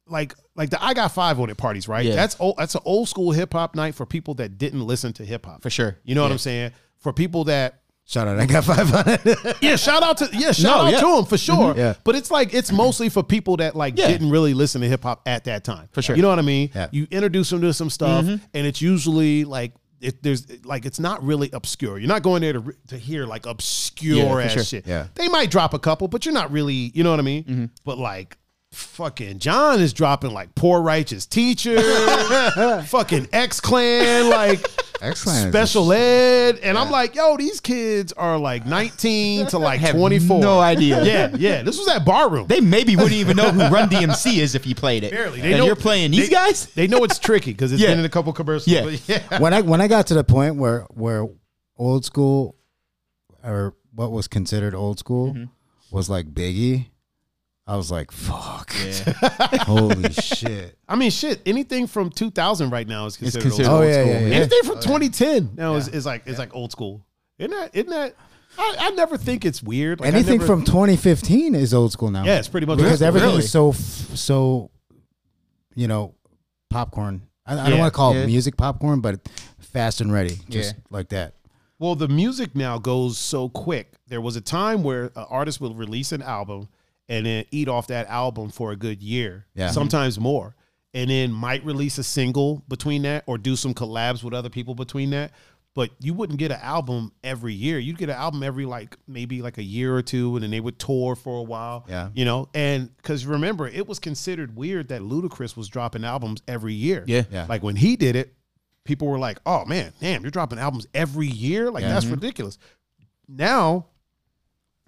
Speaker 1: like like the I got five on it parties, right?
Speaker 2: Yeah.
Speaker 1: That's old that's an old school hip hop night for people that didn't listen to hip hop.
Speaker 2: For sure.
Speaker 1: You know what I'm saying? For people that
Speaker 3: shout out, I got five on it.
Speaker 1: yeah, shout out to yeah, shout
Speaker 2: No,
Speaker 1: out
Speaker 2: yeah.
Speaker 1: to him for sure.
Speaker 3: Mhm. Yeah.
Speaker 1: But it's like it's mostly for people that like
Speaker 2: Yeah.
Speaker 1: didn't really listen to hip hop at that time. For
Speaker 2: sure. Mm-hmm.
Speaker 1: you know what I mean.
Speaker 3: Yeah.
Speaker 1: You introduce them to some stuff, and it's usually like it, there's like it's not really obscure. You're not going there to re- to hear like
Speaker 2: Yeah, Mm-hmm.
Speaker 1: obscure
Speaker 2: for
Speaker 1: ass
Speaker 2: sure.
Speaker 1: shit.
Speaker 3: Yeah.
Speaker 1: they might drop a couple, but you're not really. You know what I mean? But like. Fucking John is dropping like poor righteous teacher, fucking X Clan, like
Speaker 3: Excellent.
Speaker 1: special ed, and I'm like, yo, these kids are like 19 to like 24.
Speaker 2: No idea.
Speaker 1: Yeah, yeah. This was at barroom.
Speaker 2: They maybe wouldn't even know who Run DMC is if you played it.
Speaker 1: Barely. They
Speaker 2: And
Speaker 1: know-
Speaker 2: you're playing these
Speaker 1: they-
Speaker 2: guys?
Speaker 1: they know it's tricky because it's
Speaker 2: Yeah.
Speaker 1: been in a couple commercials.
Speaker 2: Yeah.
Speaker 1: but yeah.
Speaker 3: when I when I got to the point where where old school or what was considered old school
Speaker 2: Mm-hmm.
Speaker 3: was like Biggie, I was like, fuck. Holy shit.
Speaker 1: I mean, shit. Anything from 2000 right now is considered.
Speaker 2: considered
Speaker 1: old
Speaker 3: Oh
Speaker 2: Old
Speaker 3: yeah,
Speaker 2: school,
Speaker 3: yeah,
Speaker 1: school.
Speaker 3: yeah.
Speaker 1: Anything from 2010 now is, is like is like old school. Isn't that? Isn't that? I, I never think it's weird. Like, I
Speaker 3: Anything
Speaker 1: never-
Speaker 3: from 2015 is old school now.
Speaker 1: yeah, it's pretty much
Speaker 3: because everything
Speaker 1: Really?
Speaker 3: is so f- so, you know, popcorn. I, I
Speaker 1: Yeah.
Speaker 3: don't want to call
Speaker 2: Yeah.
Speaker 3: it music popcorn, but fast and ready, just
Speaker 2: Yeah.
Speaker 3: like that.
Speaker 1: Well, the music now goes so quick. There was a time where an artist would release an album and then eat off that album for a good year,
Speaker 3: Yeah.
Speaker 1: sometimes more, and then might release a single between that or do some collabs with other people between that. But you wouldn't get an album every year. You'd get an album every like maybe like a year or two, and then they would tour for a while.
Speaker 3: Yeah.
Speaker 1: you know, and because remember, it was considered weird that Ludacris was dropping albums every year.
Speaker 2: Yeah.
Speaker 3: Yeah.
Speaker 1: Like when he did it, people were like, "Oh man, damn, you're dropping albums every year?
Speaker 3: Mm-hmm.
Speaker 1: Like that's ridiculous." Now,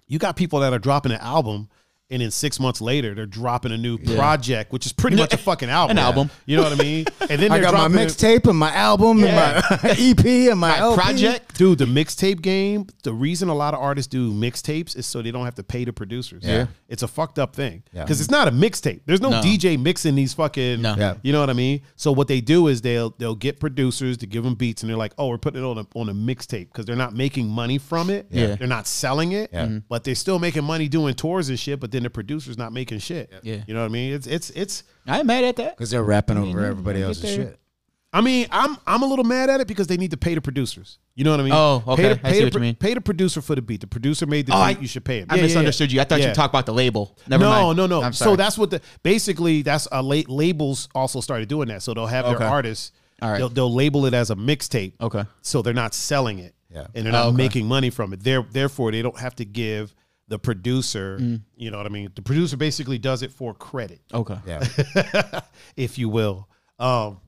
Speaker 1: you got people that are dropping an album and then six months later they're dropping a new project, which is pretty much a fucking album.
Speaker 2: An album.
Speaker 1: You know what I mean? And then
Speaker 3: eh, I
Speaker 1: they're
Speaker 3: got my
Speaker 1: dropping a-
Speaker 3: mixtape and my album
Speaker 1: Yeah.
Speaker 3: and my EP and my,
Speaker 2: My
Speaker 3: LP.
Speaker 2: project.
Speaker 1: Dude, the mixtape game, the reason a lot of artists do mixtapes is so they don't have to pay the producers.
Speaker 3: Yeah.
Speaker 1: It's a fucked up thing.
Speaker 3: Yeah.
Speaker 1: Because it's not a mixtape. There's no,
Speaker 2: No.
Speaker 1: DJ mixing these fucking
Speaker 2: No.
Speaker 3: Yeah.
Speaker 1: you know what I mean? So what they do is they'll they'll get producers to give them beats and they're like, "Oh, we're putting it on a, on a mixtape because they're not making money from it.
Speaker 2: Yeah.
Speaker 1: They're not selling it,
Speaker 3: Yeah. Mhm.
Speaker 1: but they're still making money doing tours and shit, but then the producer's not making shit.
Speaker 2: Yeah.
Speaker 1: You know what I mean? It's it's it's
Speaker 2: I ain't mad at that.
Speaker 3: Because they're rapping over everybody else's
Speaker 2: there.
Speaker 3: shit.
Speaker 1: I mean, I'm I'm a little mad at it because they need to pay the producers. You know what I mean?
Speaker 2: Oh,
Speaker 1: Pay
Speaker 2: okay.
Speaker 1: the,
Speaker 2: I
Speaker 1: pay
Speaker 2: see
Speaker 1: the
Speaker 2: what you
Speaker 1: pro-
Speaker 2: mean.
Speaker 1: Pay the producer for the beat. The producer made the
Speaker 2: Oh,
Speaker 1: beat.
Speaker 2: I-
Speaker 1: you should pay him.
Speaker 2: I
Speaker 1: Yeah, yeah,
Speaker 2: misunderstood
Speaker 1: yeah.
Speaker 2: you. I thought
Speaker 1: Yeah.
Speaker 2: you talked about the label. Never
Speaker 1: no,
Speaker 2: mind.
Speaker 1: no, no,
Speaker 2: I'm sorry.
Speaker 1: So that's what the basically that's a late labels also started doing that. So they'll have
Speaker 2: Okay.
Speaker 1: their artists.
Speaker 2: All right.
Speaker 1: They'll, they'll label it as a mixtape.
Speaker 2: Okay. Oh,
Speaker 1: So they're not selling it.
Speaker 3: Yeah.
Speaker 1: And they're not
Speaker 2: okay.
Speaker 1: making money from it. They're, therefore, they don't have to give the producer.
Speaker 2: Mm.
Speaker 1: You know what I mean? The producer basically does it for credit
Speaker 2: okay.
Speaker 3: Yeah.
Speaker 1: if you will. Um,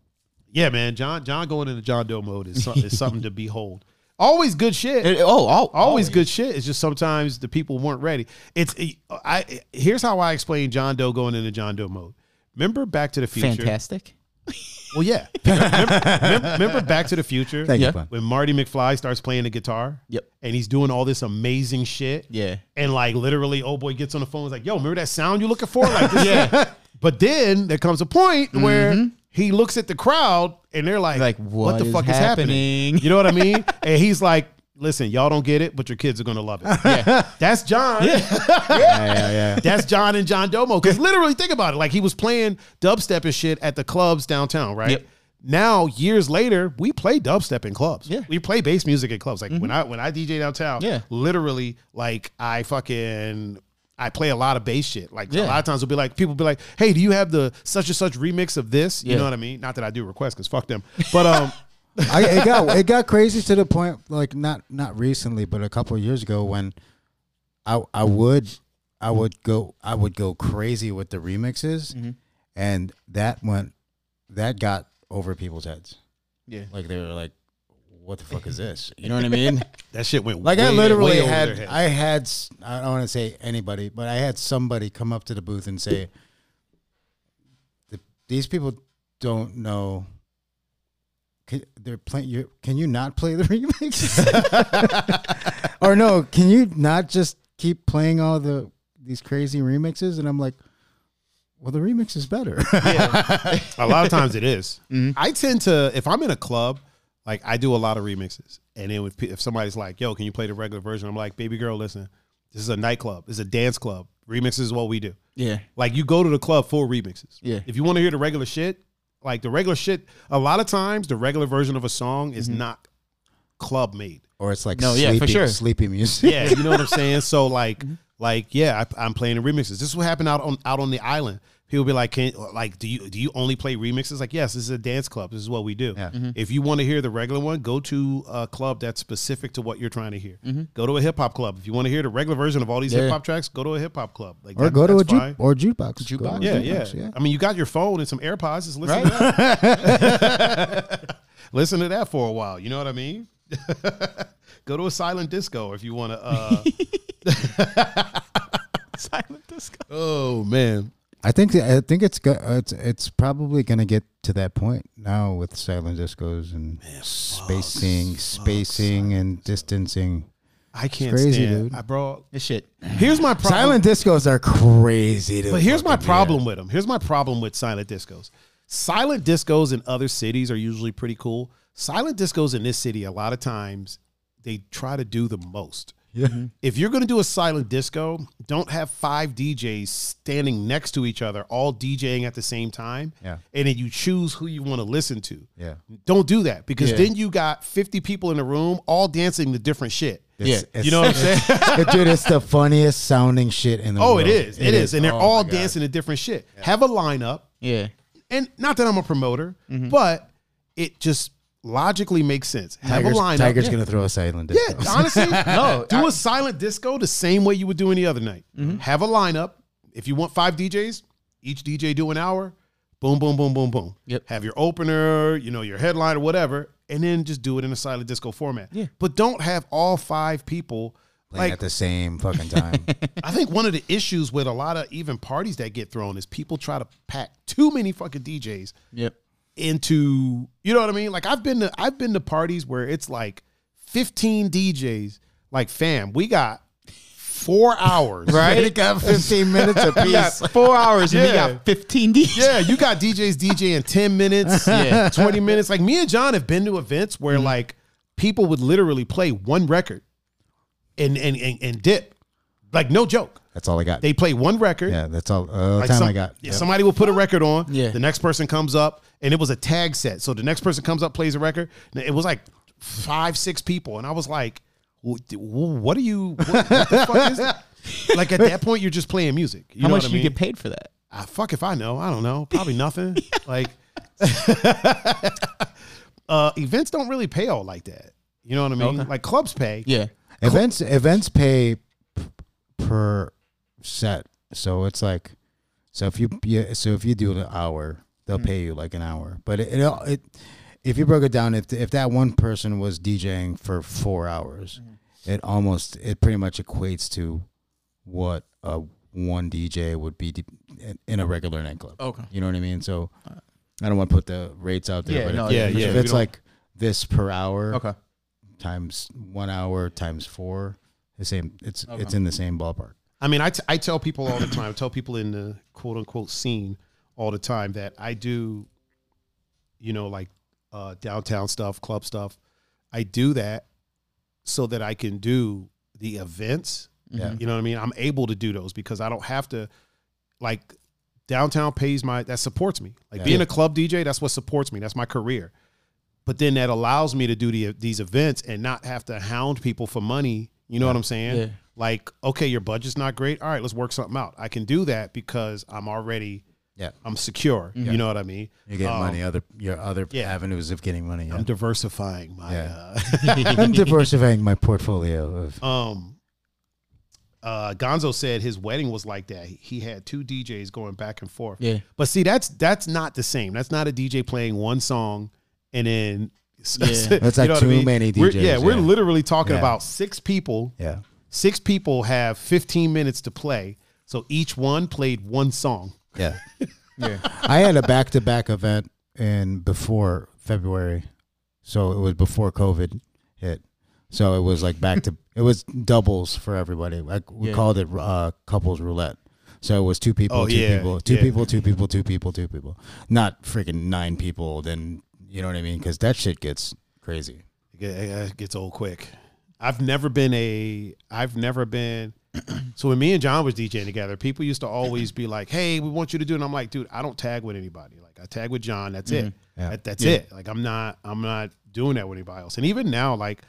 Speaker 1: yeah, man, John John going into John Doe mode is something, is something to behold. Always good shit.
Speaker 2: It- oh, oh,
Speaker 1: always good shit. It's just sometimes the people weren't ready. It's I. Here's how I explain John Doe going into John Doe mode. Remember Back to the Future?
Speaker 2: fantastic.
Speaker 1: Well, yeah. remember, remember Back to the Future?
Speaker 3: Thank
Speaker 2: Yeah.
Speaker 3: you, bud.
Speaker 1: when Marty McFly starts playing the guitar.
Speaker 2: Yep.
Speaker 1: And he's doing all this amazing shit.
Speaker 2: Yeah.
Speaker 1: And like literally, old boy gets on the phone. Is like, "Yo, remember that sound you looking for?" Like, this yeah. But then there comes a point where he looks at the crowd and they're like,
Speaker 2: Mm-hmm. Like, what
Speaker 1: the
Speaker 2: is
Speaker 1: fuck is happening?"
Speaker 2: happening?
Speaker 1: You know what I mean? and he's like, "Listen, y'all don't get it, but your kids are gonna love it." Yeah. That's John.
Speaker 3: Yeah, yeah, yeah.
Speaker 1: That's John and John Domo. Because literally, think about it. Like he was playing dubstep and shit at the clubs downtown, right?
Speaker 2: Yep.
Speaker 1: Now, years later, we play dubstep in clubs.
Speaker 2: Yeah. Mm-hmm.
Speaker 1: We play bass music in clubs. Like when I when I DJ downtown,
Speaker 2: Yeah.
Speaker 1: literally, like I fucking I play a lot of bass shit. Like a
Speaker 2: Yeah.
Speaker 1: lot of times we'll be like, people be like, hey, do you have the such and such remix of this? You
Speaker 2: Yeah.
Speaker 1: know what I mean? Not that I do requests because fuck them. But um
Speaker 3: I, it got it got crazy to the point like not not recently, but a couple of years ago when I I would I would go I would go crazy with the remixes, and that went that got over people's heads.
Speaker 2: Yeah.
Speaker 3: like they were like, "What the fuck is this?"
Speaker 2: You know what I mean?
Speaker 1: that shit went
Speaker 3: Like
Speaker 1: way-
Speaker 3: I literally
Speaker 1: way over their
Speaker 3: had
Speaker 1: head.
Speaker 3: I had s- I don't want to say anybody, but I had somebody come up to the booth and say, "The- "These people don't know. Can, they're playing. You can you not play the remix? or no? Can you not just keep playing all the these crazy remixes?" And I'm like, "Well, the remix is better."
Speaker 1: A lot of times it is. I tend to if I'm in a club, like I do a lot of remixes, and then with, pe- if somebody's like, "Yo, can you play the regular version?" I'm like, "Baby girl, listen, this is a nightclub. This is a dance club. Remixes is what we do.
Speaker 2: Yeah.
Speaker 1: Like you go to the club for remixes.
Speaker 2: Yeah.
Speaker 1: If you want to hear the regular shit, like the regular shit, a lot of times the regular version of a song is not club made.
Speaker 3: or it's like
Speaker 2: No, yeah,
Speaker 3: sleepy,
Speaker 2: for sure.
Speaker 3: sleepy music.
Speaker 1: Yeah, you know what I'm saying. So like, like yeah, I, I'm playing the remixes. This is what happened out on out on the island. People be like, can like do you do you only play remixes? Like yes, this is a dance club. This is what we do.
Speaker 3: Yeah.
Speaker 1: If you want to hear the regular one, go to a club that's specific to what you're trying to hear. Go to a hip hop club. If you want to hear the regular version of all these
Speaker 2: Yeah.
Speaker 1: hip hop tracks, go to a hip hop club. Like
Speaker 3: Or
Speaker 1: that-
Speaker 3: go to a
Speaker 1: that's
Speaker 3: juke
Speaker 1: fine.
Speaker 3: or jukebox. Go to a
Speaker 2: Jukebox.
Speaker 1: Yeah, yeah,
Speaker 3: jukebox,
Speaker 1: I mean, you got your phone and some AirPods. Just listen.
Speaker 2: Right.
Speaker 1: To that. listen to that for a while. You know what I mean? go to a silent disco if you want to. Uh,
Speaker 2: Silent disco.
Speaker 1: oh man.
Speaker 3: I think I think it's go, uh, it's it's probably gonna get to that point now with silent discos and spacing, spacing and distancing.
Speaker 1: I can't
Speaker 3: crazy,
Speaker 1: stand.
Speaker 3: dude.
Speaker 1: I bro.
Speaker 2: This shit.
Speaker 1: Here's my problem.
Speaker 3: Silent discos are crazy. To
Speaker 1: but here's my
Speaker 3: fucking
Speaker 1: problem with them. Here's my problem with silent discos. Silent discos in other cities are usually pretty cool. Silent discos in this city, a lot of times, they try to do the most.
Speaker 3: hear.
Speaker 1: If you're going to do a silent disco, don't have five DJs standing next to each other, all DJing at the same time.
Speaker 3: Yeah.
Speaker 1: And then you choose who you want to listen to.
Speaker 3: Yeah,
Speaker 1: Don't do that because
Speaker 2: Yeah.
Speaker 1: then you got 50 people in the room all dancing to different shit.
Speaker 3: yeah, It's- it's-
Speaker 1: You know what I'm saying?
Speaker 3: it's- dude, it's the funniest sounding shit in the
Speaker 1: Oh,
Speaker 3: world.
Speaker 1: it is. It, it is. And they're
Speaker 3: Oh my
Speaker 1: all
Speaker 3: God.
Speaker 1: dancing to different shit. Have a lineup.
Speaker 2: Yeah.
Speaker 1: And not that I'm a promoter,
Speaker 3: Mm-hmm.
Speaker 1: but it just logically makes sense. Have
Speaker 3: Tiger's,
Speaker 1: a lineup.
Speaker 3: Tiger's
Speaker 1: yeah.
Speaker 3: gonna throw a silent disco.
Speaker 1: Yeah, honestly, no. Do a silent disco the same way you would do any other night.
Speaker 3: Mm-hmm.
Speaker 1: Have a lineup. If you want five DJs, each DJ do an hour. Boom, boom, boom, boom, boom.
Speaker 2: Yep.
Speaker 1: Have your opener, you know, your headliner, whatever, and then just do it in a silent disco format.
Speaker 2: Yeah.
Speaker 1: But don't have all five people
Speaker 3: playing
Speaker 1: Like-
Speaker 3: at the same fucking time.
Speaker 1: I think one of the issues with a lot of even parties that get thrown is people try to pack too many fucking DJs
Speaker 2: Yep.
Speaker 1: into you know what I mean? Like I've been to I've been to parties where it's like 15 DJs, like fam, we got four hours.
Speaker 3: it got 15 minutes apiece.
Speaker 2: Yeah, four hours and we
Speaker 1: Yeah.
Speaker 2: got 15 DJs.
Speaker 1: Yeah, you got DJs DJing 10 minutes,
Speaker 2: Yeah.
Speaker 1: 20 minutes. Like me and John have been to events where like people would literally play one record and and and, and dip. Like no joke.
Speaker 3: That's all I got.
Speaker 1: They play one record.
Speaker 3: yeah, that's all uh,
Speaker 1: Like
Speaker 3: time
Speaker 1: some-
Speaker 3: I got.
Speaker 1: yeah, Somebody will put a record on.
Speaker 2: Yeah.
Speaker 1: The next person comes up, and it was a tag set. So the next person comes up, plays a record. and It was like five, six people, and I was like, "Wh- d- wh- "What are you? What, what the fuck is that?" Like at that point, you're just playing music. You
Speaker 2: How
Speaker 1: know
Speaker 2: much
Speaker 1: what I
Speaker 2: do you
Speaker 1: mean?
Speaker 2: get paid for that?
Speaker 1: Ah, fuck if I know. I don't know. Probably nothing. like, uh, events don't really pay all like that. You know what I mean? Like clubs pay.
Speaker 2: Yeah.
Speaker 3: Events events pay p- per set, so it's like so if you yeah, so if you do an hour, they'll
Speaker 1: Hmm.
Speaker 3: pay you like an hour. But it, it all- it if you broke it down, if if that one person was DJing for four hours,
Speaker 1: Mm-hmm.
Speaker 3: it almost it pretty much equates to what a one DJ would be d- in- in a regular nightclub.
Speaker 2: Okay.
Speaker 3: you know what I mean. So I don't want to put the rates out there,
Speaker 2: Yeah,
Speaker 3: but
Speaker 2: no,
Speaker 3: if,
Speaker 1: Uh, yeah,
Speaker 3: if
Speaker 1: yeah. We
Speaker 3: it's
Speaker 1: don't-
Speaker 3: like this per hour,
Speaker 2: Okay.
Speaker 3: times one hour times four. The same. It's it's in the same ballpark.
Speaker 1: I mean, I, t- I tell people all the time, I tell people in the quote unquote scene all the time that I do, you know, like uh, downtown stuff, club stuff. I do that so that I can do the events.
Speaker 3: Yeah.
Speaker 1: You know what I mean? I'm able to do those because I don't have to, like, downtown pays my, that supports me. Like
Speaker 3: Yeah.
Speaker 1: being a club DJ, that's what supports me. That's my career. But then that allows me to do the, these events and not have to hound people for money. You know what I'm saying?
Speaker 2: Yeah.
Speaker 1: Like, okay, your budget's not great. All right, let's work something out. I can do that because I'm already,
Speaker 3: Yeah,
Speaker 1: I'm secure. You know what I mean?
Speaker 3: you get
Speaker 1: Um,
Speaker 3: money. Other your other
Speaker 1: yeah.
Speaker 3: avenues of getting money.
Speaker 1: I'm diversifying my
Speaker 3: Yeah.
Speaker 1: uh,
Speaker 3: I'm diversifying my portfolio of
Speaker 1: Um, uh, Gonzo said his wedding was like that. He- He had two DJs going back and forth.
Speaker 2: Yeah.
Speaker 1: But see, that's that's not the same. That's not a DJ playing one song and then.
Speaker 2: Yeah.
Speaker 3: That's like
Speaker 1: what
Speaker 3: too many
Speaker 1: We're- yeah,
Speaker 3: DJs,
Speaker 1: we're
Speaker 3: yeah.
Speaker 1: literally talking
Speaker 3: Yeah.
Speaker 1: about six people.
Speaker 3: yeah.
Speaker 1: Six people have 15 minutes to play. So each one played one song.
Speaker 3: Yeah.
Speaker 2: Yeah.
Speaker 3: I had a back to back event in before February. So it was before COVID hit. So it was like back to it was doubles for everybody. Like we
Speaker 2: Yeah.
Speaker 3: called it uh, couples roulette. So it was two people,
Speaker 1: Oh,
Speaker 3: two
Speaker 1: yeah,
Speaker 3: people, two
Speaker 1: yeah.
Speaker 3: people, two people, two people, two people. Not freaking nine people. Then you know what I mean? Because that shit gets crazy.
Speaker 1: It get- It gets old quick. I've never been a. I've never been. So when me and John was DJing together, people used to always be like, "Hey, we want you to do," it." and I'm like, "Dude, I don't tag with anybody. Like I tag with John. That's it.
Speaker 3: Yeah.
Speaker 1: That- that's it. Like I'm not. I'm not doing that with anybody else. And even now, like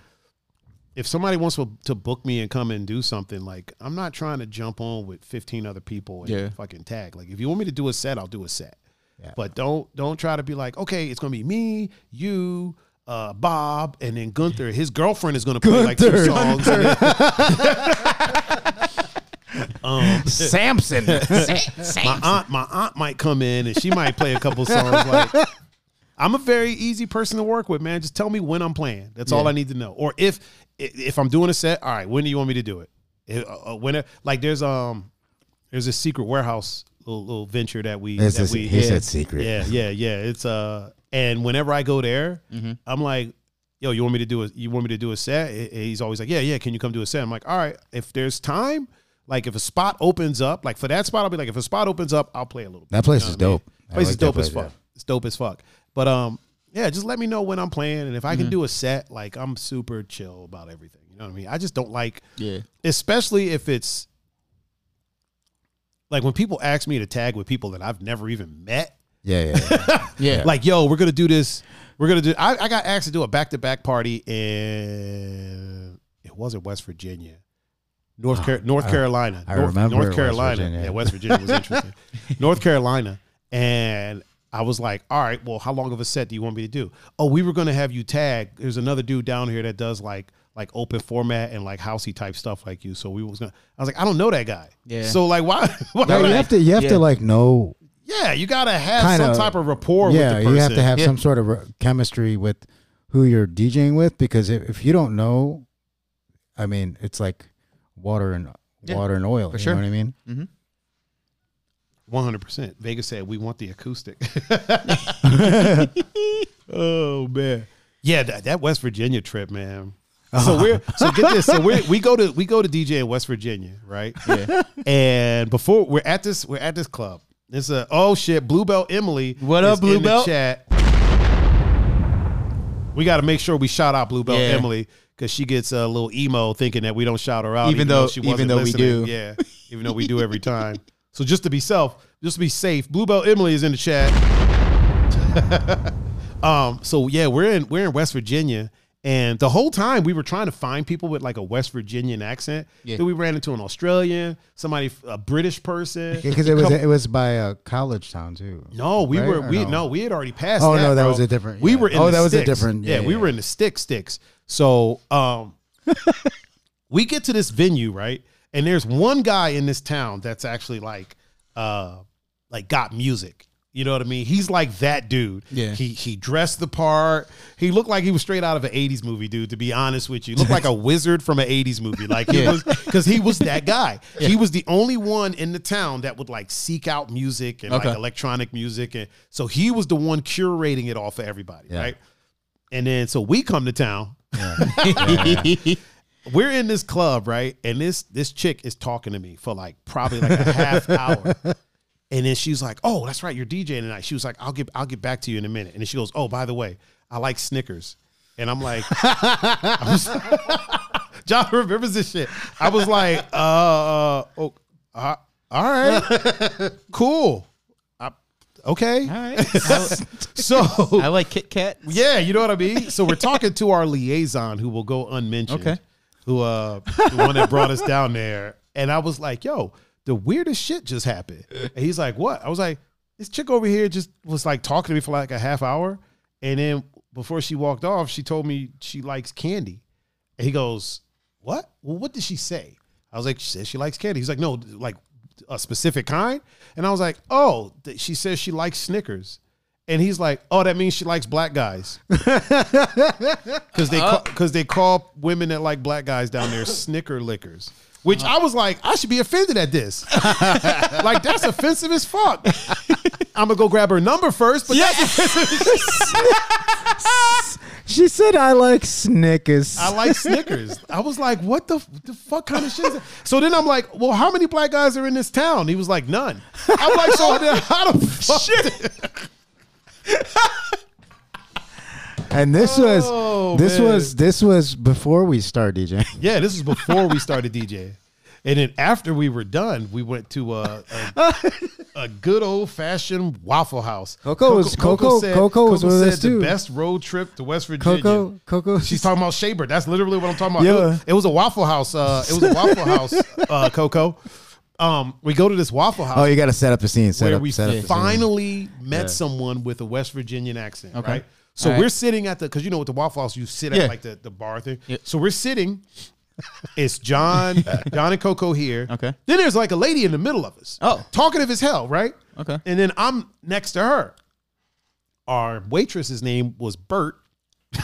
Speaker 1: if somebody wants to to book me and come and do something, like I'm not trying to jump on with 15 other people and
Speaker 2: Yeah.
Speaker 1: fucking tag. Like if you want me to do a set, I'll do a set.
Speaker 3: Yeah.
Speaker 1: But don't don't try to be like, okay, it's gonna be me, you, uh, Bob, and then Gunther. His girlfriend is gonna play like two
Speaker 3: Gunther.
Speaker 1: songs. and then-
Speaker 4: Samson.
Speaker 1: my aunt, my aunt might come in and she might play a couple songs. Like, I'm a very easy person to work with, man. Just tell me when I'm playing. That's all I need to know. Or if i- if I'm doing a set, all right, when do you want me to do it? If- uh, uh, when like there's um there's a secret warehouse little, little venture that we
Speaker 3: It's
Speaker 1: that
Speaker 3: a-
Speaker 1: we
Speaker 3: he
Speaker 1: yeah.
Speaker 3: said secret.
Speaker 1: Yeah, yeah, yeah. It's uh, and whenever I go there,
Speaker 3: Mm-hmm.
Speaker 1: I'm like, yo, you want me to do a, you want me to do a set? Eh, eh, He's always like, yeah, yeah. Can you come do a set? I'm like, all right. If there's time, like if a spot opens up, like for that spot, I'll be like, if a spot opens up, I'll play a little. bit.
Speaker 3: That place is dope. I
Speaker 1: Place is
Speaker 3: like that
Speaker 1: dope as
Speaker 3: place,
Speaker 1: fuck. It's dope as fuck. But um, yeah, just let me know when I'm playing, and if I can
Speaker 3: Mm-hmm.
Speaker 1: do a set, like I'm super chill about everything. You know what I mean? I just don't like
Speaker 2: Yeah.
Speaker 1: especially if it's like when people ask me to tag with people that I've never even met.
Speaker 3: Yeah, yeah. yeah.
Speaker 2: Yeah.
Speaker 1: Like, yo, we're gonna do this. We're gonna do. I, I got asked to do a back to back party in. It wasn't West Virginia, North Car- North Carolina.
Speaker 3: Oh, I
Speaker 1: North,
Speaker 3: remember it
Speaker 1: North
Speaker 3: was
Speaker 1: Carolina.
Speaker 3: Virginia.
Speaker 1: yeah, West Virginia was interesting. North Carolina, and I was like, all right, well, how long of a set do you want me to do? Oh, we were gonna have you tag. There's another dude down here that does like like open format and like housey type stuff like you. So we was gonna. I was like, I don't know that guy.
Speaker 2: Yeah.
Speaker 1: So like, why? why
Speaker 3: No,
Speaker 1: would
Speaker 3: you
Speaker 1: I-
Speaker 3: have to you have
Speaker 2: Yeah.
Speaker 3: to like know
Speaker 1: yeah, you gotta have some
Speaker 3: Kinda-
Speaker 1: type of rapport.
Speaker 3: yeah,
Speaker 1: with the person.
Speaker 3: you have to have
Speaker 2: Yeah.
Speaker 3: some sort of re- chemistry with who you're DJing with because if, if you don't know, I mean, it's like water and
Speaker 2: Yeah,
Speaker 3: water and oil.
Speaker 2: for
Speaker 3: you
Speaker 2: sure.
Speaker 3: know what I mean?
Speaker 1: Mm-hmm. One hundred percent. Vegas said we want the acoustic. oh man, yeah, that, that West Virginia trip, man. So we're so get this. So we we go to we go to DJ in West Virginia, right? Yeah. And before we're at this we're at this club. It's a oh shit, Bluebell Emily.
Speaker 2: What
Speaker 1: is
Speaker 2: up, Blue
Speaker 1: in the
Speaker 2: Belt?
Speaker 1: Chat. We got to make sure we shout out Bluebell
Speaker 2: Yeah.
Speaker 1: Emily because she gets a little emo thinking that we don't shout her out,
Speaker 2: Even though-
Speaker 1: she
Speaker 2: even
Speaker 1: wasn't
Speaker 2: though we
Speaker 1: listening.
Speaker 2: do.
Speaker 1: Yeah, even though we do every time. So just to be self, just to be safe, Bluebell Emily is in the chat. um, so yeah, we're in we're in West Virginia, and the whole time we were trying to find people with like a West Virginian accent.
Speaker 2: Yeah.
Speaker 1: Then we ran into an Australian, somebody, a British person.
Speaker 3: Because it was it was by a college town too.
Speaker 1: No, we
Speaker 3: right?
Speaker 1: were
Speaker 3: Or
Speaker 1: we no? we had already passed.
Speaker 3: Oh,
Speaker 1: that,
Speaker 3: no, that
Speaker 1: bro.
Speaker 3: was a different-
Speaker 1: We
Speaker 3: yeah.
Speaker 1: were in
Speaker 3: Oh,
Speaker 1: the
Speaker 3: that was a
Speaker 1: sticks.
Speaker 3: different-
Speaker 1: Yeah,
Speaker 3: yeah,
Speaker 1: we
Speaker 3: yeah.
Speaker 1: were in the stick sticks. So um, we get to this venue right, and there's one guy in this town that's actually like uh like got music. You know what I mean? He's like that dude.
Speaker 2: Yeah.
Speaker 1: He he dressed the part. He looked like he was straight out of an 80s movie, dude, to be honest with you. Looked like a wizard from an 80s movie. Like he was because he was that guy. He was the only one in the town that would like seek out music and like
Speaker 2: Okay.
Speaker 1: electronic music. And so he was the one curating it all for everybody,
Speaker 3: Yeah.
Speaker 1: right? And then so we come to town. We're in this club, right? And this this chick is talking to me for like probably like a half hour. And then she's like, "Oh, that's right, you're DJing tonight." She was like, "I'll get I'll get back to you in a minute." And then she goes, "Oh, by the way, I like Snickers." And I'm like, I'm just- John remembers this shit. I was like, uh, uh, oh, uh, all right, cool, I, okay.
Speaker 2: All right.
Speaker 1: So
Speaker 2: I like Kit Kat.
Speaker 1: yeah, you know what I mean. So we're talking to our liaison, who will go unmentioned.
Speaker 2: Okay.
Speaker 1: Who uh, the one that brought us down there? And I was like, "Yo, the weirdest shit just happened." And he's like, "What?" I was like, "This chick over here just was like talking to me for like a half hour, and then before she walked off, she told me she likes candy." And he goes, "What? Well, what did she say?" I was like, "She says she likes candy." He's like, "No, like a specific kind." And I was like, "Oh, th- she says she likes Snickers." And he's like, "Oh, that means she likes black guys." Cuz they cuz they call women that like black guys down there Snicker lickers. Which I was like, I should be offended at this. like that's offensive as fuck. I'm gonna go grab her number first, but that's
Speaker 3: She said I like Snickers.
Speaker 1: I like Snickers. I was like, what the, the fuck kind of shit is that? So then I'm like, well, how many black guys are in this town? He was like, none. I'm like, so then how the fuck?
Speaker 3: and this
Speaker 1: Oh,
Speaker 3: was this
Speaker 1: man.
Speaker 3: was this was before we start DJing.
Speaker 1: Yeah, this is before we started DJing. And then after we were done, we went to a, a, a good old fashioned Waffle House.
Speaker 3: Coco was- Coco- Coco was with us
Speaker 1: said the
Speaker 3: too.
Speaker 1: best road trip to West Virginia.
Speaker 3: Coco, Coco,
Speaker 1: She's talking about Shaber. That's literally what I'm talking about. It
Speaker 3: Yeah.
Speaker 1: was- It, was, a Waffle House. Uh, it was a Waffle House, uh, Coco. Um, we go to this Waffle House.
Speaker 3: Oh, you got to set up the scene. Set
Speaker 1: where
Speaker 3: up,
Speaker 1: we
Speaker 3: set up the scene.
Speaker 1: finally met someone with a West Virginian accent, right? So
Speaker 2: All right.
Speaker 1: we're sitting at the because you know with the Waffle House you sit at
Speaker 2: Yeah.
Speaker 1: like the, the bar thing. So we're sitting. It's John, John and Coco here.
Speaker 2: Okay.
Speaker 1: Then there's like a lady in the middle of us.
Speaker 2: Oh.
Speaker 1: talkative as hell, right?
Speaker 2: Okay.
Speaker 1: And then I'm next to her. Our waitress's name was Bert.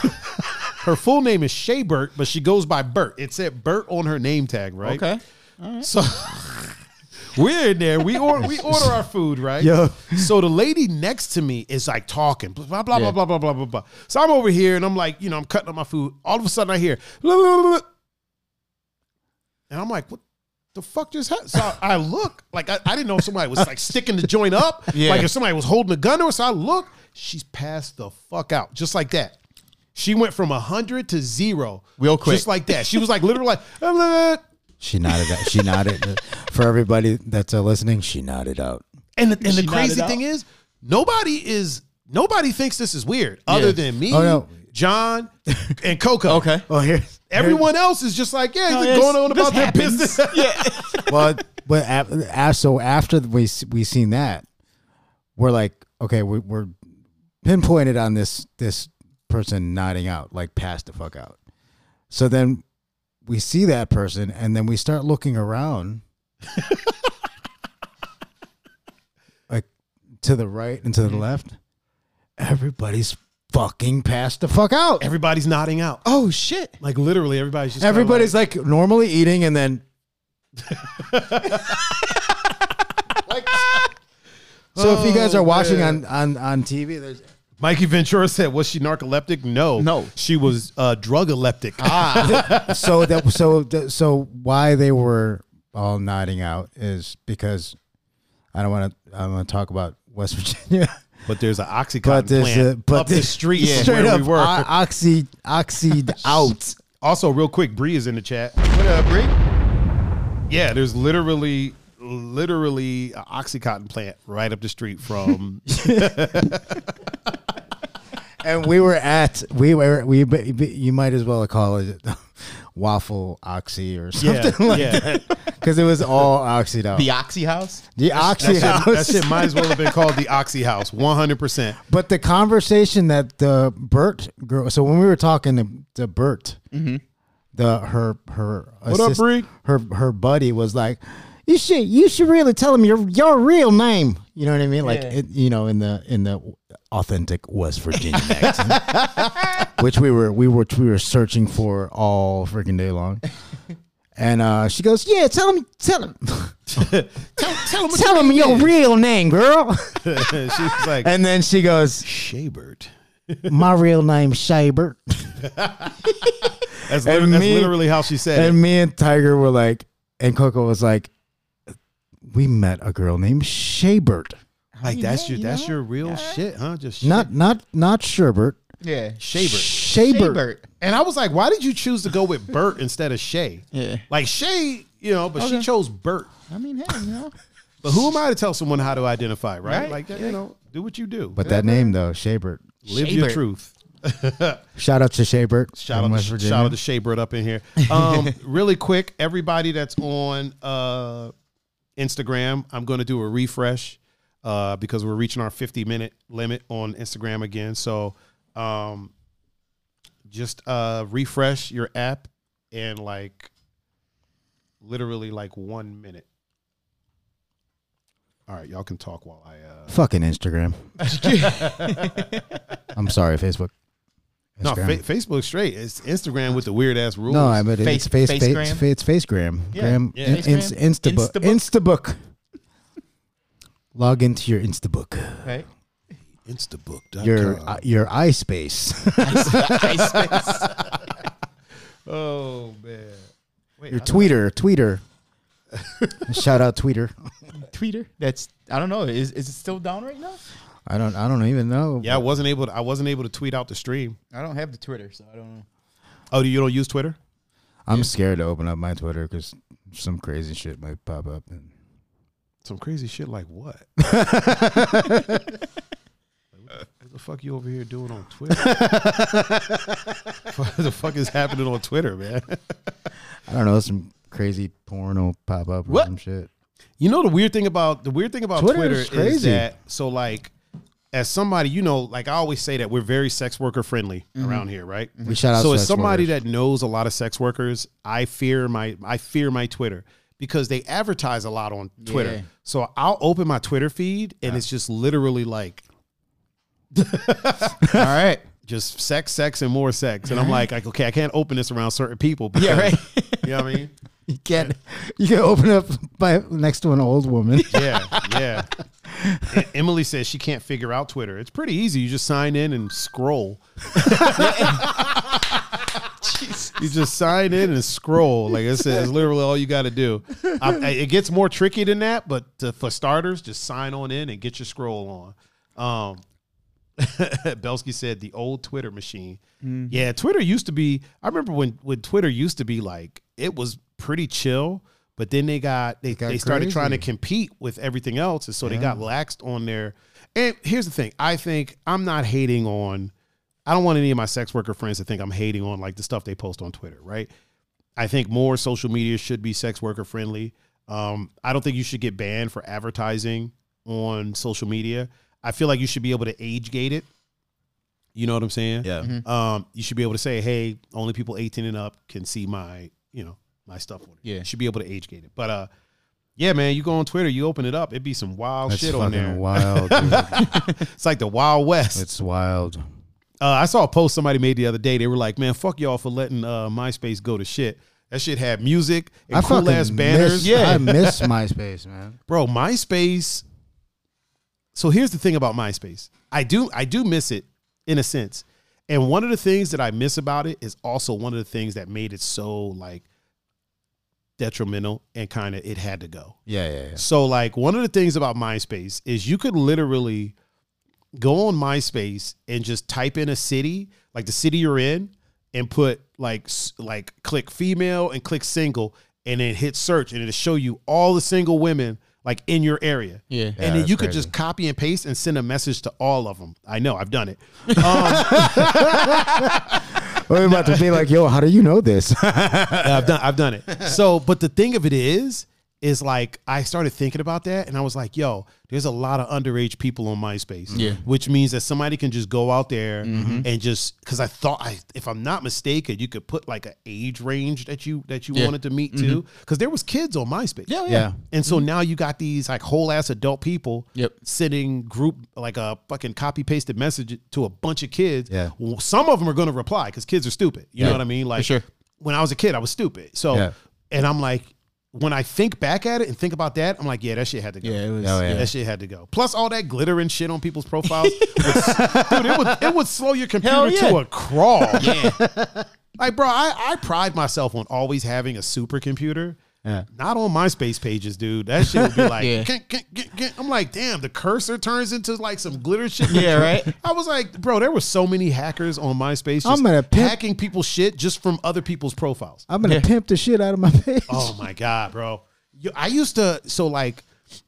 Speaker 1: her full name is Shea Bert, but she goes by Bert. It said Bert on her name tag, right?
Speaker 2: Okay.
Speaker 1: So we're in there. We order we order our food, right?
Speaker 3: Yeah.
Speaker 1: So the lady next to me is like talking, blah blah blah
Speaker 2: Yeah.
Speaker 1: blah blah blah blah blah. So I'm over here and I'm like, you know, I'm cutting up my food. All of a sudden I hear, "Blah, blah, blah, blah." and I'm like, what? The fuck just happened? So I look like I, I didn't know if somebody was like sticking the joint up,
Speaker 2: Yeah.
Speaker 1: like if somebody was holding a gun to her. So I look, she's passed the fuck out, just like that. She went from hundred to zero,
Speaker 2: Real quick.
Speaker 1: just like that. She was like literally like, "Blah, blah, blah."
Speaker 3: She nodded. Out. She nodded. For everybody that's uh, listening, she nodded out.
Speaker 1: And the, and the
Speaker 2: nodded
Speaker 1: crazy
Speaker 2: out.
Speaker 1: thing is, nobody is nobody thinks this is weird other
Speaker 2: Yeah.
Speaker 1: than me,
Speaker 3: Oh, no.
Speaker 1: John, and Coco.
Speaker 2: Okay.
Speaker 3: Oh, here.
Speaker 1: Everyone else is just like, yeah,
Speaker 2: Oh,
Speaker 1: they're
Speaker 2: yes,
Speaker 1: going on
Speaker 2: this
Speaker 1: about their
Speaker 2: happens.
Speaker 1: business.
Speaker 3: well, but af- so after we s- we seen that, we're like, okay, we, we're pinpointed on this this person nodding out, like pass the fuck out. So then we see that person, and then we start looking around, like to the right and to the left. Everybody's fucking passed the fuck out.
Speaker 1: Everybody's nodding out.
Speaker 2: Oh shit.
Speaker 1: Like literally, everybody's just kinda
Speaker 3: Everybody's like normally eating, and then So if you guys are watching
Speaker 1: Oh, man.
Speaker 3: on, on, on TV, there's
Speaker 1: Mikey Ventura said, "Was she narcoleptic? No,
Speaker 2: No.
Speaker 1: she was uh, drug epileptic. Ah.
Speaker 3: so that so that, so why they were all nodding out is because I don't want to I don't want to talk about West Virginia,
Speaker 1: But there's an oxycontin
Speaker 3: but there's
Speaker 1: plant
Speaker 3: a, but
Speaker 1: up the street from
Speaker 3: straight
Speaker 1: where
Speaker 3: up
Speaker 1: we were.
Speaker 3: o- oxy oxy out.
Speaker 1: also, real quick, Bree is in the chat. What up, Bree? Yeah, there's literally, literally an oxycontin plant right up the street from.
Speaker 3: And we were at we were we b- b- you might as well call it waffle oxy or
Speaker 1: yeah,
Speaker 3: something
Speaker 1: yeah.
Speaker 3: because it was all oxy out.
Speaker 2: The
Speaker 3: The,
Speaker 2: Oxy House.
Speaker 3: oxy
Speaker 1: That, shit, that
Speaker 3: house.
Speaker 1: shit might as well have been called the Oxy House, 100. percent
Speaker 3: But the conversation that the Bert girl. So when we were talking to, to Bert, the her her
Speaker 1: What up, Bree?
Speaker 3: her her buddy was like, "You should you should really tell him your your real name." You know what I mean? Like it, you know in the in the authentic West Virginia accent, which we were we were we were searching for all freaking day long. And uh, she goes, "Yeah, tell him tell him
Speaker 1: Tell, tell him,
Speaker 3: tell him your real name, girl."
Speaker 1: She's like
Speaker 3: And then she goes,
Speaker 1: Shaybird.
Speaker 3: "My real name's Shaber."
Speaker 1: That's, literally,
Speaker 3: And
Speaker 1: that's
Speaker 3: me-
Speaker 1: literally how she said it.
Speaker 3: And me and Tiger were like, and Coco was like, we met a girl named Shaybert.
Speaker 1: Like that's your that's your real shit, huh? Just
Speaker 3: Not not not Sherbert.
Speaker 2: Yeah.
Speaker 1: Shaybird.
Speaker 3: Shaybert.
Speaker 2: Bert.
Speaker 1: And I was like, why did you choose to go with Bert instead of Shay?
Speaker 2: Yeah.
Speaker 1: Like Shay, you know, but she chose Bert.
Speaker 2: I mean, hey, you know.
Speaker 1: But who am I to tell someone how to identify, right?
Speaker 2: Right.
Speaker 1: Like, that, you know, do what you do.
Speaker 3: But that name though, Shaybert.
Speaker 1: live your
Speaker 2: Shaybert.
Speaker 1: truth.
Speaker 3: Shout out to Shaybert.
Speaker 1: Shout out,
Speaker 3: from West
Speaker 1: to,
Speaker 3: Virginia.
Speaker 1: shout out to Shaybird up in here. Um, really quick, everybody that's on uh, Instagram, I'm going to do a refresh uh, because we're reaching our 50 minute limit on Instagram again. So um, just uh, refresh your app in like literally like one minute. All right, y'all can talk while I. Uh,
Speaker 3: Fucking Instagram. I'm sorry, Facebook.
Speaker 1: no,
Speaker 3: Instagram.
Speaker 1: fa- Facebook straight. It's Instagram with the weird ass rules.
Speaker 3: no, I mean it's
Speaker 2: Face-
Speaker 3: face, face,
Speaker 2: Facegram?
Speaker 3: fa- it's Facegram.
Speaker 1: Yeah,
Speaker 3: Gram,
Speaker 1: yeah.
Speaker 3: in-
Speaker 2: Facegram?
Speaker 3: ins- Instabook.
Speaker 2: Instabook?
Speaker 3: Instabook. Log into your Instabook.
Speaker 2: Right.
Speaker 1: Instabook.com.
Speaker 3: Your uh, your iSpace.
Speaker 1: Oh man. Wait,
Speaker 3: your Twitter. Twitter. Shout out Twitter.
Speaker 2: Tweeter. That's I don't know. Is is it still down right now?
Speaker 3: I don't. I don't even know.
Speaker 1: yeah, I wasn't able. To, I wasn't able to tweet out the stream.
Speaker 2: I don't have the Twitter, so I don't know.
Speaker 1: Oh, you don't use Twitter?
Speaker 3: I'm scared to open up my Twitter because some crazy shit might pop up. And
Speaker 1: Some crazy shit like what? Like, what what the fuck you over here doing on Twitter? what the fuck is happening on Twitter, man?
Speaker 3: I don't know. Some crazy porn will pop up or
Speaker 2: What?
Speaker 3: some shit.
Speaker 1: You know the weird thing about the weird thing about
Speaker 3: Twitter
Speaker 1: Twitter,
Speaker 3: is
Speaker 1: is
Speaker 3: crazy.
Speaker 1: that so like as somebody you know like I always say that we're very sex worker friendly around here, right?
Speaker 3: We shout out.
Speaker 1: so
Speaker 3: sex
Speaker 1: as somebody
Speaker 3: workers.
Speaker 1: that knows a lot of sex workers, I fear my I fear my Twitter because they advertise a lot on Twitter.
Speaker 2: Yeah.
Speaker 1: So I'll open my Twitter feed and it's just literally like
Speaker 2: All right.
Speaker 1: just sex, sex, and more sex. And I'm like, like okay, I can't open this around certain people. Because,
Speaker 2: Yeah, right.
Speaker 1: You know what I mean?
Speaker 3: you can you can open up by next to an old woman.
Speaker 1: Yeah, yeah. E- Emily says she can't figure out Twitter. It's pretty easy. You just sign in and scroll. You just sign in and scroll. Like I said, it's literally all you got to do. I, I- it gets more tricky than that, but uh for starters, just sign on in and get your scroll on. Um, Belsky said the old Twitter machine.
Speaker 3: Mm-hmm.
Speaker 1: Yeah, Twitter used to be. I remember when when Twitter used to be like it was pretty chill, but then they got they
Speaker 3: got
Speaker 1: they started
Speaker 3: crazy.
Speaker 1: trying to compete with everything else, and so they got laxed on their. And here's the thing: I think I'm not hating on. I don't want any of my sex worker friends to think I'm hating on like the stuff they post on Twitter, right? I think more social media should be sex worker friendly. Um, I don't think you should get banned for advertising on social media. I feel like you should be able to age gate it. You know what I'm saying?
Speaker 4: Yeah.
Speaker 3: Mm-hmm.
Speaker 1: Um, you should be able to say, "Hey, only people 18 and up can see my, you know, my stuff." On it.
Speaker 2: Yeah.
Speaker 1: You should be able to age gate it. But uh, yeah, man, you go on Twitter, you open it up, it'd be some wild
Speaker 3: That's
Speaker 1: shit
Speaker 3: fucking
Speaker 1: on there.
Speaker 3: wild. dude.
Speaker 1: It's like the Wild West.
Speaker 3: it's wild.
Speaker 1: Uh, I saw a post somebody made the other day. They were like, "Man, fuck y'all for letting uh, MySpace go to shit." That shit had music and
Speaker 3: I
Speaker 1: cool
Speaker 3: fucking
Speaker 1: ass banners.
Speaker 3: Miss,
Speaker 2: Yeah.
Speaker 3: I miss MySpace, man.
Speaker 1: bro myspace so here's the thing about myspace i do i do miss it in a sense and one of the things that i miss about it is also one of the things that made it so like detrimental and kind of it had to go
Speaker 3: Yeah, yeah, yeah.
Speaker 1: so like one of the things about myspace is you could literally go on myspace and just type in a city like the city you're in and put like s- like click female and click single and then hit search and it'll show you all the single women like in your area
Speaker 2: Yeah.
Speaker 1: and then
Speaker 3: that's
Speaker 1: you could
Speaker 3: crazy.
Speaker 1: just copy and paste and send a message to all of them. I know, I've done it.
Speaker 3: We're about to be like, yo, how do you know this?
Speaker 1: I've done I've done it. So, but the thing of it is, is like I started thinking about that and I was like, yo, there's a lot of underage people on MySpace.
Speaker 2: Yeah. Mm-hmm.
Speaker 1: Which means that somebody can just go out there and just because I thought I if I'm not mistaken, you could put like an age range that you that you
Speaker 2: Yeah. Mm-hmm.
Speaker 1: wanted to meet too. Because there was kids on MySpace.
Speaker 2: Yeah, yeah.
Speaker 3: yeah.
Speaker 1: And so now you got these like whole ass adult people
Speaker 2: Mm-hmm. Yep.
Speaker 1: sending group like a fucking copy pasted message to a bunch of kids.
Speaker 3: Yeah.
Speaker 1: Well, Some of them are going to reply because kids are stupid. You know
Speaker 2: Yeah.
Speaker 1: what I mean? Like
Speaker 2: sure.
Speaker 1: when I was a kid, I was stupid. So,
Speaker 3: Yeah.
Speaker 1: and I'm like, when I think back at it and think about that, I'm like, yeah, that shit had to go.
Speaker 2: Yeah, it was.
Speaker 3: Oh, yeah.
Speaker 1: That shit had to go. Plus all that glitter and shit on people's profiles, would s- dude, it would it would slow your computer
Speaker 2: Hell yeah.
Speaker 1: to a crawl.
Speaker 2: Yeah.
Speaker 1: Like, bro, I, I pride myself on always having a supercomputer.
Speaker 3: Yeah.
Speaker 1: Not on MySpace pages, dude. That shit would be like,
Speaker 2: Yeah.
Speaker 1: "Kink, kink, kink, kink." I'm like, damn, the cursor turns into like some glitter shit.
Speaker 2: Yeah, right?
Speaker 1: I was like, bro, there were so many hackers on MySpace just
Speaker 3: I'm gonna pimp-
Speaker 1: hacking people's shit just from other people's profiles.
Speaker 3: I'm gonna
Speaker 2: Yeah.
Speaker 3: pimp the shit out of my page.
Speaker 1: Oh my god, bro! You- I used to so like,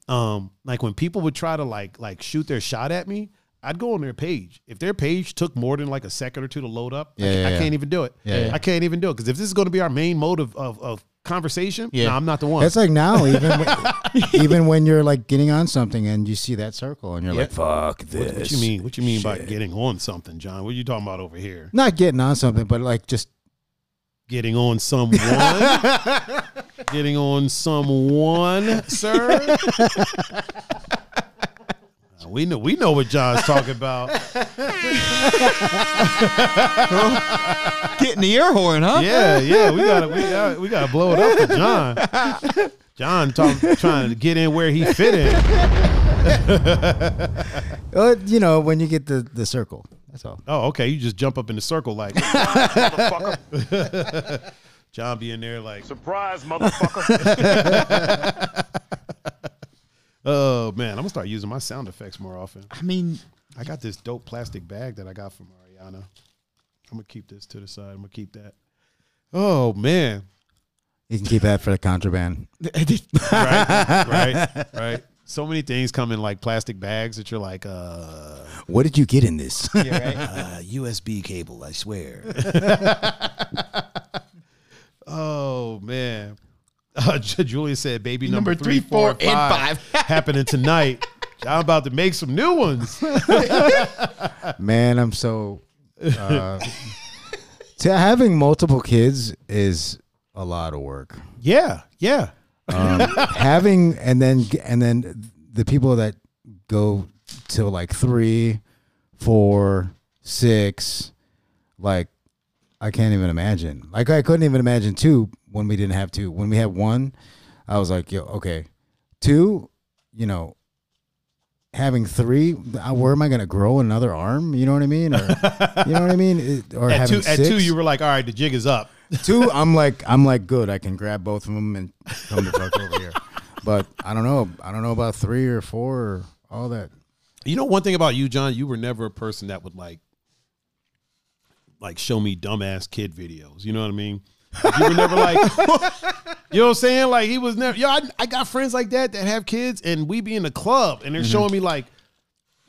Speaker 1: um, like when people would try to like like shoot their shot at me, I'd go on their page. If their page took more than like a second or two to load up, I,
Speaker 3: Yeah, yeah,
Speaker 1: I
Speaker 3: yeah.
Speaker 1: can't even do it.
Speaker 3: Yeah, yeah.
Speaker 1: I can't even do it because if this is going to be our main mode of of, of conversation,
Speaker 2: Yeah.
Speaker 1: nah, I'm not the one.
Speaker 3: That's like now, even when, even when you're like getting on something and you see that circle and you're like, fuck this.
Speaker 1: what you mean? What you mean by getting on something, John? What are you talking about over here?
Speaker 3: Not getting on something, but like just
Speaker 1: Getting on someone? getting on someone, sir? we know we know what John's talking about.
Speaker 2: Get in the air horn, huh?
Speaker 1: Yeah, yeah, we gotta we gotta, we gotta blow it up for John. John talk, trying to get in where he fit in.
Speaker 3: uh, you know, when you get the, the circle. That's all.
Speaker 1: Oh, okay, you just jump up in the circle like motherfucker. John be in there like
Speaker 5: Surprise, motherfucker.
Speaker 1: oh man, I'm gonna start using my sound effects more often.
Speaker 2: I mean,
Speaker 1: I got this dope plastic bag that I got from Ariana. I'm gonna keep this to the side. I'm gonna keep that. Oh man.
Speaker 3: You can keep that for the contraband.
Speaker 1: Right, right, right. So many things come in like plastic bags that you're like, uh
Speaker 3: What did you get in this?
Speaker 4: uh, USB cable, I swear.
Speaker 1: Oh man. Uh, Ju- Julia said, "Baby number,
Speaker 2: Number
Speaker 1: three,
Speaker 2: three, four,
Speaker 1: four,
Speaker 2: and
Speaker 1: five happening tonight. I'm about to make some new ones.
Speaker 3: Man, I'm so. Uh, to having multiple kids is a lot of work.
Speaker 1: Yeah, yeah,
Speaker 3: Um, having and then and then the people that go to like three, four, six, like I can't even imagine. Like I couldn't even imagine two when we didn't have two. When we had one, I was like, yo, okay, two, you know. Having three, I- where am I going to grow another arm? You know what I mean? Or, you know what I mean? It- Or
Speaker 1: At two,
Speaker 3: having
Speaker 1: at
Speaker 3: six.
Speaker 1: two, you were like, "All right, the jig is up."
Speaker 3: Two, I'm like, I'm like, good. I can grab both of them and come the fuck over here. But I don't know. I don't know about three or four or all that.
Speaker 1: You know, one thing about you, John, you were never a person that would like, like show me dumbass kid videos. You know what I mean? Like, you were never like, you know what I'm saying? Like he was never. Yo, I, I got friends like that that have kids, and we be in the club, and they're showing me like.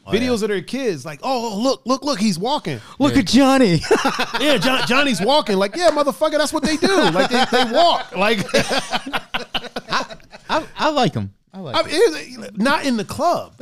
Speaker 1: Videos of their kids, like, oh, look, look, look, he's walking.
Speaker 3: Look at Johnny.
Speaker 1: Yeah, John, Johnny's walking. Like, yeah, motherfucker, that's what they do. Like, they, they walk. Like,
Speaker 2: I, I like him. I like
Speaker 1: I'm
Speaker 2: him.
Speaker 1: in- not in the club.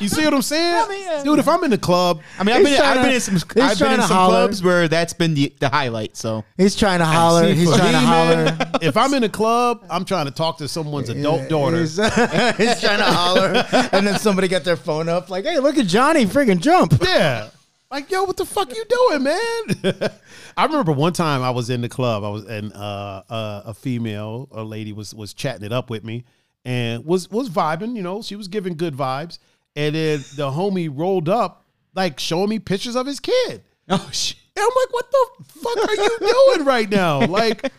Speaker 1: You see what I'm saying,
Speaker 2: mean, yeah.
Speaker 1: dude? If I'm in the club,
Speaker 2: I mean, I've been,
Speaker 3: He's
Speaker 2: I've
Speaker 3: tryna-
Speaker 2: been in some,
Speaker 3: he's
Speaker 2: I've been in
Speaker 3: tryna
Speaker 2: some
Speaker 3: holler.
Speaker 2: clubs where that's been the, the highlight. So
Speaker 3: He's trying to holler. He's
Speaker 1: for
Speaker 3: trying to
Speaker 1: me, man,
Speaker 3: holler.
Speaker 1: if I'm in the club, I'm trying to talk to someone's adult daughter.
Speaker 3: He's, he's trying to holler, and then somebody got their phone up, like, "Hey, look at Johnny, friggin' jump!"
Speaker 1: Yeah, Like, yo, what the fuck you doing, man? I remember one time I was in the club. I was and uh, uh, a female, a lady was was chatting it up with me, and was was vibing. You know, she was giving good vibes. And then the homie rolled up, like showing me pictures of his kid.
Speaker 2: Oh shit.
Speaker 1: And I'm like, what the fuck are you doing right now? Like,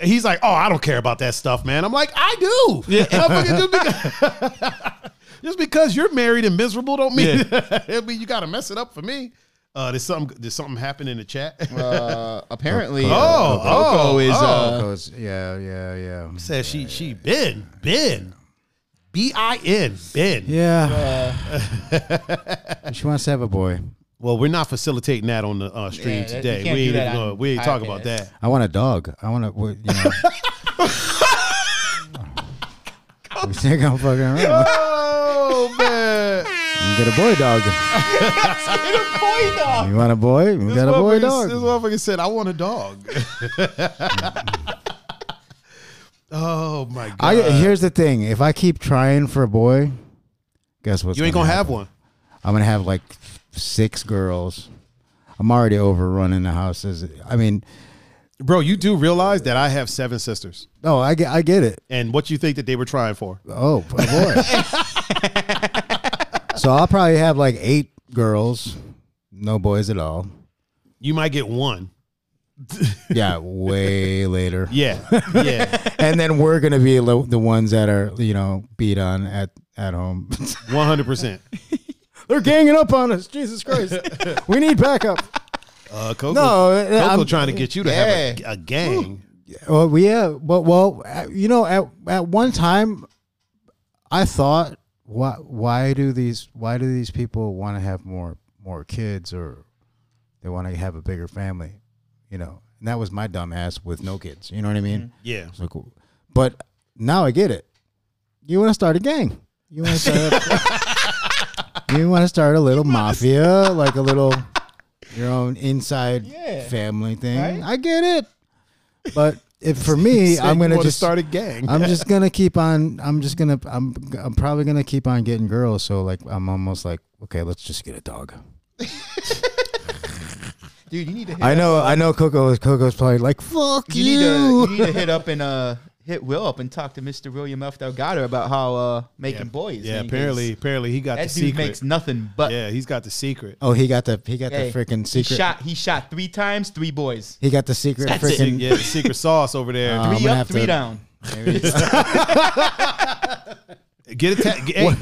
Speaker 1: he's like, oh, I don't care about that stuff, man. I'm like, I do. Motherfucker, just, because, just because you're married and miserable don't mean I mean you got to mess it up for me. Uh, there's something. There's something happen in the chat.
Speaker 2: Uh, apparently,
Speaker 1: Oh,
Speaker 2: uh, Coco
Speaker 1: oh,
Speaker 2: is
Speaker 1: oh.
Speaker 2: uh,
Speaker 3: Goes, yeah, yeah, yeah.
Speaker 1: Says she. She been been. B I N Ben.
Speaker 3: Yeah. she wants to have a boy.
Speaker 1: Well, we're not facilitating that on the uh, stream
Speaker 2: Yeah, that- you
Speaker 1: today.
Speaker 2: can't
Speaker 1: We
Speaker 2: do
Speaker 1: ain't,
Speaker 2: that
Speaker 1: even
Speaker 2: on
Speaker 1: gonna- we ain't talking
Speaker 2: podcast.
Speaker 1: about that.
Speaker 3: I want a dog. I want to. You know. we think I'm fucking around.
Speaker 1: Oh man,
Speaker 3: You get a boy dog. You want a boy? We got a boy
Speaker 1: This
Speaker 3: dog.
Speaker 1: motherfucker said, "I want a dog." oh my god!
Speaker 3: I, here's the thing: if I keep trying for a boy, guess what?
Speaker 1: you ain't gonna have one.
Speaker 3: I'm gonna have like six girls. I'm already overrunning the house. As I mean,
Speaker 1: Bro, you do realize that I have seven sisters.
Speaker 3: no, I get, I get it.
Speaker 1: And what you think that they were trying for?
Speaker 3: Oh, a boy. so I'll probably have like eight girls, no boys at all.
Speaker 1: You might get one.
Speaker 3: Yeah, way later.
Speaker 1: Yeah. Yeah.
Speaker 3: And then we're gonna be lo- the ones that are, you know, beat on at at home.
Speaker 1: 100%.
Speaker 3: They're ganging up on us. Jesus Christ, we need backup.
Speaker 1: Uh, Coco,
Speaker 3: No,
Speaker 1: Coco
Speaker 3: I'm-
Speaker 1: trying to get you to have a, a gang.
Speaker 3: Well, we- Oh, yeah, but well, uh, you know, at at one time, I thought, why why do these why do these people want to have more more kids or they want to have a bigger family, you know? And that was my dumb ass with no kids. You know what I mean?
Speaker 1: Yeah.
Speaker 3: It's like, w- but now I get it. You want to start a gang? You want to start? A, you want to start a little mafia, like a little your own inside family thing. I get it, but if for me,
Speaker 2: oh.
Speaker 3: I'm
Speaker 1: You
Speaker 3: gonna
Speaker 1: wanna
Speaker 3: just
Speaker 1: start a gang.
Speaker 3: I'm just gonna keep on. I'm just gonna. I'm. I'm probably gonna keep on getting girls. So like, I'm almost like, okay, let's just get a dog.
Speaker 2: dude. You need to hit.
Speaker 3: I know. I know. Coco. Coco's probably like, fuck
Speaker 2: you
Speaker 3: you.
Speaker 2: need to you need to hit up and uh hit Will up and talk to Mr. William F. Delgado about how uh making boys.
Speaker 1: Yeah,
Speaker 2: man, 'cause
Speaker 1: apparently apparently he got
Speaker 2: that
Speaker 1: the
Speaker 2: dude
Speaker 1: secret.
Speaker 2: makes nothing but
Speaker 1: yeah, he's got the secret.
Speaker 3: oh, he got the. He got
Speaker 2: Hey,
Speaker 3: the freaking
Speaker 2: He
Speaker 3: secret.
Speaker 2: shot he shot three times, three boys.
Speaker 3: He got the secret
Speaker 1: The sec-
Speaker 3: freaking.
Speaker 1: yeah, the secret sauce over there.
Speaker 3: I'm
Speaker 2: Three
Speaker 3: gonna
Speaker 2: up,
Speaker 3: have
Speaker 2: three
Speaker 3: to-
Speaker 2: down.
Speaker 1: get a ta- get, hey,
Speaker 3: What,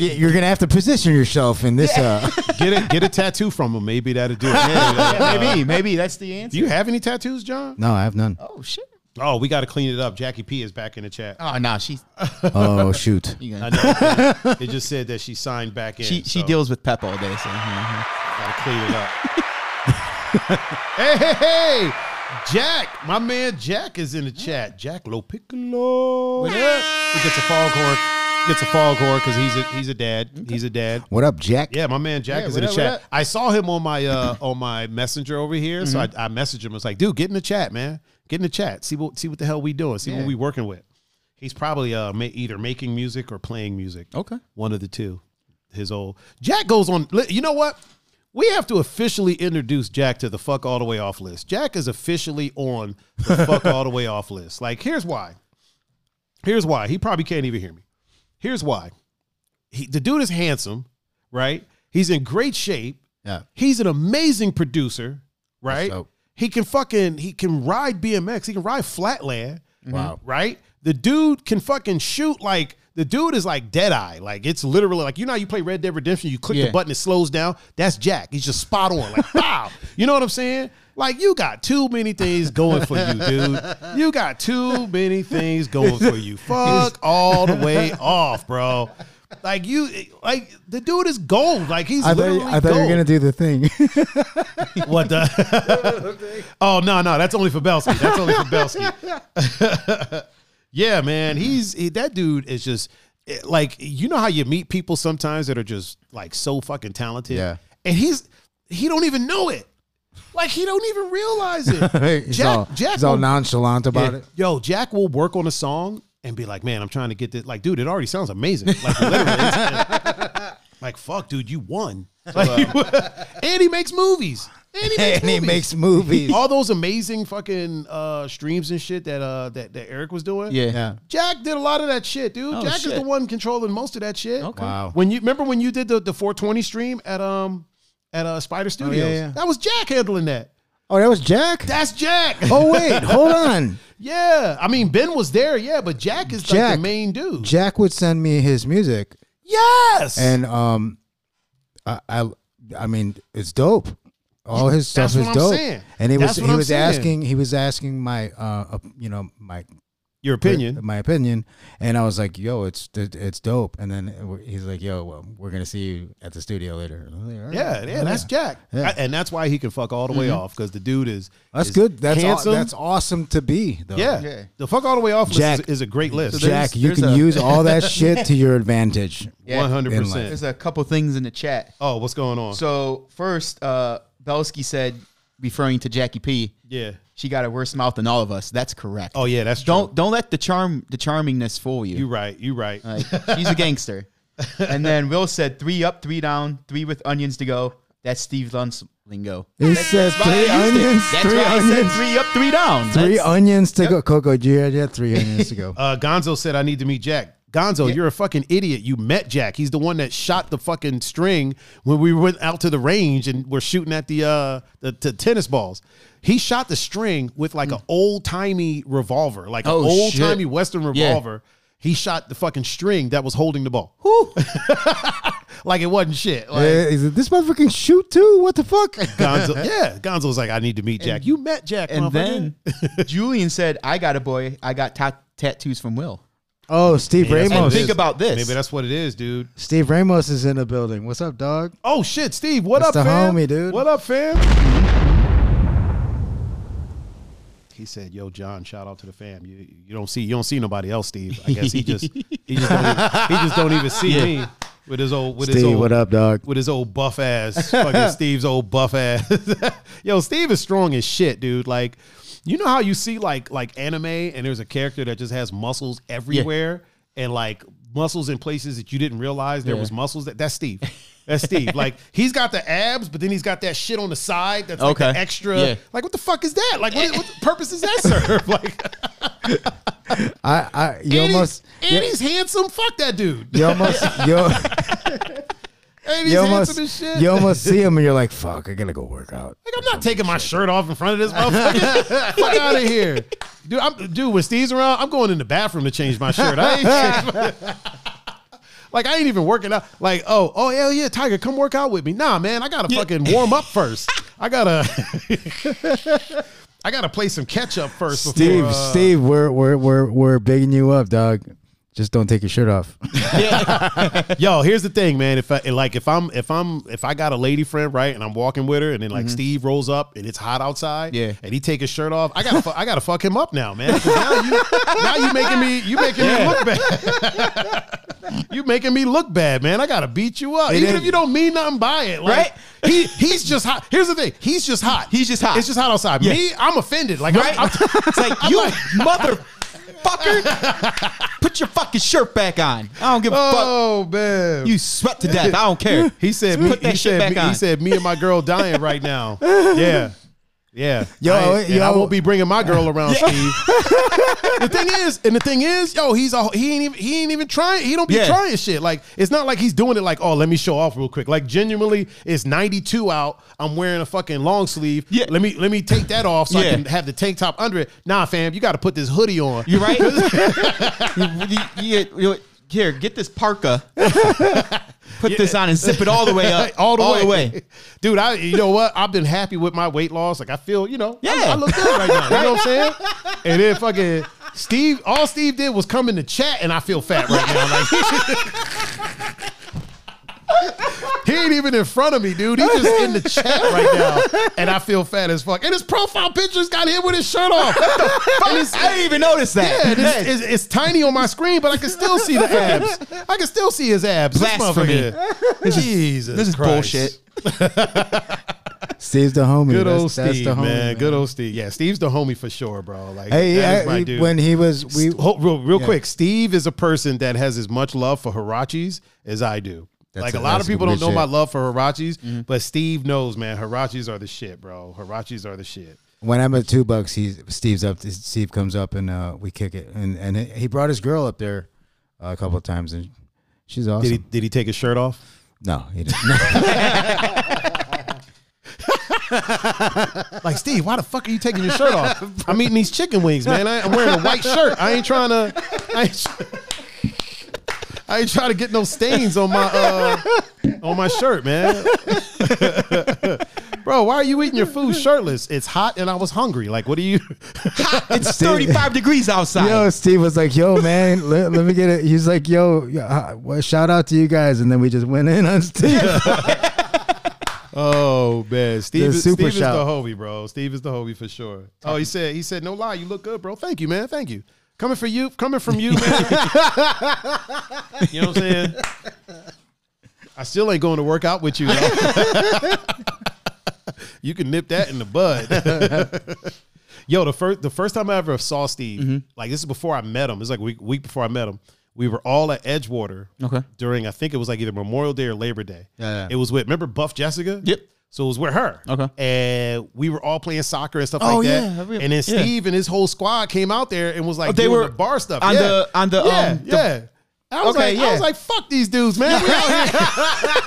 Speaker 3: what, you're gonna have to position yourself in this. Uh,
Speaker 1: get a get a tattoo from him. Maybe that'll do it.
Speaker 2: Yeah, maybe, maybe that's the
Speaker 1: Do
Speaker 2: answer.
Speaker 1: you have any tattoos, John?
Speaker 3: no, I have none.
Speaker 2: Oh shit.
Speaker 1: Oh, we got to clean it up. Jackie P is back in the chat.
Speaker 2: Oh no, she's
Speaker 3: Oh shoot!
Speaker 2: you
Speaker 1: I
Speaker 2: gonna,
Speaker 1: know. it just said that she signed back in.
Speaker 2: she she
Speaker 1: so
Speaker 2: deals with Pep all day. So yeah,
Speaker 1: Gotta clean it up. hey, hey, hey, Jack, my man Jack is in the chat. Jack Lopiccolo. What up? He gets a foghorn. Gets a foghorn because he's a he's a dad. He's a dad.
Speaker 3: What up, Jack?
Speaker 1: Yeah, my man Jack
Speaker 2: Yeah,
Speaker 1: is
Speaker 2: what
Speaker 1: in the
Speaker 2: up, what
Speaker 1: chat.
Speaker 2: up?
Speaker 1: I saw him on my uh on my messenger over here, so
Speaker 2: Mm-hmm.
Speaker 1: I, I messaged him. I was like, dude, get in the chat, man. Get in the chat. See what see what the hell we doing. See what
Speaker 2: Yeah.
Speaker 1: we working with. He's probably uh ma- either making music or playing music.
Speaker 2: Okay.
Speaker 1: one of the two. His old Jack goes on. li- You know what? We have to officially introduce Jack to the fuck all the way off list. Jack is officially on the fuck all the way off list. Like, here's why. Here's why. He probably can't even hear me. Here's why. He, the dude is handsome, right? He's in great shape.
Speaker 3: Yeah.
Speaker 1: He's an amazing producer, right?
Speaker 3: dope.
Speaker 1: He can fucking he can ride BMX. He can ride flatland.
Speaker 3: Wow.
Speaker 1: Right? The dude can fucking shoot like the dude is like dead eye. Like it's literally like you know how you play Red Dead Redemption, you click
Speaker 2: Yeah.
Speaker 1: the button, it slows down. That's Jack. He's just spot on. Like, wow. You know what I'm saying? Like you got too many things going for you, dude. You got too many things going for you. Fuck all the way off, bro. Like you, like the dude is gold. Like he's
Speaker 3: I thought,
Speaker 1: literally
Speaker 3: I thought you were
Speaker 1: gold.
Speaker 3: gonna do the thing.
Speaker 1: What the? oh no, no, that's only for Belsky. That's only for Belsky. yeah, man, he's he, that dude is just eh, like you know how you meet people sometimes that are just like so fucking talented.
Speaker 3: Yeah.
Speaker 1: and he's he don't even know it. Like he don't even realize it.
Speaker 3: he's all, he's all
Speaker 1: will-
Speaker 3: nonchalant about
Speaker 1: yeah.
Speaker 3: it.
Speaker 1: Yo, Jack will work on a song and be like, "Man, I'm trying to get this." Like, dude, it already sounds amazing. Like, literally, it's- Like, fuck, dude, you won. Like, and he makes movies. And he makes
Speaker 3: and he
Speaker 1: movies.
Speaker 3: makes movies.
Speaker 1: all those amazing fucking uh, streams and shit that uh that, that Eric was doing.
Speaker 2: Yeah.
Speaker 3: yeah.
Speaker 1: Jack did a lot of that shit, dude.
Speaker 2: Oh,
Speaker 1: Jack is
Speaker 2: shit.
Speaker 1: the one controlling most of that shit.
Speaker 2: Okay.
Speaker 3: Wow.
Speaker 1: When you remember when you did the, the 420 stream at um at uh Spider Studios,
Speaker 3: yeah.
Speaker 1: that was Jack handling that.
Speaker 3: Oh, that was Jack.
Speaker 1: That's Jack.
Speaker 3: Oh wait, hold on.
Speaker 1: yeah. I mean, Ben was there, yeah, but Jack is like
Speaker 3: Jack.
Speaker 1: the main dude.
Speaker 3: Jack would send me his music,
Speaker 1: yes.
Speaker 3: and um, I, I, I mean, it's dope. All his stuff
Speaker 1: That's
Speaker 3: is
Speaker 1: what I'm
Speaker 3: dope,
Speaker 1: saying.
Speaker 3: and he
Speaker 1: That's
Speaker 3: was
Speaker 1: what
Speaker 3: he
Speaker 1: I'm
Speaker 3: was
Speaker 1: saying.
Speaker 3: asking he was asking my uh, op- you know my
Speaker 1: Your opinion.
Speaker 3: my opinion, and I was like, yo, it's it's dope, and then he's like, yo, well, we're gonna see you at the studio later. I was like, all right.
Speaker 1: Yeah, yeah, that's Jack,
Speaker 3: Yeah. Mm-hmm.
Speaker 1: I- and that's why he can fuck all the way off because the dude is
Speaker 3: That's
Speaker 1: is
Speaker 3: good. That's aw-
Speaker 1: handsome.
Speaker 3: that's awesome to be. Though.
Speaker 1: yeah.
Speaker 2: Yeah.
Speaker 1: The fuck all the way off list
Speaker 3: Jack-
Speaker 1: is, is a great list.
Speaker 3: Jack, you
Speaker 2: there's
Speaker 3: can
Speaker 2: a-
Speaker 3: use all that shit to your advantage.
Speaker 2: Yeah.
Speaker 1: One hundred
Speaker 2: There's
Speaker 1: percent.
Speaker 2: a couple things in the chat.
Speaker 1: Oh, what's going on?
Speaker 2: So first, uh, Belsky said, referring to Jackie P,
Speaker 1: yeah.
Speaker 2: she got a worse mouth than all of us. That's correct.
Speaker 1: Oh yeah, that's
Speaker 2: don't
Speaker 1: true.
Speaker 2: don't let the charm the charmingness fool you.
Speaker 1: You right. You right.
Speaker 2: Like, she's a gangster. and then Will said three up, three down, three with onions to go. That's Steve Lunt's lingo.
Speaker 3: He said
Speaker 2: That's why I
Speaker 3: three
Speaker 2: used it.
Speaker 3: onions,
Speaker 2: That's
Speaker 3: three
Speaker 2: why I said
Speaker 3: onions,
Speaker 2: three up, three down.
Speaker 3: three
Speaker 2: That's-
Speaker 3: onions to go. Coco, do you hear that? Three onions to go.
Speaker 1: Uh, Gonzo said I need to meet Jack. Gonzo, you're a fucking idiot. You met Jack. He's the one that shot the fucking string when we went out to the range and we're shooting at the uh the, the tennis balls. He shot the string with like an old timey revolver, like
Speaker 2: Hmm. Oh,
Speaker 1: an
Speaker 2: shit.
Speaker 1: old timey Western
Speaker 2: Yeah.
Speaker 1: revolver. He shot the fucking string that was holding the ball.
Speaker 2: Whew.
Speaker 1: Like it wasn't shit. Like,
Speaker 3: Eh, is it, this motherfucker can shoot too? What the fuck?
Speaker 1: Gonzo, yeah. Gonzo's like, I need to meet Jack. you met Jack,
Speaker 2: And
Speaker 1: motherfucker.
Speaker 2: then Julian said, I got a boy. I got ta- tattoos from Will.
Speaker 3: Oh,
Speaker 1: that's
Speaker 3: Steve
Speaker 1: what
Speaker 2: And
Speaker 1: it
Speaker 3: Ramos.
Speaker 2: think
Speaker 1: is.
Speaker 2: about this.
Speaker 1: Maybe that's what it is, dude.
Speaker 3: Steve Ramos is in the building. What's up, dog?
Speaker 1: Oh shit, Steve, what
Speaker 3: That's
Speaker 1: up,
Speaker 3: the
Speaker 1: fam?
Speaker 3: homie, dude.
Speaker 1: What up, fam? He said, "Yo, John, shout out to the fam. You you don't see you don't see nobody else, Steve. I guess he just he just don't even, he just don't even see me with his old with his
Speaker 3: Steve,
Speaker 1: old
Speaker 3: what up, dog?
Speaker 1: with his old buff ass fucking Steve's old buff ass. Yo, Steve is strong as shit, dude. Like, you know how you see like like anime and there's a character that just has muscles everywhere and like muscles in places that you didn't realize there
Speaker 2: Yeah.
Speaker 1: was muscles. That that's Steve. That's Steve. like he's got the abs, but then he's got that shit on the side that's like
Speaker 2: Okay.
Speaker 1: the extra.
Speaker 2: Yeah.
Speaker 1: Like what the fuck is that? Like what, what purpose does that serve? Like
Speaker 3: I, I, you
Speaker 1: and,
Speaker 3: almost,
Speaker 1: he's, and he's handsome. Fuck that dude.
Speaker 3: you almost, you,
Speaker 1: And he's
Speaker 3: you
Speaker 1: handsome as
Speaker 3: almost,
Speaker 1: shit.
Speaker 3: you almost see him and you're like, fuck, I gotta go work out.
Speaker 1: Like, I'm not taking my shirt off in front of this motherfucker. Fuck out of here. Dude, I'm, dude, when Steve's around, I'm going in the bathroom to change my shirt. I ain't like, I ain't even working out. Like, oh, oh, hell yeah, Tiger, come work out with me. Nah, man, I gotta fucking warm up first. I gotta, I gotta play some catch up first. before,
Speaker 3: Steve,
Speaker 1: uh,
Speaker 3: Steve, we're we're we're we're bigging you up, dog. Just don't take your shirt off.
Speaker 1: Yo, here's the thing, man. If I and, like if I'm if I'm if I got a lady friend, right, and I'm walking with her, and then like Steve rolls up and it's hot outside,
Speaker 2: Mm-hmm. Yeah.
Speaker 1: and he take his shirt off, I gotta fu- I gotta fuck him up now, man. 'Cause Now you now you making me you making me look bad. you making me look bad, man. I gotta beat you up, even
Speaker 3: is.
Speaker 1: if you don't mean nothing by it, like,
Speaker 2: Right?
Speaker 1: He he's just hot. Here's the thing, he's just hot.
Speaker 2: He's just hot.
Speaker 1: It's just hot outside.
Speaker 2: Yeah.
Speaker 1: Me, I'm offended. Like
Speaker 2: Right?
Speaker 1: I'm, I'm,
Speaker 2: it's like, you motherfucker, put your fucking shirt back on. I don't give a
Speaker 1: Oh.
Speaker 2: fuck.
Speaker 1: man,
Speaker 2: You sweat to death. I don't care.
Speaker 1: He said,
Speaker 2: Put
Speaker 1: me,
Speaker 2: that
Speaker 1: he,
Speaker 2: shit
Speaker 1: said
Speaker 2: back
Speaker 1: me,
Speaker 2: on.
Speaker 1: he said, me and my girl dying right now. Yeah. Yeah.
Speaker 3: Yo,
Speaker 1: I, and
Speaker 3: yo.
Speaker 1: I won't be bringing my girl around, Steve. the thing is, and the thing is, yo, he's a, he ain't even, he ain't even trying. He don't be
Speaker 2: Yeah.
Speaker 1: trying shit. Like, it's not like he's doing it like, oh, let me show off real quick. Like, genuinely, it's 92 out. I'm wearing a fucking long sleeve.
Speaker 2: Yeah.
Speaker 1: Let me, let me take that off so I
Speaker 2: Yeah.
Speaker 1: can have the tank top under it. Nah, fam, you got to put this hoodie on.
Speaker 2: You right? You- you- you- you- here, get this parka. Put this on and zip it all the way up.
Speaker 1: all the way. dude. I, you know what? I've been happy with my weight loss. Like I feel, you know, I- I,
Speaker 2: Yeah.
Speaker 1: look good right now. You know what I'm saying? And then fucking Steve, all Steve did was come in the chat, and I feel fat right now. Like he ain't even in front of me, dude. He's just in the chat right now, and I feel fat as fuck. And his profile pictures got him with his shirt off. What the fuck? And it's-
Speaker 2: I didn't even notice that.
Speaker 1: yeah, and it's, it's, it's tiny on my screen, but I can still see the abs. I can still see his abs. This
Speaker 2: Blasphemy.
Speaker 1: motherfucker. Jesus,
Speaker 2: this is
Speaker 1: Christ.
Speaker 2: bullshit.
Speaker 3: Steve's the homie.
Speaker 1: Good
Speaker 3: That's-
Speaker 1: old
Speaker 3: that's
Speaker 1: Steve,
Speaker 3: the homie,
Speaker 1: man. Good old Steve. Yeah, Steve's the homie for sure, bro. Like,
Speaker 3: Hey,
Speaker 1: that is
Speaker 3: I-
Speaker 1: my dude.
Speaker 3: when he was, we
Speaker 1: Hold- real, real
Speaker 3: Yeah.
Speaker 1: quick, Steve is a person that has as much love for Hirachis as I do.
Speaker 3: That's
Speaker 1: like a,
Speaker 3: a-
Speaker 1: lot of
Speaker 3: that's a
Speaker 1: people don't
Speaker 3: good
Speaker 1: know
Speaker 3: shit. Mm-hmm.
Speaker 1: my love for Hirachis, but Steve knows, man. Hirachis are the shit, bro. Hirachis are the shit.
Speaker 3: When I'm at two bucks, he Steve's up. Steve comes up and uh, we kick it. And and he brought his girl up there uh, a couple of times, and she's awesome.
Speaker 1: Did he did he take his shirt off?
Speaker 3: no, he didn't. No.
Speaker 1: Like Steve, why the fuck are you taking your shirt off? I'm eating these chicken wings, man. I, I'm wearing a white shirt. I ain't trying to. I ain't, tr- I ain't trying to get no stains on my uh, on my shirt, man. Bro, why are you eating your food shirtless? It's hot and I was hungry. Like, what are you?
Speaker 2: It's 35 degrees outside.
Speaker 3: Yo, Steve was like, "Yo, man, let, let me get it." He's like, "Yo, yeah, uh, well, shout out to you guys," and then we just went in on Steve.
Speaker 1: Oh man, Steve, is,
Speaker 3: super
Speaker 1: Steve is the
Speaker 3: shout.
Speaker 1: Hobie, bro. Steve is the Hobie for sure. Oh, he said he said no lie, you look good, bro. Thank you, man. Thank you. Coming for you, coming from you, man. you know what I'm saying? I still ain't going to work out with you. though. you can nip that in the bud. Yo, the first the first time I ever saw Steve,
Speaker 3: Mm-hmm.
Speaker 1: like this is before I met him. It's like a week week before I met him. We were all at Edgewater
Speaker 2: Okay.
Speaker 1: during I think it was like either Memorial Day or Labor Day.
Speaker 3: Yeah, yeah.
Speaker 1: It was with remember Buff Jessica?
Speaker 2: Yep.
Speaker 1: So it was with her.
Speaker 2: Okay.
Speaker 1: And we were all playing soccer and stuff
Speaker 2: Oh,
Speaker 1: like
Speaker 2: yeah. I
Speaker 1: that.
Speaker 2: re-
Speaker 1: And then
Speaker 2: yeah. Oh,
Speaker 1: Steve and his whole squad came out there and was like
Speaker 2: they
Speaker 1: doing
Speaker 2: were
Speaker 1: the bar stuff.
Speaker 2: on
Speaker 1: yeah.
Speaker 2: the- on the,
Speaker 1: yeah,
Speaker 2: um, the-
Speaker 1: yeah. I was
Speaker 2: Okay,
Speaker 1: like, I was
Speaker 2: yeah.
Speaker 1: like, fuck these dudes, man. We out here.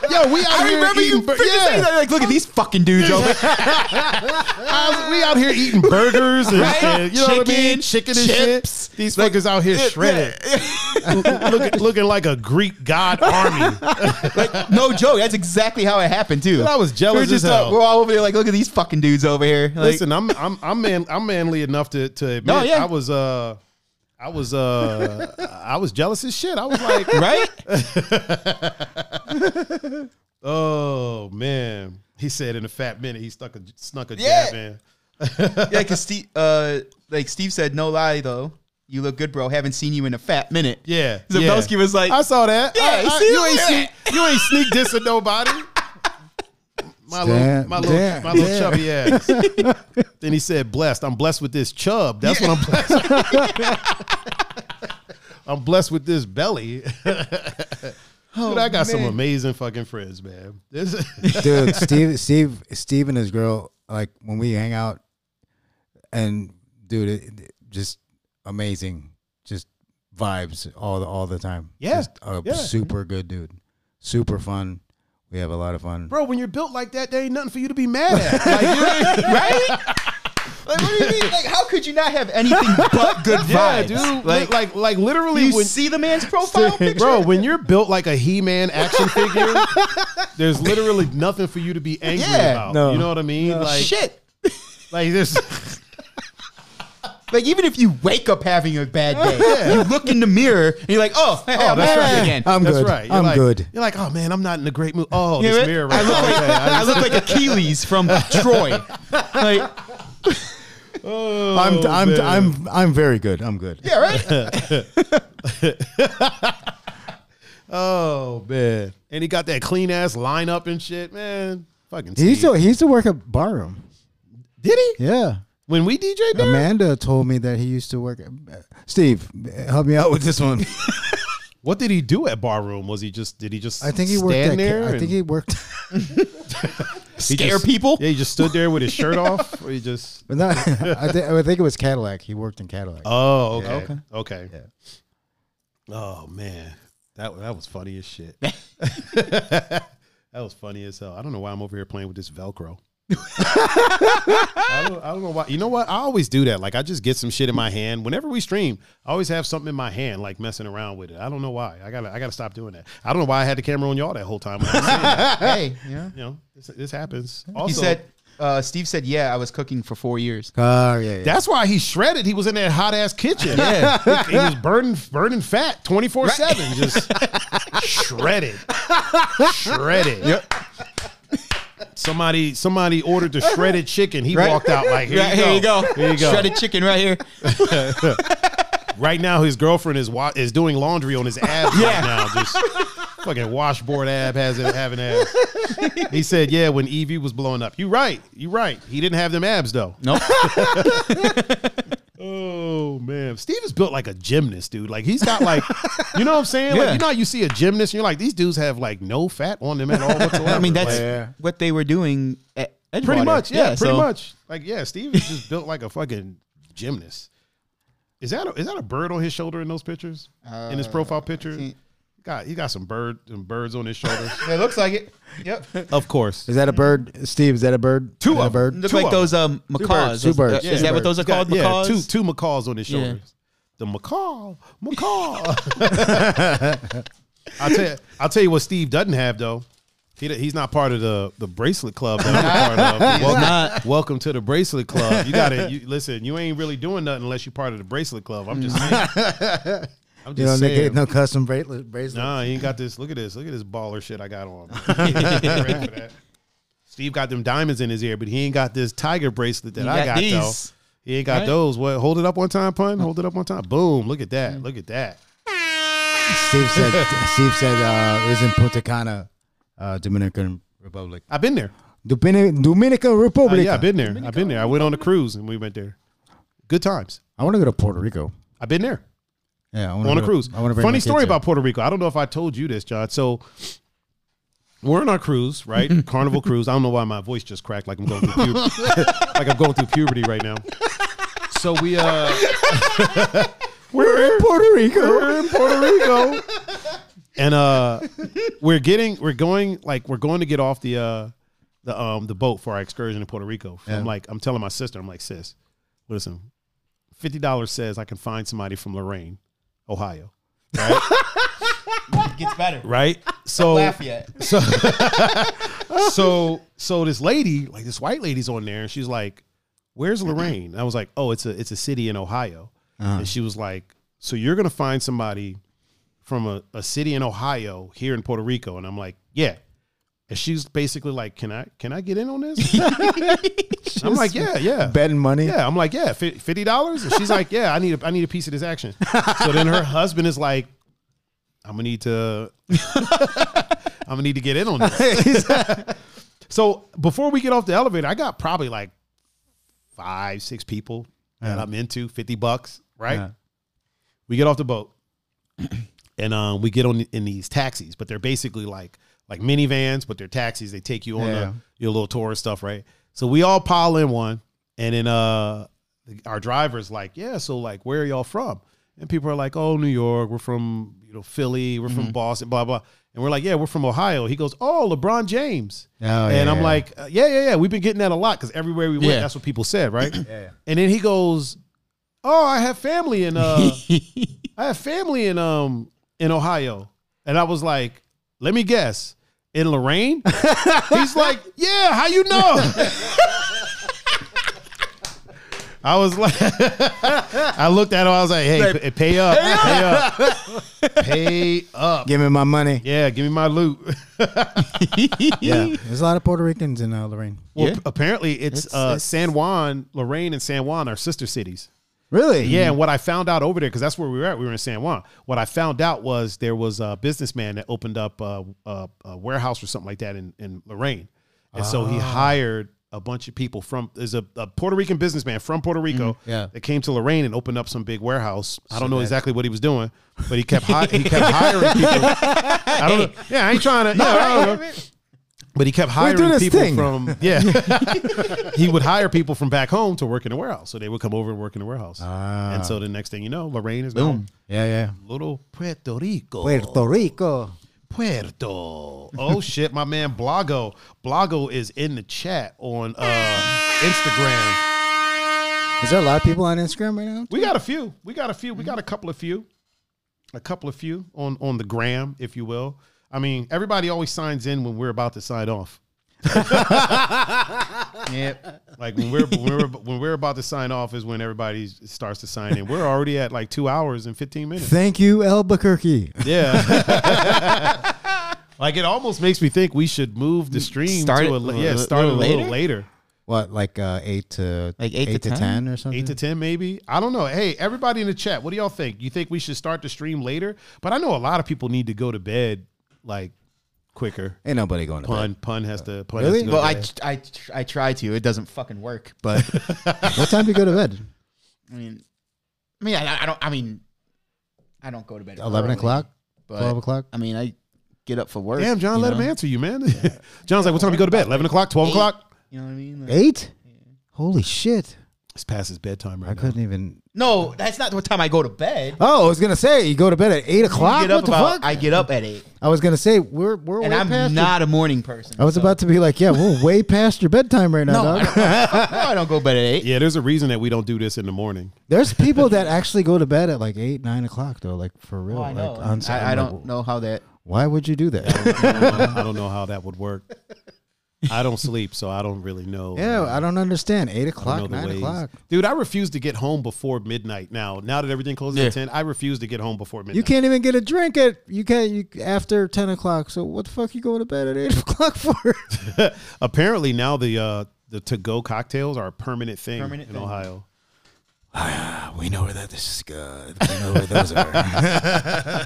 Speaker 1: Yo, we out
Speaker 2: I
Speaker 1: here
Speaker 2: remember you
Speaker 1: eating bur-
Speaker 2: freaking saying that. Like, look at these fucking dudes over here.
Speaker 1: I was- we out here eating burgers and,
Speaker 2: Right?
Speaker 1: and, you know what I mean,
Speaker 2: Chicken,
Speaker 1: chicken and
Speaker 2: chips.
Speaker 1: shit. These fuckers out here shredded, looking, looking like a Greek god army.
Speaker 2: Like, no joke. That's exactly how it happened, too.
Speaker 1: I was jealous
Speaker 2: We're just
Speaker 1: as
Speaker 2: uh,
Speaker 1: hell.
Speaker 2: we're all over there, like, look at these fucking dudes over here. Like,
Speaker 1: Listen, I'm I'm I'm man I'm manly enough to to admit
Speaker 2: No, yeah.
Speaker 1: I was uh I was uh I was jealous as shit. I was like,
Speaker 2: right?
Speaker 1: oh man. He said in a fat minute he stuck a snuck a jab
Speaker 2: Yeah.
Speaker 1: in.
Speaker 2: yeah, because Steve, uh, like Steve said, no lie though. You look good, bro. Haven't seen you in a fat minute.
Speaker 1: Yeah.
Speaker 2: Zabowski
Speaker 1: yeah.
Speaker 2: was like,
Speaker 1: I saw that.
Speaker 2: Yeah,
Speaker 1: I-
Speaker 2: you
Speaker 1: I-
Speaker 2: see,
Speaker 1: you ain't
Speaker 2: look
Speaker 1: sneak,
Speaker 2: at
Speaker 1: you ain't sneak dissing nobody. My little,
Speaker 3: Damn,
Speaker 1: my little,
Speaker 3: damn,
Speaker 1: my little
Speaker 3: damn.
Speaker 1: chubby ass. then he said, "Blessed. I'm blessed with this chub. That's what I'm blessed. with. I'm blessed with this belly. Dude, I got some
Speaker 2: man.
Speaker 1: amazing fucking friends, man. This,
Speaker 3: dude steve steve steve and his girl like when we hang out and dude it, it- just amazing just vibes all the all the time
Speaker 1: Yeah,
Speaker 3: just a
Speaker 1: yeah.
Speaker 3: super good dude super fun we have a lot of fun
Speaker 1: bro, when you're built like that, there ain't nothing for you to be mad at. Like, you ain't-
Speaker 2: right? like, what do you mean? Like, how could you not have anything but good
Speaker 1: yeah,
Speaker 2: vibes?
Speaker 1: dude. Like,
Speaker 2: Like,
Speaker 1: like, like literally,
Speaker 2: you
Speaker 1: when,
Speaker 2: see the man's profile picture,
Speaker 1: Bro, when you're built like a He-Man action figure, there's literally nothing for you to be angry
Speaker 2: Yeah,
Speaker 1: about.
Speaker 3: no.
Speaker 1: You know what I mean? Like,
Speaker 2: Shit.
Speaker 1: like this.
Speaker 2: Like, even if you wake up having a bad day, you look in the mirror and you're like, oh, hey, I'm
Speaker 1: that's
Speaker 2: happy
Speaker 1: right.
Speaker 2: again.
Speaker 3: i'm
Speaker 1: That's
Speaker 3: good
Speaker 1: right. You're
Speaker 3: i'm
Speaker 1: like,
Speaker 3: good
Speaker 1: You're like, oh man, I'm not in a great mood. Oh,
Speaker 2: You know
Speaker 1: this
Speaker 2: what?
Speaker 1: mirror
Speaker 2: I
Speaker 1: right
Speaker 2: look
Speaker 1: now.
Speaker 2: like I look like Achilles from Troy. Like,
Speaker 1: Oh,
Speaker 3: I'm, I'm,
Speaker 1: man.
Speaker 3: I'm, I'm very good i'm good
Speaker 2: yeah, right?
Speaker 1: Oh man, and he got that clean ass lineup and shit, man. Fucking.
Speaker 3: he
Speaker 1: Steve.
Speaker 3: used to he used to work at barroom
Speaker 1: did he?
Speaker 3: yeah
Speaker 1: When we DJ there,
Speaker 3: amanda told me that he used to work at steve help me out with this one
Speaker 1: what did he do at Barroom? Was he just? Did he just?
Speaker 3: i think he worked
Speaker 1: stand
Speaker 3: at,
Speaker 1: there.
Speaker 3: i
Speaker 1: and
Speaker 3: think he worked
Speaker 2: Scare
Speaker 1: just-
Speaker 2: people.
Speaker 1: Yeah, he just stood there with his shirt off, or he just.
Speaker 3: But not, I, th- I think it was Cadillac. He worked in Cadillac.
Speaker 1: Oh, okay.
Speaker 2: okay.
Speaker 1: okay. Oh man, that that was funny as shit. that was funny as hell. I don't know why I'm over here playing with this Velcro. I, don't, I don't know why. You know what? I always do that. Like I just get some shit in my hand whenever we stream. I always have something in my hand, like messing around with it. I don't know why. I gotta I gotta stop doing that. I don't know why I had the camera on y'all that whole time. when I was saying that.
Speaker 2: hey, you know.
Speaker 1: you know, this, this happens. Also,
Speaker 2: He said, uh, Steve said, yeah, I was cooking for four years.
Speaker 3: Oh, yeah, yeah.
Speaker 1: That's why he shredded. He was in that hot ass kitchen. he, he was burning burning fat twenty four seven, just shredded, shredded. Yep. Somebody somebody ordered the shredded chicken. He
Speaker 2: Right.
Speaker 1: walked out like here,
Speaker 2: Right,
Speaker 1: you,
Speaker 2: here you
Speaker 1: go.
Speaker 2: go.
Speaker 1: Here you go.
Speaker 2: Shredded chicken right here.
Speaker 1: Right now, his girlfriend is wa- is doing laundry on his abs right
Speaker 2: Yeah.
Speaker 1: now. Just fucking washboard ab has it having abs. He said, "Yeah, when Evie was blowing up, you right, you right. He didn't have them abs though.
Speaker 2: Nope.
Speaker 1: Oh man, him. Steve is built like a gymnast, dude. Like he's got like, you know what I'm saying? Like
Speaker 2: Yeah.
Speaker 1: you know how you see a gymnast and you're like, these dudes have like no fat on them at all whatsoever.
Speaker 2: I mean, that's
Speaker 1: Like,
Speaker 2: what they were doing at Edgewater.
Speaker 1: pretty much, yeah, pretty
Speaker 2: so-
Speaker 1: much. Like yeah, Steve is just built like a fucking gymnast. Is that a, is that a bird on his shoulder in those pictures? in his profile picture, God, he got some bird some birds on his shoulders.
Speaker 2: It looks like it. Yep.
Speaker 1: of course,
Speaker 3: Is that a bird, Steve? Is that a bird? Two
Speaker 1: of
Speaker 3: a
Speaker 1: them.
Speaker 3: bird.
Speaker 2: Look
Speaker 1: Two
Speaker 2: like
Speaker 1: of 'em.
Speaker 2: those um, macaws.
Speaker 3: birds, two
Speaker 2: Those-
Speaker 3: birds,
Speaker 2: uh,
Speaker 3: two
Speaker 2: Is that what
Speaker 3: birds.
Speaker 2: those are
Speaker 1: He's got-
Speaker 2: called? Macaws?
Speaker 1: Yeah, two two macaws on his shoulders. The macaw, macaw. I'll tell you, I'll tell you what Steve doesn't have though. He, he's not part of the, the bracelet club. That I'm a part of. Welcome,
Speaker 2: not.
Speaker 1: welcome to the bracelet club. You got to you, listen. You ain't really doing nothing unless you're part of the bracelet club. I'm just saying.
Speaker 2: Mm.
Speaker 1: I'm
Speaker 3: You know,
Speaker 1: just
Speaker 3: they
Speaker 1: saying.
Speaker 3: get no custom bracelet. bracelet.
Speaker 1: Nah, he ain't got this. Look at this. Look at this baller shit I got on. Get ready for that. Steve got them diamonds in his ear, but he ain't got this tiger bracelet that
Speaker 2: He
Speaker 1: I
Speaker 2: got
Speaker 1: got
Speaker 2: these.
Speaker 1: though. He ain't got
Speaker 2: Right?
Speaker 1: those. What? Hold it up one time, pun. Hold it up one time. Boom! Look at that. Look at that.
Speaker 3: Steve said. Steve said. Uh, is in Punta Cana, uh, Dominican Republic.
Speaker 1: I've been there.
Speaker 3: Dominican Dominican
Speaker 1: Uh,
Speaker 3: Republic.
Speaker 1: yeah, I've been there. I've been there. I went on a cruise and we went there. Good times.
Speaker 3: I want to go to Puerto Rico.
Speaker 1: I've been there.
Speaker 3: Yeah, I
Speaker 1: on a
Speaker 3: wanna go-
Speaker 1: cruise.
Speaker 3: I want to bring my
Speaker 1: Funny
Speaker 3: kids
Speaker 1: story
Speaker 3: there.
Speaker 1: about Puerto Rico. I don't know if I told you this, John. So we're on our cruise, right? Carnival cruise. I don't know why my voice just cracked like I'm going through puberty. like I'm going through puberty right now. So we uh we're in Puerto Rico. We're in Puerto Rico. and uh we're getting we're going like we're going to get off the uh the um the boat for our excursion to Puerto Rico. I'm like I'm telling my sister, I'm like, sis, listen, fifty dollars says I can find somebody from Lorraine, Ohio.
Speaker 2: It gets better.
Speaker 1: Right? So
Speaker 2: Lafayette.
Speaker 1: so so this lady, like this white lady's on there, and she's like, "Where's Lorraine?" And I was like, "Oh, it's a it's a city in Ohio." And she was like, "So you're gonna find somebody from a, a city in Ohio here in Puerto Rico?" And I'm like, "Yeah." And she's basically like, "Can I can I get in on this?" I'm like, "Yeah, yeah."
Speaker 3: betting money.
Speaker 1: Yeah, I'm like, yeah, fi- fifty dollars. And she's like, yeah, I need a, I need a piece of this action. So then her husband is like, I'm gonna need to, I'm gonna need to get in on this. so before we get off the elevator, I got probably like five, six people that I'm into, fifty bucks, right?
Speaker 3: Yeah.
Speaker 1: We get off the boat, and um, we get on in these taxis, but they're basically like like minivans, but they're taxis. They take you on
Speaker 3: Yeah.
Speaker 1: a, your little tourist stuff, right? So we all pile in one, and then uh, our driver's like, "Yeah, so like, where are y'all from?" And people are like, "Oh, New York. We're from you know Philly. We're
Speaker 3: Mm-hmm.
Speaker 1: from Boston. Blah blah." And we're like, "Yeah, we're from Ohio." He goes, "Oh, LeBron James."
Speaker 3: Oh,
Speaker 1: and
Speaker 3: yeah.
Speaker 1: I'm like, uh, "Yeah, yeah, yeah. We've been getting that a lot because everywhere we went,
Speaker 2: Yeah.
Speaker 1: that's what people said, right?" yeah. And then he goes, "Oh, I have family in uh." I have family in um in Ohio. And I was like, let me guess, in Lorraine? He's like, yeah, how you know? I was like, I looked at him. I was like, hey, p- pay up, pay up, pay up.
Speaker 3: Give me my money.
Speaker 1: Yeah, give me my loot.
Speaker 3: Yeah. There's a lot of Puerto Ricans in uh, Lorraine.
Speaker 1: Well,
Speaker 2: Yeah.
Speaker 1: p- apparently it's,
Speaker 2: It's-
Speaker 1: uh,
Speaker 2: it's- Mm-hmm.
Speaker 1: San Juan, Lorraine, and San Juan are sister cities.
Speaker 3: Really?
Speaker 1: Yeah, and what I found out over there, because that's where we were at. We were in San Juan. What I found out was there was a businessman that opened up a, a, a warehouse or something like that in, in Lorraine, and so
Speaker 2: Ah.
Speaker 1: he hired a bunch of people from. There's a, a Puerto Rican businessman from Puerto
Speaker 2: Mm-hmm.
Speaker 1: Rico
Speaker 3: yeah.
Speaker 1: that came to Lorraine and opened up some big warehouse. I don't know exactly what he was doing, but he kept hi- he kept hiring people. I don't know. Yeah, I ain't trying to. No, I don't know. But he kept
Speaker 3: We do
Speaker 1: hiring
Speaker 3: this
Speaker 1: people
Speaker 3: thing.
Speaker 1: from yeah. he would hire people from back home to work in the warehouse, so they would come over and work in the warehouse.
Speaker 3: Ah.
Speaker 1: And so the next thing you know, Lorraine is
Speaker 2: Boom.
Speaker 3: Yeah, yeah.
Speaker 1: now little Puerto Rico.
Speaker 3: Puerto Rico.
Speaker 1: Puerto. Oh shit, my man Blago. Blago is in the chat on uh, Instagram.
Speaker 3: Is there a lot of people on Instagram right now?
Speaker 1: We got a few. We got a few. We got a couple of few. A couple of few on on the gram, if you will. I mean, everybody always signs in when we're about to sign off.
Speaker 2: Yep.
Speaker 1: Like when we're when we're when we're about to sign off is when everybody starts to sign in. We're already at like two hours and fifteen minutes.
Speaker 3: Thank you, Albuquerque.
Speaker 1: Yeah. like it almost makes me think we should move the stream
Speaker 2: Start
Speaker 1: to
Speaker 2: it
Speaker 1: a,
Speaker 2: a
Speaker 1: li- yeah,
Speaker 2: little-
Speaker 1: start a
Speaker 2: little
Speaker 1: little later.
Speaker 2: later?
Speaker 3: What, like uh, eight to
Speaker 2: Like eight to 10?
Speaker 3: or something?
Speaker 1: Eight to ten, maybe. I don't know. Hey, everybody in the chat, what do y'all think? You think we should start the stream later? But I know a lot of people need to go to bed like quicker.
Speaker 3: Ain't nobody going to
Speaker 1: Pun pun has to pun
Speaker 3: Really?
Speaker 1: has to go
Speaker 2: Well,
Speaker 1: to
Speaker 2: I,
Speaker 1: bed.
Speaker 2: I, I try to. It doesn't fucking work. But
Speaker 3: bed. What time do you go to bed?
Speaker 2: I mean, I mean, I, I don't. I mean, I don't go to bed.
Speaker 3: Eleven
Speaker 2: early,
Speaker 3: o'clock,
Speaker 2: but,
Speaker 3: twelve o'clock.
Speaker 2: I mean, I get up for work.
Speaker 1: Damn, John,
Speaker 2: you
Speaker 1: let
Speaker 2: know?
Speaker 1: him answer you, man. John's like, what time do you go to bed? 11 o'clock, 12 o'clock?
Speaker 2: You know what I mean? Like-
Speaker 3: Eight. Holy shit!
Speaker 1: It's past his bedtime right
Speaker 3: I couldn't even.
Speaker 2: No, that's not the time I go to bed.
Speaker 3: Oh, I was gonna say you go to bed at eight
Speaker 2: I
Speaker 3: o'clock.
Speaker 2: get up
Speaker 3: What the
Speaker 2: about-
Speaker 3: fuck? I,
Speaker 2: I get up at eight,
Speaker 3: was gonna say we're we're
Speaker 2: and
Speaker 3: way
Speaker 2: I'm
Speaker 3: past.
Speaker 2: not a morning person.
Speaker 3: I was
Speaker 2: so-
Speaker 3: about to be like, yeah, we're way past your bedtime right now,
Speaker 2: No, I
Speaker 3: dog.
Speaker 2: don't, no, I don't go to bed at eight.
Speaker 1: Yeah, there's a reason that we don't do this in the morning.
Speaker 3: There's people that actually go to bed at like eight, nine o'clock though, like for real.
Speaker 2: Oh, I
Speaker 3: like,
Speaker 2: know.
Speaker 3: on Sa-
Speaker 2: I, I
Speaker 3: I'm like,
Speaker 2: don't know how that.
Speaker 3: Why would you do that?
Speaker 1: I don't know how that would work. I don't sleep, so I don't really know.
Speaker 3: yeah, I don't understand. Eight
Speaker 1: I don't
Speaker 3: o'clock,
Speaker 1: know the
Speaker 3: nine
Speaker 1: ways.
Speaker 3: o'clock.
Speaker 1: Dude, I refuse to get home before midnight now. Now that everything closes
Speaker 2: Yeah.
Speaker 1: at 10, I refuse to get home before midnight.
Speaker 3: You can't even get a drink at you can't you after ten o'clock. So what the fuck you going to bed at eight o'clock for?
Speaker 1: Apparently now the uh, the to go cocktails are a permanent thing
Speaker 2: Permanent
Speaker 1: in
Speaker 2: thing.
Speaker 1: Ohio.
Speaker 3: we know where that this is good. We know where those are.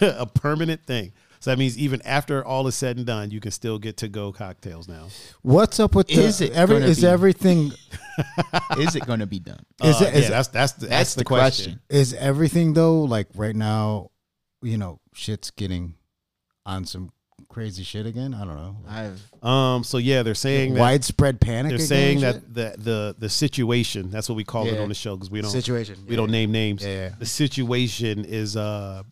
Speaker 1: a permanent thing. So that means even after all is said and done, you can still get to go cocktails now.
Speaker 3: What's up with the,
Speaker 2: Is it
Speaker 3: every,
Speaker 2: gonna
Speaker 3: is
Speaker 2: be-
Speaker 3: everything
Speaker 2: Is it going to be done?
Speaker 3: is,
Speaker 1: Uh,
Speaker 3: it is
Speaker 1: yeah, that's that's the, that's
Speaker 2: That's
Speaker 1: the, question.
Speaker 3: is everything though like right now, you know, shit's getting on some crazy shit again. I don't know.
Speaker 2: I've
Speaker 1: Um, so yeah, they're saying that
Speaker 3: widespread panic.
Speaker 1: they're
Speaker 3: again
Speaker 1: saying
Speaker 3: and
Speaker 1: that
Speaker 3: shit?
Speaker 1: the, the the situation that's what we call it
Speaker 2: Yeah.
Speaker 1: on the show because we don't
Speaker 3: situation.
Speaker 1: we don't name names.
Speaker 3: Yeah, yeah.
Speaker 1: The situation is uh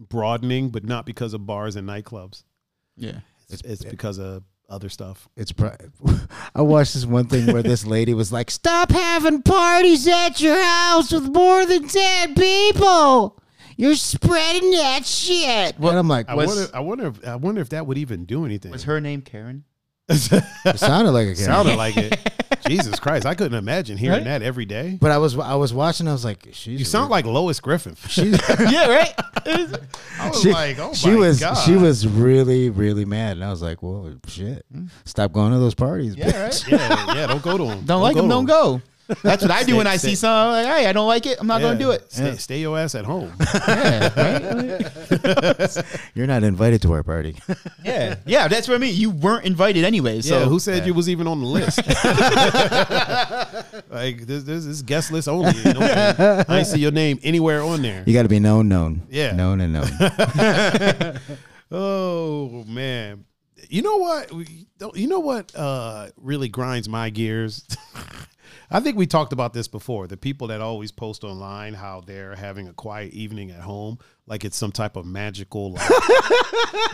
Speaker 1: broadening, but not because of bars and nightclubs.
Speaker 2: yeah.
Speaker 1: It's, because of other stuff.
Speaker 3: It's pro- I watched this one thing where this lady was like, "Stop having parties at your house with more than ten people. You're spreading that shit." and I'm like,
Speaker 1: I
Speaker 2: Was-
Speaker 1: wonder. I wonder. If, I wonder if that would even do anything.
Speaker 2: Was her name Karen?
Speaker 3: it sounded like a Karen.
Speaker 1: Sounded like it. Jesus Christ! I couldn't imagine hearing that every day.
Speaker 3: but I was I was watching. I was like, she's
Speaker 1: You sound like Lois Griffin.
Speaker 3: she's,
Speaker 2: yeah, right.
Speaker 1: I was
Speaker 3: she,
Speaker 1: like, oh
Speaker 3: she
Speaker 1: my
Speaker 3: was
Speaker 1: God.
Speaker 3: she was really really mad, and I was like, well, shit, stop going to those parties. bitch."
Speaker 1: Hmm. Yeah, yeah. Don't go to them.
Speaker 2: Don't like them. Don't go. That's what I do when I see something. I'm like, hey, I don't like it. I'm not going to do it.
Speaker 1: Stay, stay your ass at home.
Speaker 3: You're not invited to our party.
Speaker 2: Yeah, yeah. That's what I mean. You weren't invited anyway. So
Speaker 1: So who said you was even on the list? like this, this is guest list only. You know? I ain't see your name anywhere on there.
Speaker 3: You got to be known, known,
Speaker 1: Yeah.
Speaker 3: known and known.
Speaker 1: Oh man, you know what? We- don't- You know what uh, really grinds my gears. I think we talked about this before. The people that always post online how they're having a quiet evening at home, like it's some type of magical. Like,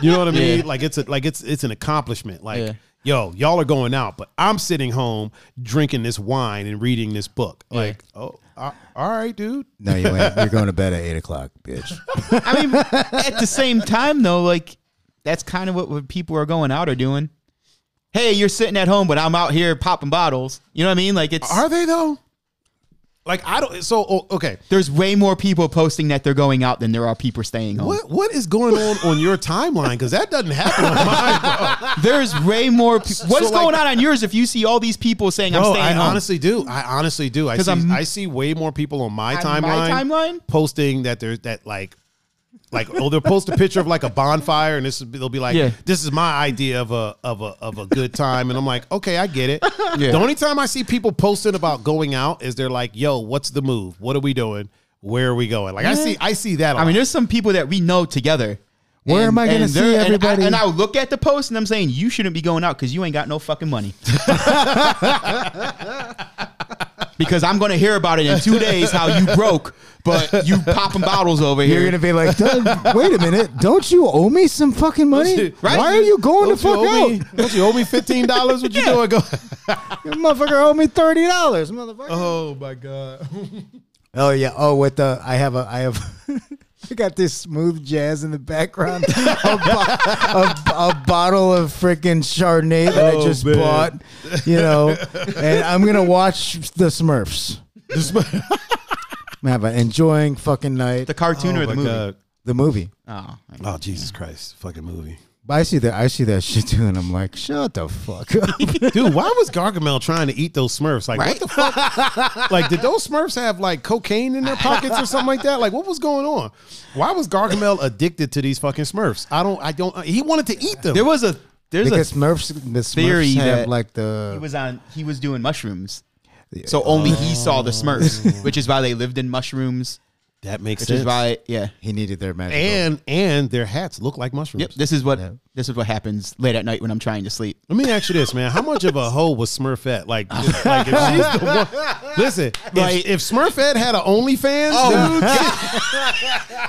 Speaker 1: you know what I mean? Like it's a, like it's it's an accomplishment. Like.
Speaker 2: Yeah.
Speaker 1: Yo, y'all are going out, but I'm sitting home drinking this wine and reading this book. Like, oh, a- all right, dude.
Speaker 3: no, you ain't. You're going to bed at eight o'clock, bitch.
Speaker 2: I mean, at the same time though, like that's kind of what, what people are going out are doing. Hey, you're sitting at home, but I'm out here popping bottles. You know what I mean? Like it's
Speaker 1: Are they though? Like, I don't. So, oh, okay.
Speaker 2: there's way more people posting that they're going out than there are people staying home.
Speaker 1: What what is going on on your timeline? Because that doesn't happen on mine, bro.
Speaker 2: There's way more. Pe- What's
Speaker 1: like-
Speaker 2: going on on yours if you see all these people saying I'm
Speaker 1: Bro,
Speaker 2: staying
Speaker 1: I
Speaker 2: home?
Speaker 1: honestly do. I honestly do. I
Speaker 2: 'Cause
Speaker 1: see,
Speaker 2: I'm-
Speaker 1: I see way more people on my
Speaker 2: On
Speaker 1: timeline,
Speaker 2: my timeline?
Speaker 1: posting that there's that like. Like oh they'll post a picture of like a bonfire and this is- they'll be like
Speaker 2: Yeah.
Speaker 1: this is my idea of a of a of a good time and I'm like okay I get it.
Speaker 2: Yeah.
Speaker 1: The only time I see people posting about going out is they're like yo what's the move what are we doing where are we going like I see I see that. a
Speaker 2: I mean,
Speaker 1: lot.
Speaker 2: there's some people that we know together.
Speaker 3: Where am I gonna see
Speaker 2: they're-
Speaker 3: everybody?
Speaker 2: And I, and I look at the post and I'm saying, you shouldn't be going out because you ain't got no fucking money. because I'm gonna hear about it in two days how you broke, but you popping bottles over here.
Speaker 3: You're gonna be like, "Doug, wait a minute, don't you owe me some fucking money?
Speaker 2: Right?
Speaker 3: Why are you going
Speaker 1: Don't
Speaker 3: to fuck
Speaker 1: owe me-
Speaker 3: out?
Speaker 1: Don't you owe me fifteen dollars? What you doing? Go.
Speaker 3: You motherfucker owe me thirty dollars, motherfucker.
Speaker 2: Uh-huh.
Speaker 1: Oh my god.
Speaker 3: Oh yeah. Oh, with the I have a I have. I got this smooth jazz in the background. a, bo- a, a bottle of freaking Chardonnay that I
Speaker 1: Oh,
Speaker 3: just
Speaker 1: man.
Speaker 3: bought. You know, and I'm gonna watch the Smurfs. I'm gonna have an enjoying fucking night.
Speaker 2: the cartoon or the movie.
Speaker 3: the movie.
Speaker 2: Oh,
Speaker 1: Oh Jesus Christ! Fucking movie,
Speaker 3: But I see that. I see that shit too, and I'm like, shut the fuck up.
Speaker 1: dude. Why was Gargamel trying to eat those Smurfs? Like
Speaker 2: right?
Speaker 1: what the? Like did those Smurfs have like cocaine in their pockets or something like that? Like what was going on? Why was Gargamel addicted to these fucking Smurfs? I don't. I don't. He wanted to eat them.
Speaker 2: there was a there's
Speaker 3: because
Speaker 2: a
Speaker 3: Smurfs, the Smurfs
Speaker 2: theory
Speaker 3: have
Speaker 2: that
Speaker 3: like
Speaker 2: he
Speaker 3: the
Speaker 2: was on he was doing mushrooms. So only he saw the Smurfs, which is why they lived in mushrooms.
Speaker 1: That makes
Speaker 2: Which
Speaker 1: sense.
Speaker 2: is why, yeah,
Speaker 3: He needed their magic.
Speaker 1: and and their hats look like mushrooms.
Speaker 2: yep. This is what
Speaker 3: Yeah.
Speaker 2: this is what happens late at night when I'm trying to sleep.
Speaker 1: Let me ask you this, man. How much of a hoe was Smurfette? Like, just- like if she's the one, listen,
Speaker 2: Like-
Speaker 1: if, if Smurfette had an OnlyFans,
Speaker 2: Oh.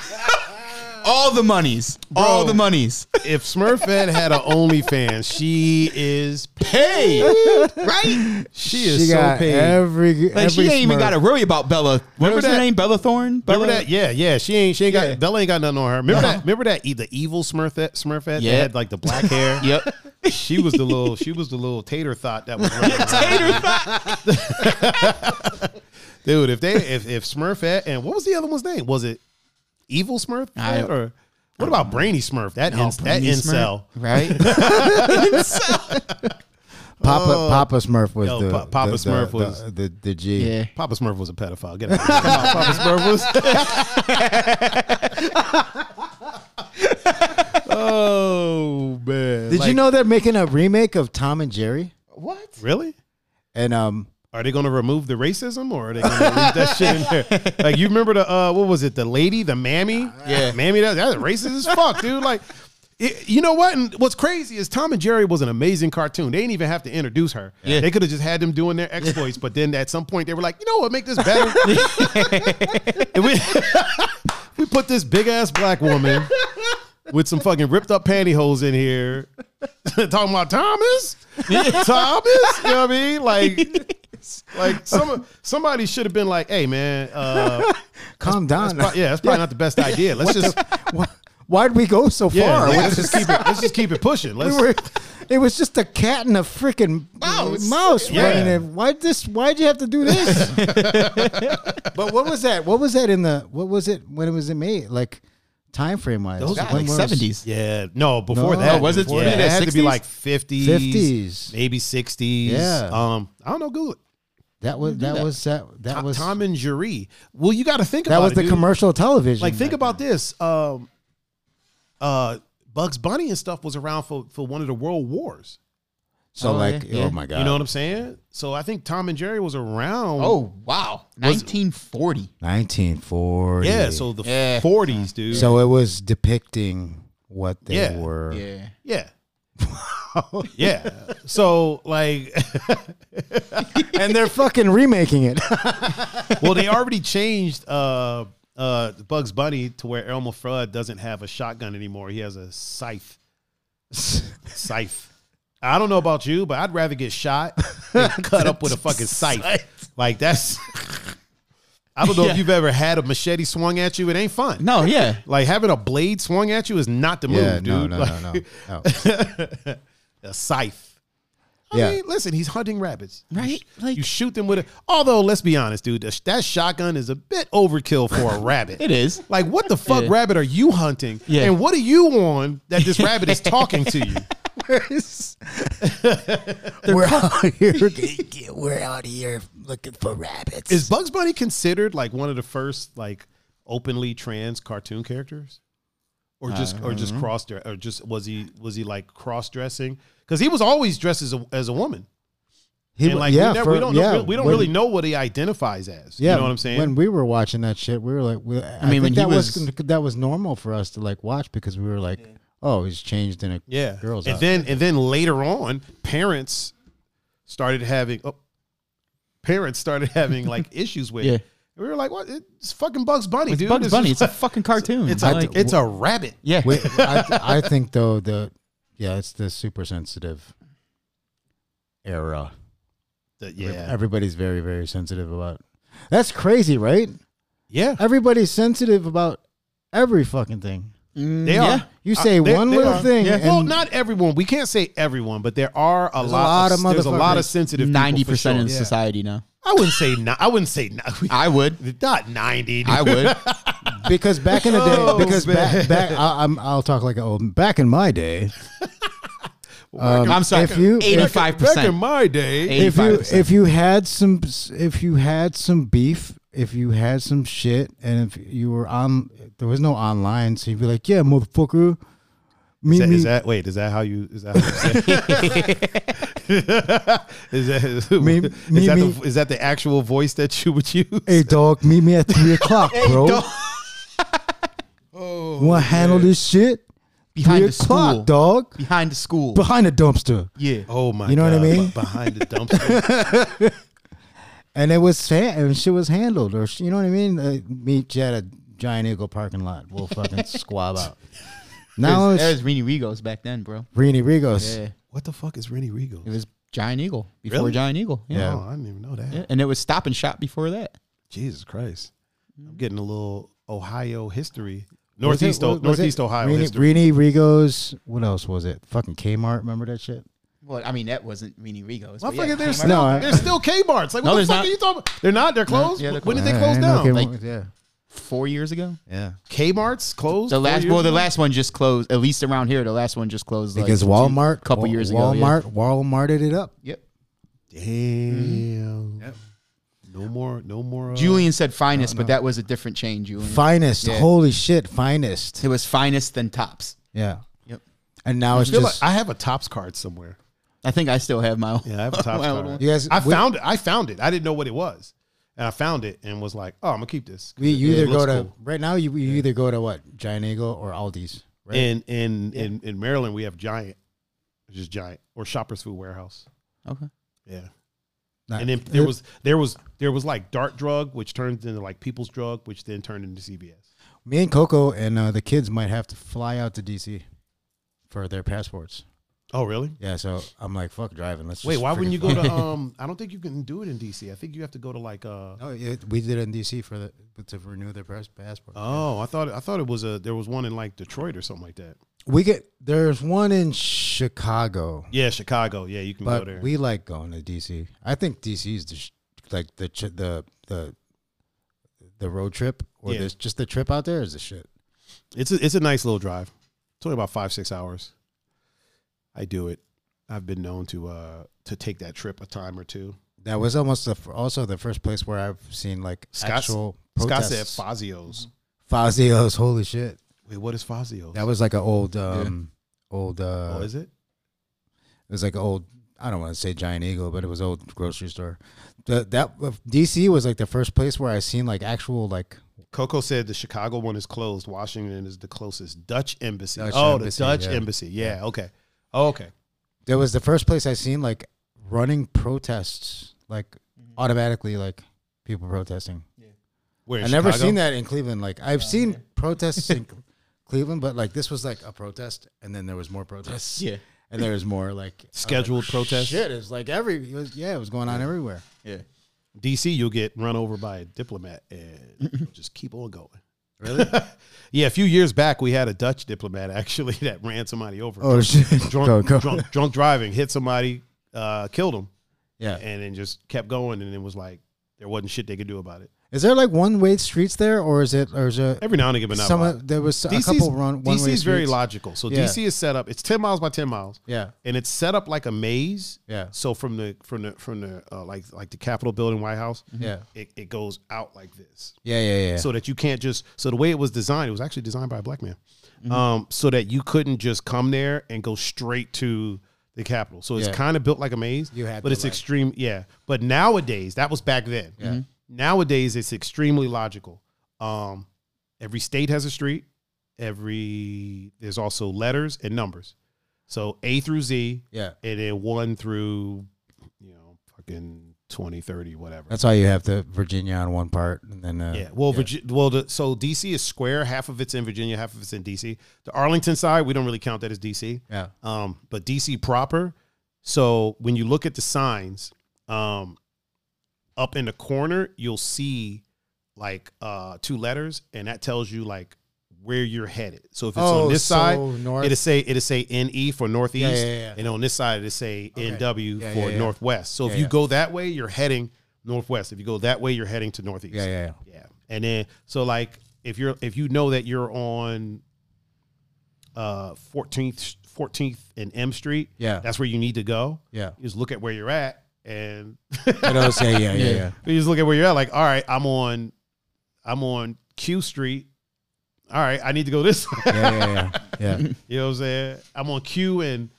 Speaker 2: All the monies, all the monies.
Speaker 1: dude, if Smurfette had an OnlyFans, she is
Speaker 2: Hey, right?
Speaker 1: she
Speaker 3: she
Speaker 1: is so
Speaker 3: got
Speaker 1: paid.
Speaker 3: every
Speaker 2: Like she
Speaker 3: every
Speaker 2: ain't even
Speaker 3: Smurf.
Speaker 2: got to worry about Bella. What was her
Speaker 1: that-
Speaker 2: name? Bella Thorne. Bella?
Speaker 1: Remember that? Yeah, yeah. She ain't. She ain't
Speaker 2: Yeah.
Speaker 1: got. Bella ain't got nothing on her. Remember that? Remember that? e- The evil Smurfette. Smurfette.
Speaker 2: Yeah.
Speaker 1: That had like the black hair.
Speaker 2: Yep.
Speaker 1: She was the little. She was the little tater thought that was. running around.
Speaker 2: Tater tot.
Speaker 1: Dude, if they if if Smurfette and what was the other one's name? Was it Evil Smurf
Speaker 2: I-
Speaker 1: or what about Brainy Smurf? That in, that
Speaker 2: Brainy
Speaker 1: incel.
Speaker 2: Smurf, right?
Speaker 3: Papa Papa Smurf was
Speaker 1: Oh. Yo,
Speaker 3: the
Speaker 1: Pa- Papa
Speaker 3: the-
Speaker 1: Smurf
Speaker 3: the,
Speaker 1: was-
Speaker 3: the, the, the G.
Speaker 2: yeah.
Speaker 1: Papa Smurf was a pedophile. Get out of here. Come on, Papa Smurf was. oh man!
Speaker 3: Did you know they're making a remake of Tom and Jerry?
Speaker 1: what? Really?
Speaker 3: And um,
Speaker 1: Are they going to remove the racism or are they going to leave that shit in there? Like you remember the uh, what was it? The lady, the mammy,
Speaker 2: Yeah.
Speaker 1: mammy. That, that's racist as fuck, dude. Like, it, you know what? And what's crazy is Tom and Jerry was an amazing cartoon. They didn't even have to introduce her.
Speaker 2: Yeah.
Speaker 1: They could have just had them doing their exploits, but then at some point they were like, you know what, make this better. and we we put this big ass black woman with some fucking ripped up pantyhose in here talking about Thomas. Thomas, you know what I mean? Like, like some somebody should have been like, "Hey, man, uh,
Speaker 3: calm down.
Speaker 1: pro- yeah, that's probably not the best idea. Let's just,
Speaker 3: Why'd we go so
Speaker 1: yeah,
Speaker 3: far?
Speaker 1: like,
Speaker 3: with
Speaker 1: let's
Speaker 3: this?
Speaker 1: just keep it, let's just keep it pushing.
Speaker 3: We
Speaker 1: Let's,
Speaker 3: were- it was just a cat and a freaking mouse,
Speaker 1: Yeah.
Speaker 3: running it. Why'd this? Why'd you have to do this? but what was that? What was that in the? What was it when it was in May? Like time frame wise,
Speaker 1: Those
Speaker 2: God,
Speaker 1: are
Speaker 2: like seventies.
Speaker 1: yeah, no, before
Speaker 3: No.
Speaker 1: that,
Speaker 3: Oh, was
Speaker 2: it-
Speaker 1: before
Speaker 2: was
Speaker 1: that,
Speaker 2: it
Speaker 1: it had to be
Speaker 2: 60s?
Speaker 1: like fifties,
Speaker 3: 50s.
Speaker 1: maybe sixties.
Speaker 3: Yeah.
Speaker 1: um, I don't know, Google
Speaker 3: That was that,
Speaker 2: that.
Speaker 3: was that that
Speaker 1: it.
Speaker 3: was
Speaker 1: Tom and Jerry. Well, you got to think
Speaker 3: that
Speaker 1: about
Speaker 3: was
Speaker 1: it,
Speaker 3: the
Speaker 1: dude.
Speaker 3: commercial television.
Speaker 1: Like, think about this. Um, uh, Bugs Bunny and stuff was around for for one of the world wars.
Speaker 3: so
Speaker 2: Oh,
Speaker 3: like
Speaker 2: yeah, yeah.
Speaker 3: oh my god,
Speaker 1: You know what I'm saying? So I think Tom and Jerry was around.
Speaker 2: Oh wow, nineteen forty.
Speaker 3: 1940.
Speaker 1: yeah. So the
Speaker 2: Yeah.
Speaker 1: 40s, dude.
Speaker 3: so it was depicting what they
Speaker 1: Yeah.
Speaker 3: were.
Speaker 2: Yeah.
Speaker 1: yeah. yeah. So like,
Speaker 3: and they're fucking remaking it.
Speaker 1: well, they already changed uh, uh, Bugs Bunny to where Elmer Fudd doesn't have a shotgun anymore. He has a scythe. scythe. I don't know about you, but I'd rather get shot than cut up with a fucking scythe. Like that's. I don't know
Speaker 2: Yeah.
Speaker 1: if you've ever had a machete swung at you. It ain't fun.
Speaker 2: No, yeah.
Speaker 1: Like having a blade swung at you is not the
Speaker 3: yeah,
Speaker 1: move, dude.
Speaker 3: no, no,
Speaker 1: Like-
Speaker 3: no, no, no.
Speaker 1: a scythe. I
Speaker 3: Yeah.
Speaker 1: mean, listen, he's hunting rabbits. You
Speaker 2: Right?
Speaker 1: sh-
Speaker 2: Like-
Speaker 1: you shoot them with a. Although, let's be honest, dude, the sh- that shotgun is a bit overkill for a rabbit.
Speaker 2: It is.
Speaker 1: Like, what the fuck
Speaker 2: Yeah.
Speaker 1: rabbit are you hunting?
Speaker 2: Yeah.
Speaker 1: And what are you on that this rabbit is talking to you?
Speaker 3: we're out here. We're out here looking for rabbits.
Speaker 1: Is Bugs Bunny considered like one of the first like openly trans cartoon characters? Or just or
Speaker 2: Uh-huh.
Speaker 1: just cross or just was he was he like cross dressing? Because he was always dressed as a, as a woman.
Speaker 3: he,
Speaker 1: and like we, never, we don't know, we don't really know what he identifies as. you know what I'm saying?
Speaker 3: When we were watching that shit, we were like, we, I,
Speaker 2: mean,
Speaker 3: mean,
Speaker 2: when he
Speaker 3: that was,
Speaker 2: was-
Speaker 3: that was normal for us to like watch because we were like, oh, he's changed in a
Speaker 1: yeah,
Speaker 3: girl's
Speaker 1: And
Speaker 3: outfit.
Speaker 1: then and then later on, parents started having oh, parents started having like issues with.
Speaker 2: Yeah.
Speaker 1: It. We were like, what? It's fucking Bugs Bunny,
Speaker 2: It's
Speaker 1: dude.
Speaker 2: Bugs
Speaker 1: This
Speaker 2: Bunny.
Speaker 1: is-
Speaker 2: It's a fucking cartoon.
Speaker 1: it's a,
Speaker 2: Like,
Speaker 1: it's a rabbit.
Speaker 2: yeah.
Speaker 3: Wait, I, th- I think though the yeah, it's the super sensitive era.
Speaker 1: The- yeah,
Speaker 3: Everybody's very very sensitive about. That's crazy, right?
Speaker 1: yeah.
Speaker 3: Everybody's sensitive about every fucking thing.
Speaker 2: Mm,
Speaker 1: They
Speaker 2: yeah.
Speaker 1: are.
Speaker 3: You say
Speaker 1: Uh, they-
Speaker 3: one
Speaker 1: they
Speaker 3: little
Speaker 1: are.
Speaker 3: thing,
Speaker 2: Yeah.
Speaker 3: and
Speaker 1: well, not everyone. We can't say everyone, but there are a lot,
Speaker 3: a lot
Speaker 1: of,
Speaker 3: of
Speaker 1: there's a lot
Speaker 3: motherfuckers.
Speaker 1: of sensitive people for
Speaker 2: Ninety percent
Speaker 1: sure.
Speaker 2: of
Speaker 1: Yeah.
Speaker 2: society now.
Speaker 1: I wouldn't say not. I wouldn't say not.
Speaker 2: I would.
Speaker 1: not ninety. dude.
Speaker 2: I would.
Speaker 3: because back in the day,
Speaker 1: Oh,
Speaker 3: because
Speaker 1: man.
Speaker 3: back, back I, I'm, I'll talk like an old. Back in my day, um,
Speaker 2: I'm sorry.
Speaker 3: If you-
Speaker 1: Back in-
Speaker 2: Eighty-five
Speaker 1: Back in
Speaker 2: percent.
Speaker 1: my day,
Speaker 2: Eight-
Speaker 3: if you
Speaker 2: 85%.
Speaker 3: if you had some if you had some beef, if you had some shit, and if you were on, there was no online, so you'd be like, "Yeah, motherfucker, Me,
Speaker 1: that,
Speaker 3: me,
Speaker 1: is that wait? Is that how you? Is that how you say? is that is,
Speaker 3: Me- me-
Speaker 1: that
Speaker 3: me-
Speaker 1: the, is that the actual voice that you would use?
Speaker 3: hey dog, meet me at three o'clock, bro. Want to handle this shit?
Speaker 2: Behind
Speaker 3: three
Speaker 2: the
Speaker 3: o'clock,
Speaker 2: school.
Speaker 3: dog.
Speaker 2: Behind the school.
Speaker 3: Behind the dumpster.
Speaker 2: yeah.
Speaker 1: Oh my!
Speaker 3: You know what I
Speaker 1: God,
Speaker 3: mean?
Speaker 1: be- Behind the dumpster.
Speaker 3: and it was fan- and shit was handled or sh- you know what I mean. Uh, meet you at a giant eagle parking lot. We'll fucking squab out. Now
Speaker 2: There's,
Speaker 3: it's
Speaker 2: there's Rini Rigos back then, bro.
Speaker 3: Rini Rigos.
Speaker 2: Yeah.
Speaker 1: what the fuck is Rennie Regal?
Speaker 2: It was Giant Eagle before
Speaker 1: Really?
Speaker 2: Giant Eagle. Yeah.
Speaker 1: Oh, I didn't even know that.
Speaker 2: Yeah, And it was Stop and Shop before that.
Speaker 1: Jesus Christ! I'm getting a little Ohio history.
Speaker 3: Was
Speaker 1: Northeast,
Speaker 3: it-
Speaker 1: O-
Speaker 3: was it
Speaker 1: Northeast Ohio
Speaker 3: Rini,
Speaker 1: history.
Speaker 3: Rini Rigos. What else was it? Fucking Kmart. Remember that shit?
Speaker 2: Well, I mean, that wasn't Rini Rigos. but
Speaker 6: Motherfucker,
Speaker 2: yeah,
Speaker 6: there's
Speaker 3: No,
Speaker 6: still
Speaker 3: I-
Speaker 6: there's still K-Marts. Like what
Speaker 2: No,
Speaker 6: the
Speaker 2: there's
Speaker 6: fuck
Speaker 2: not.
Speaker 6: are you talking? about? They're not. They're closed.
Speaker 2: yeah, they're
Speaker 6: when did they
Speaker 3: Yeah,
Speaker 6: close
Speaker 3: I know
Speaker 6: down?
Speaker 3: Kmart, yeah.
Speaker 2: four years ago.
Speaker 3: Yeah.
Speaker 6: K-Marts closed.
Speaker 2: The
Speaker 6: four
Speaker 2: last,
Speaker 6: years
Speaker 2: well, the
Speaker 6: ago?
Speaker 2: last one just closed. At least around here, the last one just closed.
Speaker 3: Because
Speaker 2: like,
Speaker 3: Walmart,
Speaker 2: a couple
Speaker 3: Wa-
Speaker 2: years ago. yeah.
Speaker 3: Walmart, Walmarted it up.
Speaker 2: Yep.
Speaker 1: Damn. No more. No more. Uh,
Speaker 2: Julian said finest, but that was a different chain, Julian.
Speaker 3: Finest,
Speaker 2: Yeah.
Speaker 3: holy shit, finest.
Speaker 2: it was finest than tops.
Speaker 3: Yeah,
Speaker 2: Yep.
Speaker 3: and now it's
Speaker 1: I feel
Speaker 3: just
Speaker 1: like I have a tops card somewhere.
Speaker 2: I think I still have my own.
Speaker 1: Yeah, I have a Topps
Speaker 2: my old
Speaker 1: card.
Speaker 2: one.
Speaker 3: you guys.
Speaker 1: I
Speaker 3: we,
Speaker 1: found it. I found it. I didn't know what it was, and I found it and was like, "Oh, I'm gonna keep this." 'cause
Speaker 3: we
Speaker 1: it-
Speaker 3: you
Speaker 1: it
Speaker 3: either go
Speaker 1: looks
Speaker 3: to
Speaker 1: cool.
Speaker 3: right now. You, you either go to what Giant Eagle or Aldi's. Right?
Speaker 1: in in, in in Maryland we have Giant, which is Giant or Shoppers Food Warehouse.
Speaker 2: Okay.
Speaker 1: Yeah,
Speaker 3: Nah, Uh,
Speaker 1: and then there
Speaker 3: it-
Speaker 1: was there was there was like Dart Drug, which turned into like People's Drug, which then turned into CVS.
Speaker 3: me and Coco and uh, the kids might have to fly out to DC for their passports.
Speaker 1: Oh, really?
Speaker 3: Yeah, so I'm like, fuck driving. Let's
Speaker 1: Wait,
Speaker 3: just
Speaker 1: why wouldn't
Speaker 3: freaking
Speaker 1: you go
Speaker 3: fly.
Speaker 1: to? Um, I don't think you can do it in DC. I think you have to go to like uh.
Speaker 3: No, it, we did it in DC for the to renew their pass- passport. Uh,
Speaker 1: Oh, I thought I thought it was a there was one in like Detroit or something like that.
Speaker 3: we get there's one in Chicago.
Speaker 1: Yeah, Chicago. Yeah, you can go there.
Speaker 3: But we like going to DC. I think DC is the sh- like the ch- the the the road trip or
Speaker 1: Yeah.
Speaker 3: this just the trip out there is the shit.
Speaker 1: It's a, it's a nice little drive. It's only about five six hours. I do it. I've been known to uh to take that trip a time or two.
Speaker 3: That was almost the f- also the first place where I've seen like
Speaker 1: Scott-
Speaker 3: actual
Speaker 1: Scott said
Speaker 3: protests.
Speaker 1: Fazio's.
Speaker 3: Fazio's, holy shit!
Speaker 1: Wait, what is Fazio's?
Speaker 3: That was like an old um old uh
Speaker 1: oh,
Speaker 3: it?
Speaker 1: is it?
Speaker 3: was like an old I don't want to say giant eagle, but it was old grocery store. The, that DC was like the first place where I seen like actual like
Speaker 1: Coco said the Chicago one is closed. Washington is the closest Dutch embassy.
Speaker 3: Dutch
Speaker 1: oh,
Speaker 3: embassy,
Speaker 1: the Dutch
Speaker 3: yeah.
Speaker 1: embassy. Yeah, okay. Oh, okay.
Speaker 3: that was the first place I seen like running protests, like
Speaker 1: Mm-hmm.
Speaker 3: automatically like people protesting.
Speaker 1: Where
Speaker 3: I never seen that in Cleveland. Like I've seen protests in Cle- Cleveland, but like this was like a protest, and then there was more protests.
Speaker 2: Yeah.
Speaker 3: and there was more like I was
Speaker 1: Scheduled
Speaker 3: like,
Speaker 1: protests?
Speaker 3: Shit, it was like every it was, yeah, it was going on everywhere.
Speaker 2: Yeah.
Speaker 1: DC, you'll get run over by a diplomat and you'll just keep on going. Really? yeah, a few years back, we had a Dutch diplomat actually that ran somebody over.
Speaker 3: Oh shit,
Speaker 1: drunk, drunk, drunk driving, hit somebody, uh, killed him,
Speaker 3: Yeah,
Speaker 1: and then just kept going. And it was like there wasn't shit they could do about it.
Speaker 3: is there like one way streets there, or is it or is it
Speaker 1: Every now and again, but not. a
Speaker 3: some?
Speaker 1: lot.
Speaker 3: Of, there was a
Speaker 1: DC's,
Speaker 3: couple run one
Speaker 1: DC's
Speaker 3: way
Speaker 1: very logical. So
Speaker 3: Yeah.
Speaker 1: DC is set up. It's ten miles by ten miles,
Speaker 3: Yeah,
Speaker 1: and it's set up like a maze.
Speaker 3: Yeah.
Speaker 1: So from the from the from the uh, like like the Capitol building, White House.
Speaker 3: Yeah.
Speaker 1: It, it goes out like this.
Speaker 3: yeah, yeah, yeah.
Speaker 1: so that you can't just so the way it was designed it was actually designed by a black man
Speaker 3: Mm-hmm.
Speaker 1: um, so that you couldn't just come there and go straight to the capitol so it's
Speaker 3: Yeah.
Speaker 1: kind of built like a maze
Speaker 3: You had
Speaker 1: but
Speaker 3: to,
Speaker 1: it's
Speaker 3: like- Mm-hmm.
Speaker 1: extreme yeah but nowadays that was back then nowadays it's extremely logical um, every state has a street every there's also letters and numbers so a through z
Speaker 3: yeah,
Speaker 1: and then one through you know fucking 20 30 whatever
Speaker 3: that's why you have the Virginia on one part, and then uh,
Speaker 1: yeah. Well, Virgi- well, the, so DC is square. Half of it's in Virginia, half of it's in DC. The Arlington side, we don't really count that as DC.
Speaker 3: yeah.
Speaker 1: Um, but DC proper. So when you look at the signs, um, up in the corner, you'll see like uh two letters, and that tells you like where you're headed. So if it's
Speaker 3: Oh,
Speaker 1: on this
Speaker 3: so
Speaker 1: side,
Speaker 3: north.
Speaker 1: it'll say it'll say NE for northeast,
Speaker 3: Yeah, yeah, yeah.
Speaker 1: and on this side it'll say NW
Speaker 3: Yeah,
Speaker 1: for
Speaker 3: yeah, yeah.
Speaker 1: northwest. So if
Speaker 3: Yeah,
Speaker 1: you
Speaker 3: yeah.
Speaker 1: go that way, you're heading northwest. If you go that way, you're heading to northeast.
Speaker 3: Yeah, yeah, yeah.
Speaker 1: Yeah. And then so like if you're if you know that you're on uh 14th 14th and M Street,
Speaker 3: Yeah.
Speaker 1: that's where you need to go.
Speaker 3: Yeah.
Speaker 1: You just look at where you're at and
Speaker 3: I know, say, yeah, yeah, yeah.
Speaker 1: you just look at where you're at like all right, I'm on I'm on Q Street all right, I need to go this way.
Speaker 3: Yeah, yeah, yeah. yeah.
Speaker 1: You know what I'm saying? I'm on Q and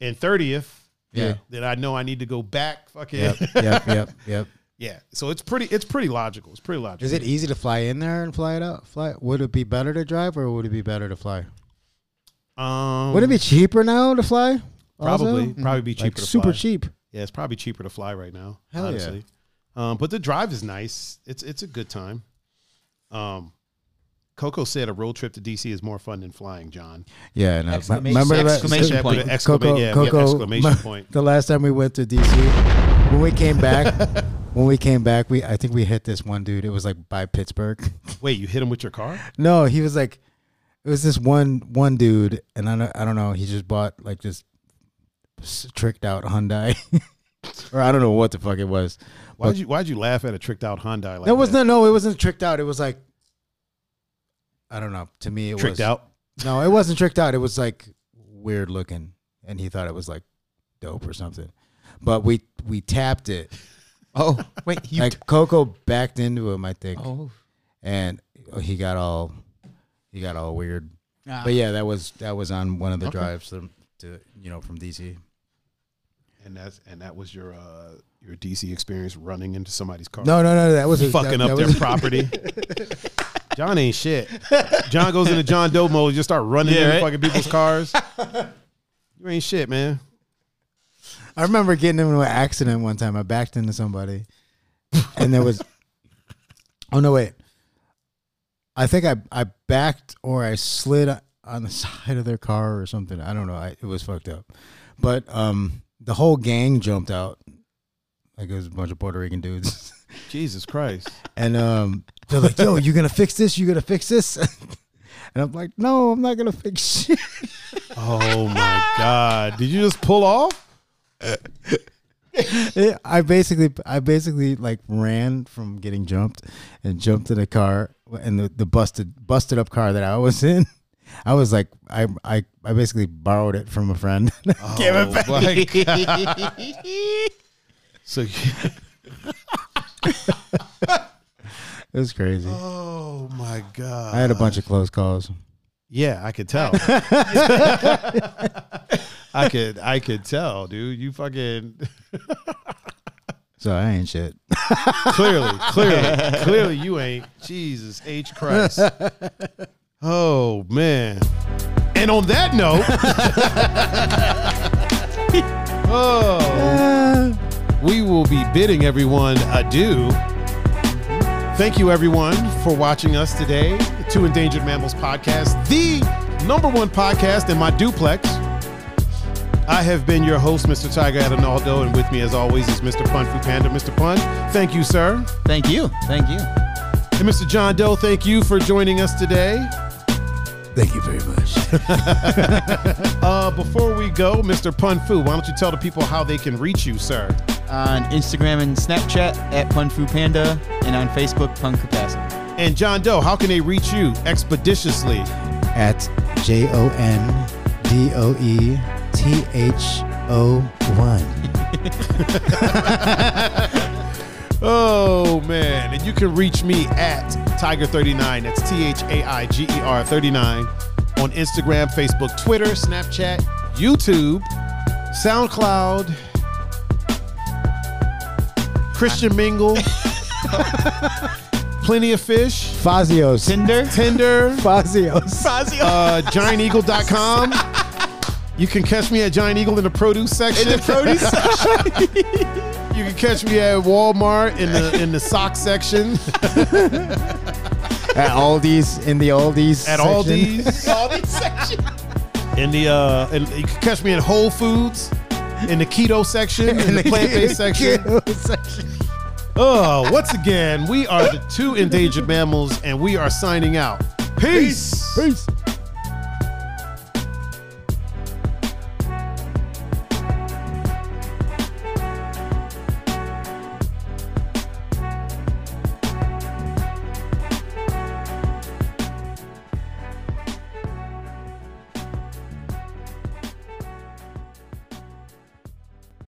Speaker 1: and 30th.
Speaker 3: Yeah.
Speaker 1: Then I know I need to go back. Fucking
Speaker 3: yep, yep, yep, yep.
Speaker 1: yeah. So it's pretty it's pretty logical. It's pretty logical.
Speaker 3: Is it e- easy to fly in there and fly it out? Fly? Would it be better to drive or would it be better to fly?
Speaker 1: Um
Speaker 3: Would it be cheaper now to fly? also? Mm. Mm-hmm.
Speaker 1: probably probably be cheaper
Speaker 3: like
Speaker 1: to
Speaker 3: super
Speaker 1: fly.
Speaker 3: cheap.
Speaker 1: Yeah, it's probably cheaper to fly right now.
Speaker 3: Hell yeah.
Speaker 1: honestly. Um, but the drive is nice. It's it's a good time. Um Coco said a road trip to DC is more fun than flying, John.
Speaker 3: Yeah, no.
Speaker 2: Exclamation-
Speaker 3: Remember that?
Speaker 2: exclamation
Speaker 1: Said
Speaker 2: point.
Speaker 1: With an exclamation, yeah, with an exclamation
Speaker 3: my-
Speaker 1: point.
Speaker 3: The last time we went to DC, when we came back, when we came back, we I think we hit this one dude. It was like by Pittsburgh.
Speaker 1: Wait, you hit him with your car?
Speaker 3: No, he was like, it was this one one dude, and I don't, I don't know. He just bought like this s- tricked out Hyundai, or I don't know what the fuck it was.
Speaker 1: Why
Speaker 3: But-
Speaker 1: did you why did you laugh at a tricked out Hyundai like
Speaker 3: No, it was
Speaker 1: that?
Speaker 3: not. No, it wasn't tricked out. It was like, I don't know. To me, it
Speaker 1: tricked
Speaker 3: was,
Speaker 1: out?
Speaker 3: No, it wasn't tricked out. It was like weird looking, and he thought it was like dope or something. But we we tapped it.
Speaker 2: Oh, wait. You
Speaker 3: like Coco backed into him, I think,
Speaker 2: oh.
Speaker 3: and he got all he got all weird.
Speaker 2: Ah.
Speaker 3: But yeah, that was that was on one of the drives to, to you know from DC.
Speaker 1: And that's and that was your uh your DC experience running into somebody's car.
Speaker 3: No, no, no, that was a,
Speaker 1: fucking
Speaker 3: that,
Speaker 1: up
Speaker 3: that
Speaker 1: their
Speaker 3: was-
Speaker 1: property. John ain't shit. John goes into John Doe mode, just start running into
Speaker 2: right?
Speaker 1: fucking people's cars. you ain't shit, man.
Speaker 3: I remember getting into an accident one time. I backed into somebody, and there was. Oh no! Wait. I think I I backed or I slid on the side of their car or something. I don't know. I, it was fucked up, but um, the whole gang jumped out. Like it was a bunch of Puerto Rican dudes,
Speaker 1: Jesus Christ.
Speaker 3: and um, they're like, "Yo, you gonna fix this? You gonna fix this?" and I'm like, "No, I'm not gonna fix shit."
Speaker 1: Oh my God. Did you just pull off?
Speaker 3: Yeah, Eh, I basically, I basically like ran from getting jumped, and jumped in a car and the, the busted busted up car that I was in. I was like, I I, I basically borrowed it from a friend. Gave
Speaker 1: Oh
Speaker 3: it back.
Speaker 1: So
Speaker 3: It was crazy.
Speaker 1: Oh my
Speaker 3: I
Speaker 1: God.
Speaker 3: had a bunch of close calls.
Speaker 1: Yeah, I could tell. I could I could tell, dude. You fucking
Speaker 3: So I ain't shit.
Speaker 1: clearly, clearly, clearly you ain't. Jesus H Christ. Oh man. And on that note, oh, we will be bidding everyone adieu. Thank you, everyone, for watching us today. The Two Endangered Mammals podcast, the number one podcast in my duplex. I have been your host, Mr. Tiger Adonaldo, and with me, as always, is Mr. Pun Fu Panda. Mr. Pun, thank you, sir.
Speaker 2: Thank you. Thank you.
Speaker 1: And Mr. John Doe, thank you for joining us today.
Speaker 3: Thank you very much.
Speaker 1: Uh, before we go, Mr. Pun Fu, why don't you tell the people how they can reach you, sir?
Speaker 2: On Instagram and Snapchat at Pun Fu Panda and on Facebook, Pun Capacity.
Speaker 1: And John Doe, how can they reach you expeditiously?
Speaker 3: At J O N D O E T H O one.
Speaker 1: Oh man, and you can reach me at Tiger39. That's T H A I G E R 39 on Instagram, Facebook, Twitter, Snapchat, YouTube, SoundCloud, Christian Mingle, Plenty of Fish,
Speaker 3: Fazios.
Speaker 2: Tinder.
Speaker 1: Tinder,
Speaker 3: Fazios.
Speaker 1: uh, GiantEagle.com. You can catch me at Giant Eagle in the produce section.
Speaker 2: Produce.
Speaker 1: You can catch me at Walmart in the in the sock section.
Speaker 3: At Aldi's in the Aldi's.
Speaker 1: at
Speaker 3: section.
Speaker 1: all these all these sections. In the uh, and you can catch me at Whole Foods, in the keto section, in the plant based section. Oh, once again, we are the two endangered mammals, and we are signing out. Peace.
Speaker 3: Peace.